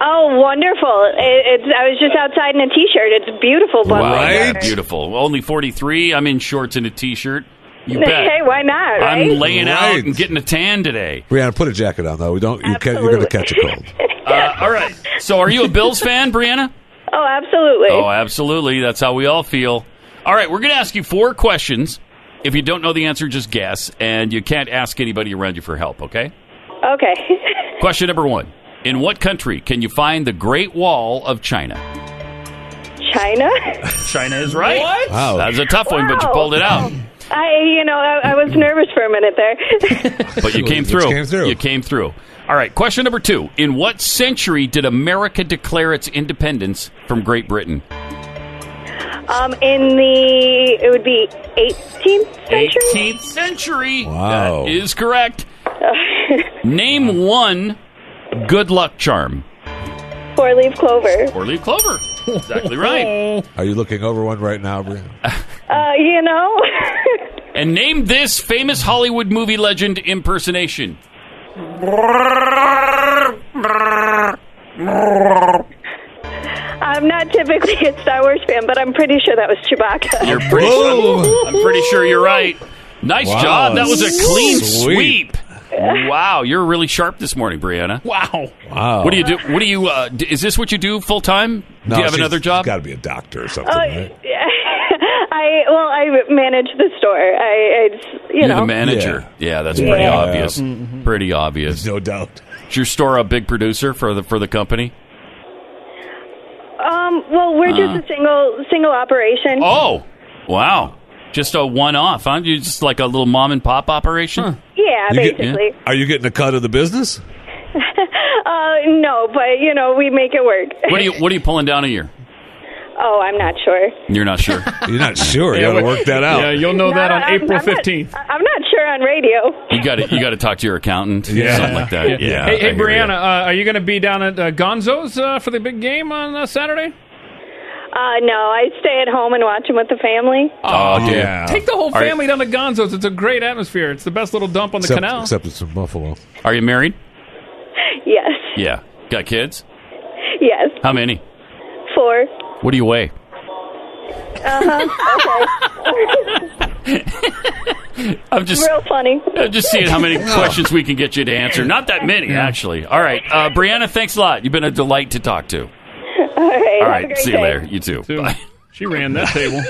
Speaker 16: Oh, wonderful! It, it's. I was just outside in a t-shirt. It's beautiful. Buffalo
Speaker 3: yeah,
Speaker 16: weather.
Speaker 3: beautiful. Only 43. I'm in shorts and a t-shirt. You bet.
Speaker 16: Hey, why not? Right?
Speaker 3: I'm laying out
Speaker 4: Right.
Speaker 3: and getting a tan today.
Speaker 4: Brianna, put a jacket on though. We don't. You can, you're going to catch a cold.
Speaker 3: Uh, all right. So, are you a Bills fan, Brianna?
Speaker 16: Oh, absolutely.
Speaker 3: Oh, absolutely. That's how we all feel. All right, we're going to ask you four questions. If you don't know the answer, just guess, and you can't ask anybody around you for help. Okay.
Speaker 16: Okay.
Speaker 3: Question number one: In what country can you find the Great Wall of China?
Speaker 16: China.
Speaker 3: China is right.
Speaker 16: What?
Speaker 3: Wow. That was a tough one, but you
Speaker 16: Wow.
Speaker 3: pulled it out.
Speaker 16: I, you know, I, I was nervous for a minute there.
Speaker 3: But you came
Speaker 4: Which
Speaker 3: through.
Speaker 4: came through.
Speaker 3: You came through. All right, question number two. In what century did America declare its independence from Great Britain?
Speaker 16: Um, in the it would be 18th century.
Speaker 3: 18th century. That is correct.
Speaker 16: Uh,
Speaker 3: Name one good luck charm.
Speaker 16: Four leaf clover.
Speaker 3: Four leaf clover. Exactly right.
Speaker 4: Are you looking over one right now, Brian?
Speaker 16: Uh, you know,
Speaker 3: And name this famous Hollywood movie legend impersonation.
Speaker 16: I'm not typically a Star Wars fan, but I'm pretty sure that was Chewbacca.
Speaker 3: You're pretty sure, I'm pretty sure you're right. Nice
Speaker 16: Wow,
Speaker 3: job. That was a clean
Speaker 16: sweep.
Speaker 3: sweep. Wow, you're really sharp this morning, Brianna.
Speaker 5: Wow.
Speaker 4: Wow.
Speaker 3: What do you do? What do you? Uh, d- is this what you do full time?
Speaker 4: No,
Speaker 3: do you have
Speaker 4: she's-
Speaker 3: another job?
Speaker 4: Got to be a doctor or something.
Speaker 16: Oh,
Speaker 4: right?
Speaker 16: yeah. I well, I manage the store. I, it's you
Speaker 3: You're
Speaker 16: know
Speaker 3: the manager. Yeah, that's pretty
Speaker 16: Yeah.
Speaker 3: obvious. Pretty obvious,
Speaker 4: no doubt.
Speaker 3: Is your store a big producer for the for the company?
Speaker 16: Um, well, we're
Speaker 3: Uh-huh.
Speaker 16: just a single single operation.
Speaker 3: Oh, wow! Just a one off. Huh? You just like a little mom and pop operation.
Speaker 16: yeah,
Speaker 4: You get-
Speaker 16: basically.
Speaker 4: Are you getting a cut of the business?
Speaker 16: uh, no, but you know, we make it work.
Speaker 3: What are you What are you pulling down a year?
Speaker 16: Oh, I'm not sure.
Speaker 3: You're not sure.
Speaker 4: You're not sure.
Speaker 3: Yeah,
Speaker 4: you got to
Speaker 3: we-
Speaker 4: work that out.
Speaker 3: yeah, you'll know
Speaker 5: Oh,
Speaker 16: No, that on I'm- April I'm not-
Speaker 4: 15th.
Speaker 16: I'm not sure on radio.
Speaker 3: You got to You got to talk to your accountant.
Speaker 4: Yeah.
Speaker 3: something like that. Yeah.
Speaker 5: Hey,
Speaker 3: I
Speaker 5: hey
Speaker 3: hear ya.
Speaker 5: Brianna, uh, are you going to be down at uh, Gonzo's uh, for the big game on uh, Saturday?
Speaker 16: Uh, no, I stay at home and watch them with the family.
Speaker 3: Oh, dude.
Speaker 5: Take the whole
Speaker 3: Are you-
Speaker 5: family down to Gonzo's. It's a great atmosphere. It's the best little dump on the
Speaker 4: except,
Speaker 5: canal.
Speaker 4: except it's in Buffalo.
Speaker 3: Are you married?
Speaker 16: Yes,
Speaker 3: Yeah. Got kids?
Speaker 16: yes,
Speaker 3: How many?
Speaker 16: four.
Speaker 3: What do you weigh?
Speaker 16: Uh-huh. Okay.
Speaker 3: I'm just
Speaker 16: real funny.
Speaker 3: I'm just seeing how many questions we can get you to answer. Not that many, actually. All right, uh, Brianna, thanks a lot. You've been a delight to talk to.
Speaker 16: All right.
Speaker 3: All
Speaker 16: have a
Speaker 3: right,
Speaker 16: great
Speaker 3: see
Speaker 16: day.
Speaker 3: you later. You too. Bye.
Speaker 5: She ran that table.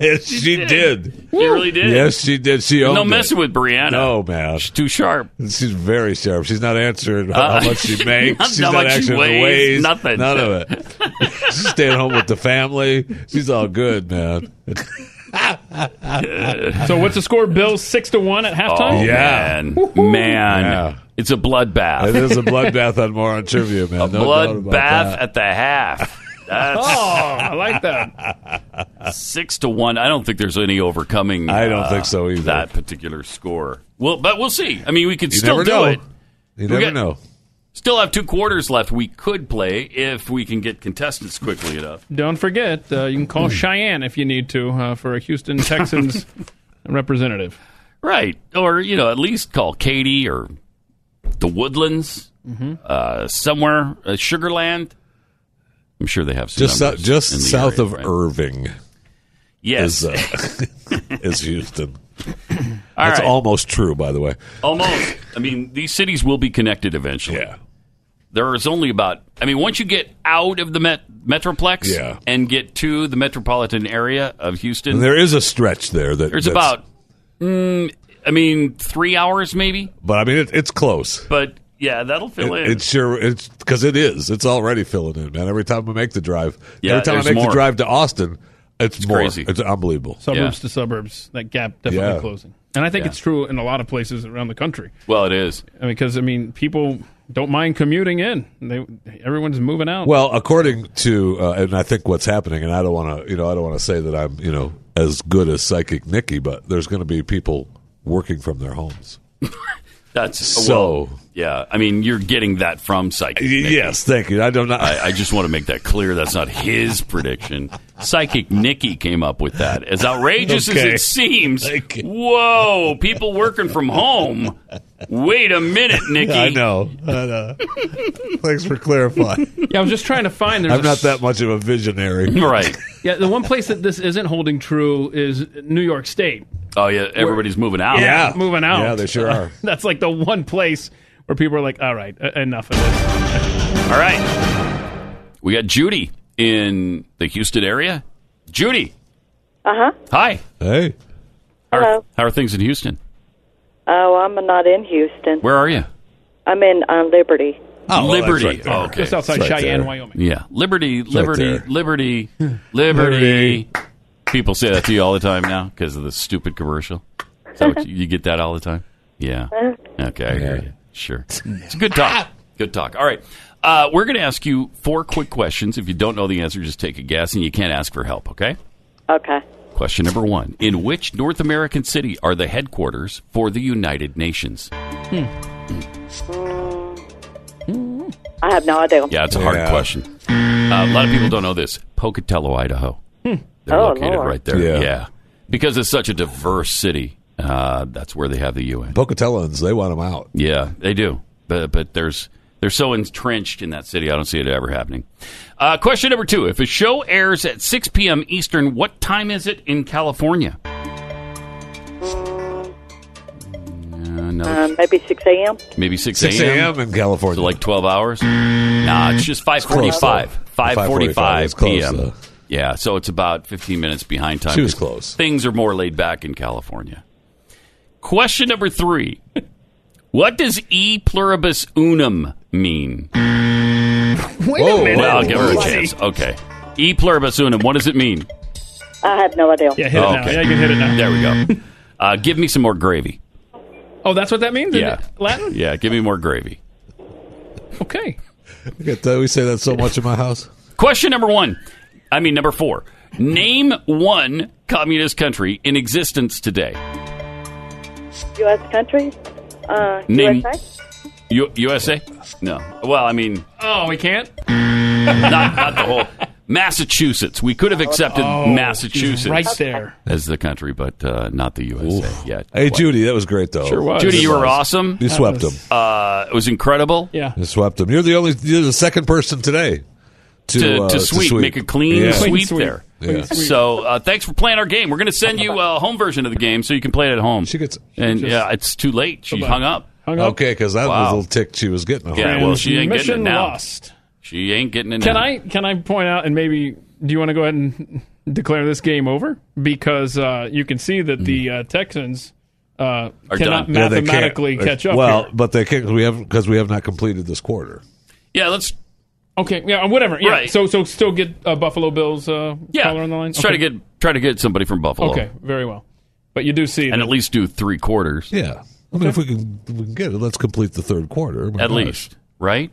Speaker 4: yes, she did.
Speaker 3: She really did.
Speaker 4: Yes, she did. She
Speaker 3: There's
Speaker 4: owned
Speaker 3: no
Speaker 4: it.
Speaker 3: messing with Brianna.
Speaker 4: No, man. She's
Speaker 3: too sharp.
Speaker 4: She's very sharp. She's not answering how-
Speaker 3: Uh,
Speaker 4: how much she makes.
Speaker 3: not
Speaker 4: She's
Speaker 3: how
Speaker 4: not,
Speaker 3: much she
Speaker 4: answering
Speaker 3: weighs,
Speaker 4: the ways.
Speaker 3: nothing.
Speaker 4: None of it. She's staying home with the family. She's all good, man.
Speaker 5: so what's the score? Bills six to one at halftime.
Speaker 3: Oh, man. Man. It's a bloodbath.
Speaker 4: It is a bloodbath on Moron Trivia, man.
Speaker 3: A
Speaker 4: no doubt about
Speaker 3: bloodbath
Speaker 4: that.
Speaker 3: at the half. That's
Speaker 5: Oh, I like that.
Speaker 3: six to one. I don't think there's any overcoming. uh,
Speaker 4: I don't think so either.
Speaker 3: That particular score. Well, but we'll see. I mean, we could
Speaker 4: You
Speaker 3: still
Speaker 4: never
Speaker 3: do
Speaker 4: know.
Speaker 3: it.
Speaker 4: You
Speaker 3: We
Speaker 4: never
Speaker 3: got-
Speaker 4: know.
Speaker 3: Still have two quarters left. We could play if we can get contestants quickly enough.
Speaker 5: Don't forget, uh, you can call
Speaker 4: Hmm.
Speaker 5: Cheyenne if you need to uh, for a Houston Texans representative.
Speaker 3: Right. Or, you know, at least call Katie or the Woodlands, uh, somewhere, uh, Sugarland. I'm sure they have some
Speaker 4: Just, so,
Speaker 3: numbers in
Speaker 4: just
Speaker 3: the
Speaker 4: south
Speaker 3: area,
Speaker 4: of
Speaker 3: right?
Speaker 4: Irving
Speaker 3: Yes.
Speaker 4: is, uh, is Houston.
Speaker 3: All
Speaker 4: That's
Speaker 3: right.
Speaker 4: almost true, by the way.
Speaker 3: Almost. I mean, these cities will be connected eventually. Yeah. There is only about, I mean, once you get out of the met- Metroplex
Speaker 4: Yeah.
Speaker 3: and get to the metropolitan area of Houston,
Speaker 4: And there is a stretch there that
Speaker 3: there's
Speaker 4: that's-
Speaker 3: about, mm, I mean, three hours maybe.
Speaker 4: but I mean, it, it's close.
Speaker 3: But yeah, that'll
Speaker 4: It,
Speaker 3: fill in.
Speaker 4: it sure it's because it is. It's already filling in, man. Every time I make the drive,
Speaker 3: Yeah,
Speaker 4: every time I make
Speaker 3: there's more.
Speaker 4: the drive to Austin, it's, more.
Speaker 3: crazy.
Speaker 4: It's unbelievable.
Speaker 5: Suburbs to suburbs, that gap definitely
Speaker 4: Yeah.
Speaker 5: closing. And I think
Speaker 4: Yeah.
Speaker 5: it's true in a lot of places around the country.
Speaker 3: well, it is.
Speaker 5: I mean, because I mean, people don't mind commuting in. They everyone's moving out.
Speaker 4: Well, according to, uh, and I think what's happening, and I don't want to, you know, I don't want to say that I'm, you know, as good as Psychic Nikki, but there's going to be people working from their homes.
Speaker 3: That's
Speaker 4: So-
Speaker 3: well, yeah. I mean, you're getting that from psychic.
Speaker 4: Y-
Speaker 3: Nikki.
Speaker 4: Yes, thank you. I don't know.
Speaker 3: I, I just want to make that clear. That's not his prediction. Psychic Nikki came up with that. As outrageous
Speaker 4: Okay.
Speaker 3: as it seems, whoa, people working from home. Wait a minute, Nikki.
Speaker 4: I know. I know. Thanks for clarifying.
Speaker 5: yeah, I'm just trying to find. There's
Speaker 4: I'm
Speaker 5: a
Speaker 4: not that much of a visionary,
Speaker 3: right?
Speaker 5: Yeah, the one place that this isn't holding true is New York State.
Speaker 3: Oh yeah, everybody's moving out.
Speaker 5: Yeah, moving out.
Speaker 4: Yeah, they sure are.
Speaker 5: That's like the one place where people are like, "All right, e- enough of this."
Speaker 3: All right. We got Judy in the Houston area. Judy,
Speaker 17: Uh huh.
Speaker 3: hi.
Speaker 4: Hey.
Speaker 17: Hello.
Speaker 3: How are things in Houston?
Speaker 17: Oh, I'm not in Houston.
Speaker 3: Where are you?
Speaker 17: I'm in uh, Liberty.
Speaker 4: Oh, well, that's
Speaker 3: Liberty.
Speaker 4: right there.
Speaker 3: Oh, okay.
Speaker 5: Just outside
Speaker 4: It's right
Speaker 5: Cheyenne,
Speaker 4: there.
Speaker 5: Wyoming.
Speaker 3: Yeah, Liberty, Liberty,
Speaker 4: there.
Speaker 3: Liberty, Liberty. People say that to you all the time now because of the stupid commercial. So you you get that all the time. Yeah. Okay. I hear you. Sure. It's a good talk. Good talk. All right. Uh, we're going to ask you four quick questions. If you don't know the answer, just take a guess, and you can't ask for help, okay?
Speaker 17: Okay.
Speaker 3: Question number one In which North American city are the headquarters for the United Nations?
Speaker 17: I have no idea.
Speaker 3: Yeah, it's a hard question. Uh, a lot of people don't know this Pocatello, Idaho.
Speaker 17: Hmm.
Speaker 3: They're
Speaker 17: oh,
Speaker 3: located
Speaker 17: Lord.
Speaker 3: right there.
Speaker 4: Yeah.
Speaker 3: Yeah. Because it's such a diverse city, uh, that's where they have the UN.
Speaker 4: Pocatelloans, they want them out.
Speaker 3: Yeah, they do. But but there's they're so entrenched in that city, I don't see it ever happening. Uh, question number two: If a show airs at 6 p.m. Eastern, what time is it in California? Uh, no,
Speaker 17: Um, maybe 6 a.m.
Speaker 3: maybe 6 a.m.
Speaker 4: 6 a.m. in California.
Speaker 3: So like 12 hours? Nah, it's just
Speaker 4: close,
Speaker 3: 5:45.
Speaker 4: though. 5:45 is
Speaker 3: 5:45
Speaker 4: close,
Speaker 3: p.m.
Speaker 4: though.
Speaker 3: yeah, so it's about 15 minutes behind time.
Speaker 4: She was
Speaker 3: close. Things are more laid back in California. Question number three: What does E pluribus unum mean?
Speaker 5: Wait
Speaker 3: Whoa,
Speaker 5: a minute.
Speaker 3: Well, I'll give her a
Speaker 5: Let's
Speaker 3: chance. Okay. E pluribus unum. What does it mean?
Speaker 17: I have no idea.
Speaker 5: Yeah, hit
Speaker 4: Oh,
Speaker 5: it now. Yeah, you can hit it now.
Speaker 3: There we go. Uh, give me some more gravy.
Speaker 5: Oh, that's what that means? in
Speaker 3: Yeah.
Speaker 5: Latin?
Speaker 3: Yeah, give me more gravy.
Speaker 5: Okay.
Speaker 4: Look at that. We say that so much in my house.
Speaker 3: Question number one. I mean, number four. Name one communist country in existence today.
Speaker 17: U.S. country? Uh,
Speaker 3: Name-
Speaker 17: USA?
Speaker 3: U- USA? No. Well, I mean,
Speaker 5: Oh, we can't?
Speaker 3: not, not the whole. Massachusetts. We could have accepted
Speaker 5: Oh,
Speaker 3: Massachusetts
Speaker 5: he's right there.
Speaker 3: as the country, but uh, not the USA yet.
Speaker 4: Hey, Judy, that was great, though.
Speaker 3: Sure was. Judy, you were awesome.
Speaker 4: You
Speaker 3: That
Speaker 4: swept
Speaker 3: was-
Speaker 4: them.
Speaker 3: Uh, it was incredible.
Speaker 5: Yeah.
Speaker 4: You swept them. You're the only, you're the second person today to,
Speaker 3: to,
Speaker 4: uh,
Speaker 3: to sweep, make a clean
Speaker 4: Yeah.
Speaker 3: sweep there.
Speaker 4: Yeah.
Speaker 3: So uh, thanks for playing our game. We're going to send you a home version of the game so you can play it at home. She
Speaker 4: gets
Speaker 3: and yeah, it's too late. She hung up.
Speaker 4: Okay, because that
Speaker 3: Wow.
Speaker 4: little tick she was getting.
Speaker 3: Yeah, well, she ain't getting it
Speaker 5: Transmission
Speaker 3: now.
Speaker 5: lost.
Speaker 3: She ain't getting it
Speaker 5: Can
Speaker 3: now.
Speaker 5: I can I point out and maybe do you want to go ahead and declare this game over because uh, you can see that the uh, Texans uh, cannot
Speaker 4: Hmm. Yeah, they can't. uh,
Speaker 5: mathematically catch up.
Speaker 4: Well,
Speaker 5: here.
Speaker 4: but they can't 'cause we have because we have not completed this quarter.
Speaker 3: Yeah, let's.
Speaker 5: Okay. Yeah. uh, Whatever. Yeah.
Speaker 3: Right.
Speaker 5: So so still get uh, Buffalo Bills. Uh,
Speaker 3: Yeah,
Speaker 5: caller on the line.
Speaker 3: let's try to
Speaker 5: Okay.
Speaker 3: get try to get somebody from Buffalo.
Speaker 5: Okay. Very well. But you do see
Speaker 3: and at least do three quarters.
Speaker 4: Yeah, I mean, if we can, we can get it, let's complete the third quarter.
Speaker 3: at least, right?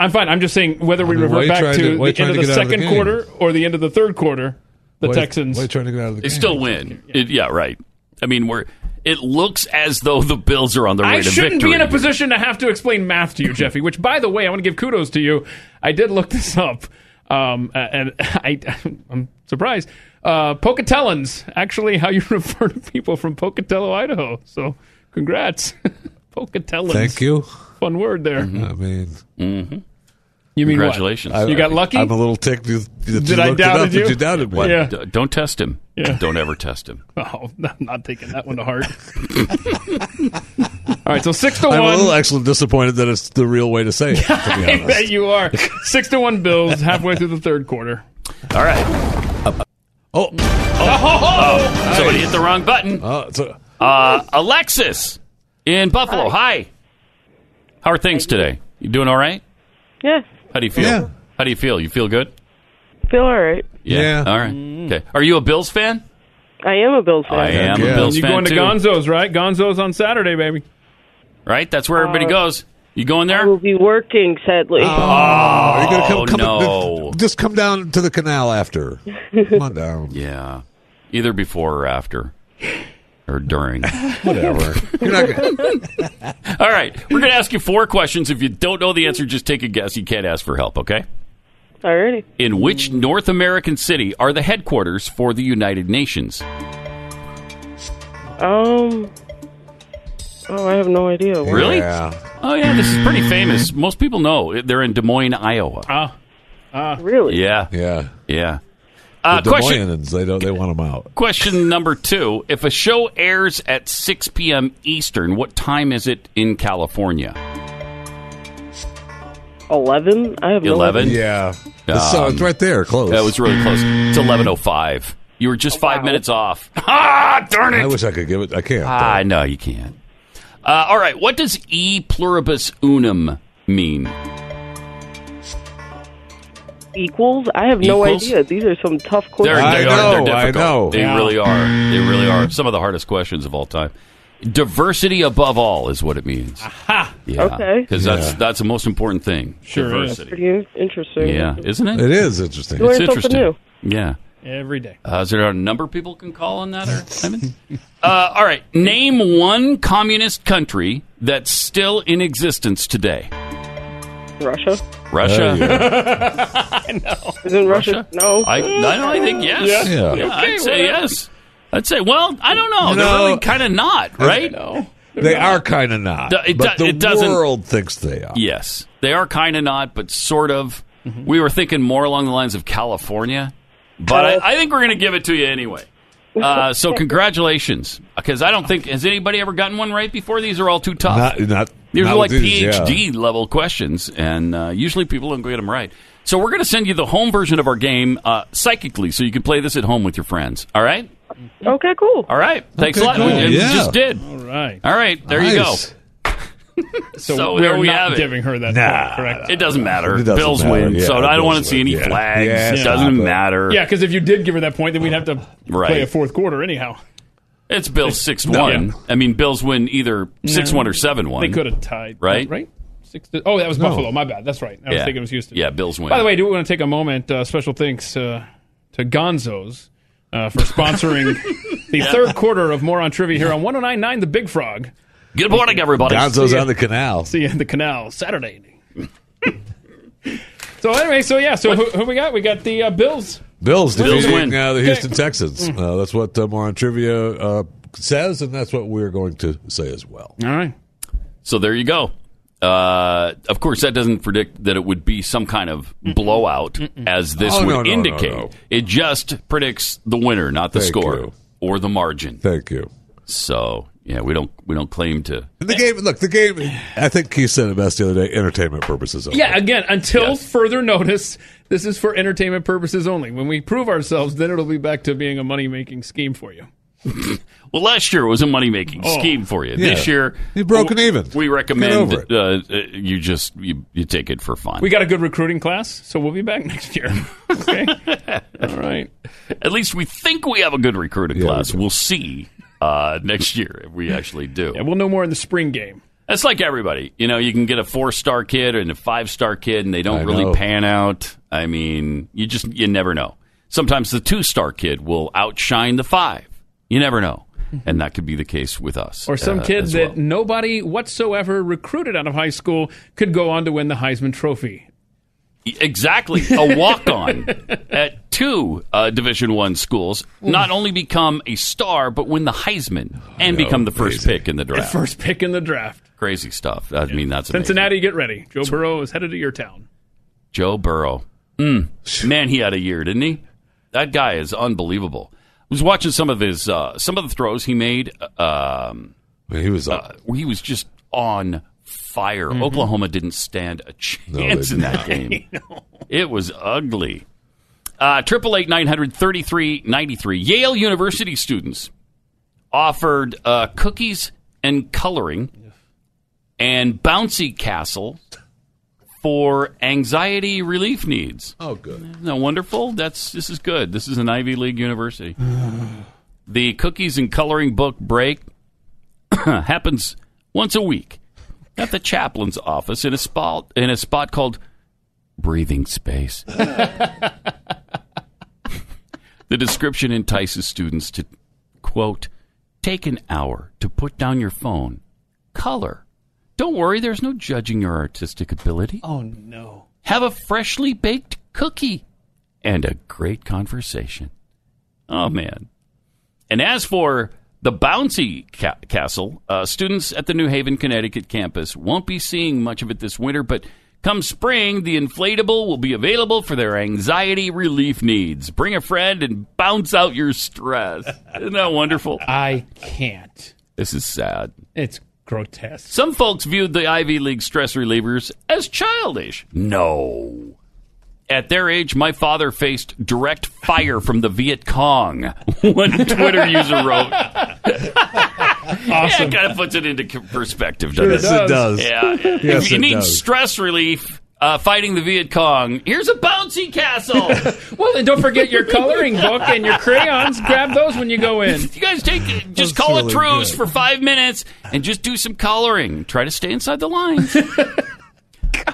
Speaker 5: I'm fine. I'm just saying whether we
Speaker 4: I mean, why
Speaker 5: revert
Speaker 4: you
Speaker 5: back
Speaker 4: trying to-
Speaker 5: to,
Speaker 4: why you
Speaker 5: the end
Speaker 4: trying
Speaker 5: of
Speaker 4: to
Speaker 5: the
Speaker 4: get out of the
Speaker 5: second
Speaker 4: game?
Speaker 5: quarter or the end of the third quarter, the
Speaker 4: Why-
Speaker 5: Texans.
Speaker 4: why you trying to get out of the
Speaker 3: They still win. It- yeah, right. I mean, we're. It looks as though the Bills are on their way
Speaker 5: I
Speaker 3: to
Speaker 5: shouldn't
Speaker 3: victory.
Speaker 5: be in a position to have to explain math to you, Jeffy. Which, by the way, I want to give kudos to you. I did look this up, um, uh, and I, I'm surprised. Uh, Pocatellans, actually, how you refer to people from Pocatello, Idaho. So, congrats, Pocatellans.
Speaker 4: Thank you.
Speaker 5: Fun word there.
Speaker 4: I mean,
Speaker 5: You mean what?
Speaker 3: Mm-hmm. Congratulations.
Speaker 5: You got lucky.
Speaker 4: I'm a little ticked. You, that
Speaker 5: Did
Speaker 4: you
Speaker 5: I
Speaker 4: looked it
Speaker 5: doubted
Speaker 4: up, that
Speaker 5: you?
Speaker 4: You doubted me.
Speaker 3: What?
Speaker 5: Yeah.
Speaker 3: D- don't test him.
Speaker 5: Yeah.
Speaker 3: Don't ever test him.
Speaker 5: Oh, I'm not taking that one to heart. All right, so six to
Speaker 4: I'm a
Speaker 5: one.
Speaker 4: little actually disappointed that it's the real way to say it. To be
Speaker 5: I
Speaker 4: honest.
Speaker 5: bet you are six to one Bills halfway through the third quarter.
Speaker 3: All right.
Speaker 4: Oh.
Speaker 3: Oh, somebody hit the wrong button.
Speaker 4: Uh, so,
Speaker 3: Uh, Alexis in Buffalo. Hi. How are things today? You doing all right?
Speaker 18: Yeah,
Speaker 3: How do you feel? How do you feel? You feel good?
Speaker 18: feel all right.
Speaker 3: Yeah. All right. Okay. Are you a Bills fan?
Speaker 18: I am a Bills fan.
Speaker 3: I am a Bills
Speaker 5: You
Speaker 3: fan
Speaker 5: going to
Speaker 3: too.
Speaker 5: Gonzo's, right? Gonzo's on Saturday, baby.
Speaker 3: Right? That's where everybody
Speaker 18: Uh,
Speaker 3: goes. You going there?
Speaker 18: I will be working, sadly.
Speaker 4: oh, you're gonna come, come
Speaker 3: no.
Speaker 4: just come down to the canal after. Come on down.
Speaker 3: Yeah. Either before or after. Or during.
Speaker 4: Whatever.
Speaker 3: All right. We're going to ask you four questions. If you don't know the answer, just take a guess. You can't ask for help, okay?
Speaker 18: Alrighty.
Speaker 3: In which North American city are the headquarters for the United Nations?
Speaker 18: Um. Oh, I have no idea. Where-
Speaker 3: Really?
Speaker 4: Yeah.
Speaker 3: Oh, yeah. This is pretty famous. Most people know. it. They're in Des Moines, Iowa.
Speaker 4: Uh,
Speaker 5: Ah. ah.
Speaker 18: Really?
Speaker 3: Yeah.
Speaker 4: Yeah.
Speaker 3: Yeah. Uh,
Speaker 4: the Des
Speaker 3: question,
Speaker 4: Moines, they don't. They want them out.
Speaker 3: question number two. If a show airs at 6 p.m. Eastern, what time is it in California?
Speaker 18: Eleven? I have no
Speaker 3: 11?
Speaker 18: idea.
Speaker 4: Yeah. so it's right there, close.
Speaker 3: Ah, um, That was really close. It's 11.05. You were just five minutes off. Ah, darn it.
Speaker 4: I wish I could give it. I can't.
Speaker 3: Ah, no, you can't. Uh, all right. What does E pluribus unum mean?
Speaker 18: Equals? I have no
Speaker 3: Equals?
Speaker 18: idea. These are some tough
Speaker 3: They're,
Speaker 18: questions.
Speaker 3: they
Speaker 4: I
Speaker 3: are,
Speaker 4: know,
Speaker 3: they're
Speaker 4: I
Speaker 3: difficult.
Speaker 4: know.
Speaker 3: They
Speaker 4: Yeah.
Speaker 3: really are. They really are. Some of the hardest questions of all time. Diversity above all is what it means. Aha. Yeah.
Speaker 18: Okay.
Speaker 3: Because that's
Speaker 18: Yeah.
Speaker 3: that's the most important thing.
Speaker 18: That's
Speaker 3: Diversity.
Speaker 18: pretty in- interesting.
Speaker 3: Yeah, isn't it?
Speaker 4: It is interesting.
Speaker 18: Learn
Speaker 3: It's
Speaker 18: something
Speaker 3: interesting.
Speaker 18: new.
Speaker 3: Yeah.
Speaker 5: Every day.
Speaker 3: Uh, is there a number people can call on that, or Simon? uh, all right. Name one communist country that's still in existence today.
Speaker 18: Russia.
Speaker 4: Oh,
Speaker 3: Russia.
Speaker 18: I know. Isn't Russia? No.
Speaker 3: I, I, know, I think yes.
Speaker 18: Yeah. Okay,
Speaker 3: I'd say
Speaker 18: whatever.
Speaker 3: yes. I'd say, well, I don't know. They're
Speaker 4: No.
Speaker 3: really kind of not, right? No.
Speaker 4: They are kind of not.
Speaker 3: Do- it
Speaker 4: but
Speaker 3: do-
Speaker 4: the
Speaker 3: it doesn't-
Speaker 4: world thinks they are.
Speaker 3: Yes, they are kind of not, but sort of. We were thinking more along the lines of California, but I, I think we're going to give it to you anyway. Uh, so congratulations, because I don't think has anybody ever gotten one right before. These are all too tough.
Speaker 4: Not, not,
Speaker 3: These
Speaker 4: not
Speaker 3: are like
Speaker 4: with these, yeah.
Speaker 3: PhD level questions, and uh, usually people don't get them right. So we're going to send you the home version of our game uh, psychically, so you can play this at home with your friends. All right.
Speaker 18: Okay, cool.
Speaker 3: All right. Thanks a
Speaker 5: Okay,
Speaker 3: lot.
Speaker 5: cool.
Speaker 3: We, we
Speaker 5: Yeah.
Speaker 3: just did.
Speaker 5: All right.
Speaker 3: All right. There you go.
Speaker 5: Nice. So,
Speaker 3: Uh, So
Speaker 5: we're
Speaker 3: there we
Speaker 5: not
Speaker 3: have it.
Speaker 5: giving her that
Speaker 3: Nah.
Speaker 5: point, correct?
Speaker 3: It doesn't matter.
Speaker 4: It doesn't
Speaker 3: Bills
Speaker 4: matter.
Speaker 3: win,
Speaker 4: Yeah,
Speaker 3: so I
Speaker 4: Bills
Speaker 3: don't want to see
Speaker 4: win.
Speaker 3: any
Speaker 4: Yeah.
Speaker 3: flags.
Speaker 4: Yeah,
Speaker 3: it doesn't
Speaker 4: stop it.
Speaker 3: matter.
Speaker 5: Yeah, because if you did give her that point, then we'd have to play
Speaker 3: Right.
Speaker 5: a fourth quarter anyhow.
Speaker 3: It's Bills six one. I mean, Bills win either six one or seven one.
Speaker 5: They could have tied.
Speaker 3: Um, Right?
Speaker 5: Right? Six to, oh, that was
Speaker 3: No.
Speaker 5: Buffalo. My bad. That's right. I was
Speaker 3: yeah.
Speaker 5: thinking it was Houston.
Speaker 3: Yeah, Bills win.
Speaker 5: By the way, I do want to take a moment. Uh, special thanks uh, to Gonzo's uh, for sponsoring the
Speaker 3: Yeah.
Speaker 5: third quarter of Moron Trivia here on 1099 The Big Frog.
Speaker 3: Good morning, everybody.
Speaker 4: Gonzo's
Speaker 5: See ya.
Speaker 4: on the canal.
Speaker 5: See you in the canal Saturday. so, anyway, so yeah, so who, who we got? We got the uh, Bills.
Speaker 4: Bills
Speaker 5: Bills
Speaker 4: defeating
Speaker 5: win.
Speaker 4: Uh, the
Speaker 5: Okay. Mm.
Speaker 4: Houston Texans. Uh, that's what uh, Moron Trivia uh, says, and that's what we're going to say as well.
Speaker 5: All right.
Speaker 3: So there you go. Uh, of course, that doesn't predict that it would be some kind of blowout, as this
Speaker 4: Oh,
Speaker 3: would
Speaker 4: no, no, no,
Speaker 3: indicate.
Speaker 4: no.
Speaker 3: It just predicts the winner, not the
Speaker 4: Thank
Speaker 3: score
Speaker 4: you.
Speaker 3: or the margin.
Speaker 4: Thank you.
Speaker 3: So yeah, we don't we don't claim to.
Speaker 4: And the game, look, the game, I think he said it best the other day, entertainment purposes. only.
Speaker 5: Yeah, again, until further notice, this is for entertainment purposes only. When we prove ourselves, then it'll be back to being a money making scheme for you.
Speaker 3: Well, last year it was a money making
Speaker 5: Oh.
Speaker 3: scheme for you. This
Speaker 5: Yeah.
Speaker 3: year
Speaker 4: You've broken
Speaker 3: w-
Speaker 4: even.
Speaker 3: We
Speaker 4: Get
Speaker 3: recommend
Speaker 4: over
Speaker 3: that, uh, uh, you just you, you take it for fun.
Speaker 5: We got a good recruiting class, so we'll be back next year. okay. All right.
Speaker 3: At least we think we have a good recruiting class. We'll see uh, next year if we actually do.
Speaker 5: Yeah, we'll know more in the spring game.
Speaker 3: That's like everybody. You know, you can get a four star kid and a five star kid, and they don't
Speaker 4: I
Speaker 3: really
Speaker 4: know.
Speaker 3: pan out. I mean, you just you never know. Sometimes the two star kid will outshine the five. You never know,
Speaker 4: Hmm.
Speaker 3: and that could be the case with us.
Speaker 5: Or some
Speaker 3: uh,
Speaker 5: kid
Speaker 3: as
Speaker 5: that nobody whatsoever recruited out of high school could go on to win the Heisman Trophy.
Speaker 3: Exactly, a walk-on at two uh, Division One schools not only become a star, but win the Heisman and
Speaker 5: No,
Speaker 3: become the first pick in the
Speaker 5: The
Speaker 3: draft.
Speaker 5: first pick in the draft.
Speaker 3: Crazy stuff. I mean, that's amazing.
Speaker 5: Cincinnati, get ready. Joe Burrow is headed to your town.
Speaker 3: Joe Burrow. Mm. Man, he had a year, didn't he? That guy is unbelievable. I was watching some of his uh, some of the throws he made. Um,
Speaker 4: he was
Speaker 5: Uh,
Speaker 3: uh, he was just on fire.
Speaker 5: Mhm.
Speaker 3: Oklahoma didn't stand a
Speaker 5: they
Speaker 3: chance in that
Speaker 5: didn't.
Speaker 3: game. It was ugly. Uh, Triple eight nine hundred thirty three ninety three. Yale University students offered uh, cookies and coloring and bouncy castle for anxiety relief needs.
Speaker 4: Oh, good.
Speaker 3: Isn't that wonderful? That's this is good. This is an Ivy League university. the cookies and coloring book break happens once a week at the chaplain's office in a spot in a spot called breathing space. the description entices students to quote take an hour to put down your phone, color. Don't worry, there's no judging your artistic ability.
Speaker 5: Oh no.
Speaker 3: Have a freshly baked cookie and a great conversation. Oh, man. And as for the bouncy ca- castle, uh, students at the New Haven, Connecticut campus won't be seeing much of it this winter, but come spring, the inflatable will be available for their anxiety relief needs. Bring a friend and bounce out your stress. Isn't that wonderful?
Speaker 5: I can't.
Speaker 3: This is sad.
Speaker 5: It's grotesque.
Speaker 3: Some folks viewed the Ivy League stress relievers as childish. No. At their age, my father faced direct fire from the Viet Cong, one Twitter user wrote. Yeah, it kind of puts it into c- perspective, doesn't
Speaker 4: Yes, it does.
Speaker 3: Yeah.
Speaker 4: Yes,
Speaker 3: if you
Speaker 4: it
Speaker 3: need
Speaker 4: does.
Speaker 3: stress relief, uh, fighting the Viet Cong. Here's a bouncy castle.
Speaker 5: well, then don't forget your coloring book and your crayons. Grab those when you go in.
Speaker 3: You guys take just call a truce for five minutes and just do some coloring. Try to stay inside the lines.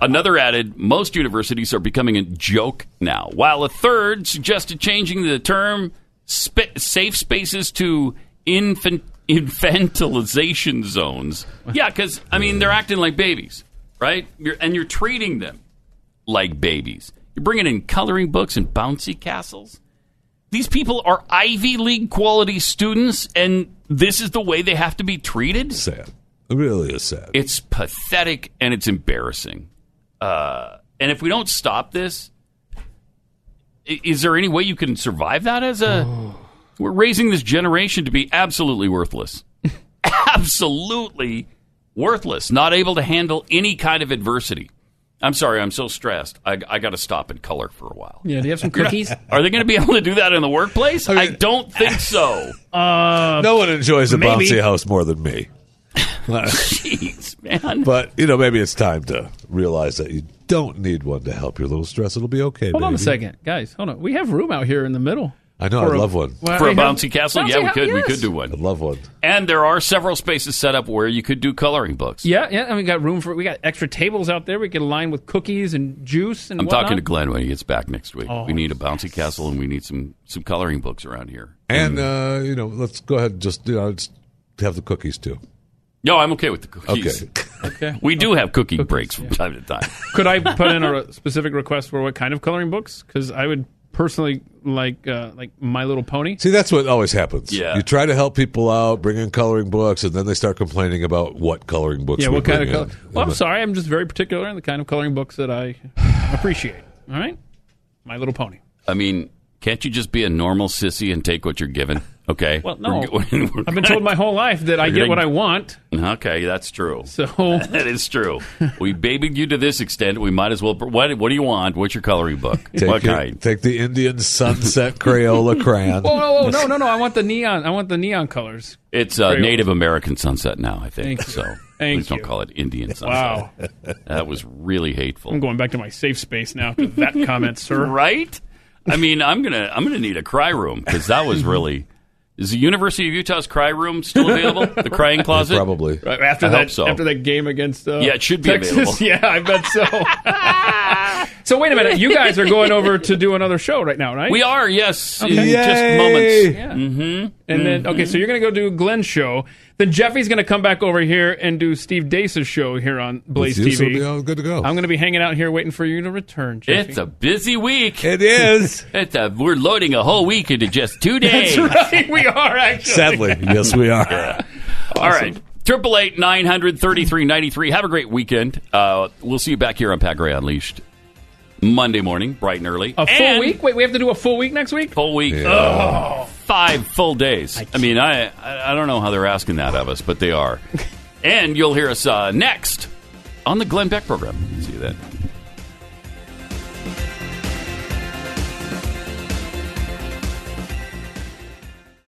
Speaker 3: Another added, most universities are becoming a joke now, while a third suggested changing the term sp- safe spaces to infant- infantilization zones. Yeah, because, I mean, they're acting like babies, right? You're, and you're treating them like babies. You're bringing in coloring books and bouncy castles. These people are Ivy League quality students, and this is the way they have to be treated?
Speaker 4: Sad. It really is sad.
Speaker 3: It's pathetic and it's embarrassing. Uh, and if we don't stop this, i- is there any way you can survive that as a. We're raising this generation to be absolutely worthless. absolutely worthless. Not able to handle any kind of adversity. I'm sorry, I'm so stressed. I, I got to stop and color for a while.
Speaker 5: Yeah, do you have some cookies?
Speaker 3: Are they going to be able to do that in the workplace? I, don't think so.
Speaker 5: Uh,
Speaker 4: no one enjoys a
Speaker 3: maybe.
Speaker 4: bouncy house more than me.
Speaker 3: Jeez, man.
Speaker 4: But you know, maybe it's time to realize that you don't need one to help your little stress. It'll be okay.
Speaker 5: Hold on a
Speaker 4: baby.
Speaker 5: second, guys. Hold on. We have room out here in the middle.
Speaker 4: I know.
Speaker 5: For
Speaker 4: I
Speaker 5: a-
Speaker 4: love one
Speaker 5: Well, For a we have- bouncy
Speaker 3: castle? Yeah, we Bouncy could- we house, could yes. do
Speaker 4: one. I love one.
Speaker 3: And there are several spaces set up where you could do coloring books.
Speaker 5: Yeah, yeah, and we got room for we got extra tables out there. We could line with cookies and juice and.
Speaker 3: I'm
Speaker 5: whatnot.
Speaker 3: talking to Glenn when he gets back next week.
Speaker 5: Oh,
Speaker 3: we need a bouncy castle and we need some some coloring books around here.
Speaker 4: And
Speaker 3: Mm.
Speaker 4: uh, you know, let's go ahead and just you know, just have the cookies too.
Speaker 3: No, I'm okay with the cookies.
Speaker 4: Okay.
Speaker 5: Okay.
Speaker 3: We do have cookie breaks from time to time.
Speaker 5: Could I put in a specific request for what kind of coloring books? Because I would personally like uh, like My Little Pony.
Speaker 4: See, that's what always happens.
Speaker 5: Yeah.
Speaker 4: You try to help people out, bring in coloring books, and then they start complaining about what coloring books.
Speaker 5: yeah,
Speaker 4: we
Speaker 5: what kind of
Speaker 4: bring
Speaker 5: color?
Speaker 4: in.
Speaker 5: Well, I'm sorry, I'm just very particular in the kind of coloring books that I appreciate. All right, My Little Pony.
Speaker 3: I mean, can't you just be a normal sissy and take what you're given? Okay.
Speaker 5: Well, no,
Speaker 3: We're g- we're
Speaker 5: I've been told my whole life that I
Speaker 3: You're
Speaker 5: get
Speaker 3: gonna-
Speaker 5: what I want.
Speaker 3: Okay, that's true.
Speaker 5: So
Speaker 3: that is true. We babied you to this extent. We might as well. What What do you want? What's your coloring book?
Speaker 4: Take,
Speaker 3: what
Speaker 4: your-
Speaker 3: kind?
Speaker 4: take the Indian Sunset Crayola crayon.
Speaker 5: Whoa, whoa, whoa, no, no, no! I want the neon. I want the neon colors.
Speaker 3: It's uh,
Speaker 5: Crayola.
Speaker 3: Native American sunset now, I think.
Speaker 5: Thank you.
Speaker 3: so
Speaker 5: Thank
Speaker 3: please don't
Speaker 5: you.
Speaker 3: call it Indian sunset. Wow, that was really hateful.
Speaker 5: I'm going back to my safe space now. After that comment, sir.
Speaker 3: Right? I mean, I'm gonna I'm gonna need a cry room because that was really. Is the University of Utah's cry room still available? The crying closet,
Speaker 4: probably.
Speaker 5: Right, after
Speaker 3: I
Speaker 5: that,
Speaker 3: hope so.
Speaker 5: after that game against uh,
Speaker 3: Yeah, it should be
Speaker 5: Texas.
Speaker 3: available.
Speaker 5: Yeah, I bet so. so wait a minute, you guys are going over to do another show right now, right?
Speaker 3: we are yes, in
Speaker 5: Okay.
Speaker 3: just moments.
Speaker 5: Yeah.
Speaker 3: Mm-hmm.
Speaker 5: And then okay, so you're gonna go do Glenn's show. Then Jeffy's gonna come back over here and do Steve Dace's show here on Blaze
Speaker 4: you, so
Speaker 5: TV.
Speaker 4: it'll be all good to go.
Speaker 5: I'm gonna be hanging out here waiting for you to return. Jeffy.
Speaker 3: It's a busy week.
Speaker 4: It is.
Speaker 3: It's a, we're loading a whole week into just two days.
Speaker 5: That's right, we are actually.
Speaker 4: Sadly, yes, we are.
Speaker 3: All right. Triple eight nine hundred thirty three ninety three. Have a great weekend. Uh, we'll see you back here on Pat Gray Unleashed Monday morning, bright and early.
Speaker 5: A full
Speaker 3: And
Speaker 5: week? Wait, we have to do a full week next week?
Speaker 3: Full week. Oh, five full days. I mean, I I I don't know how they're asking that of us, but they are. and you'll hear us uh, next on the Glenn Beck program. See you then.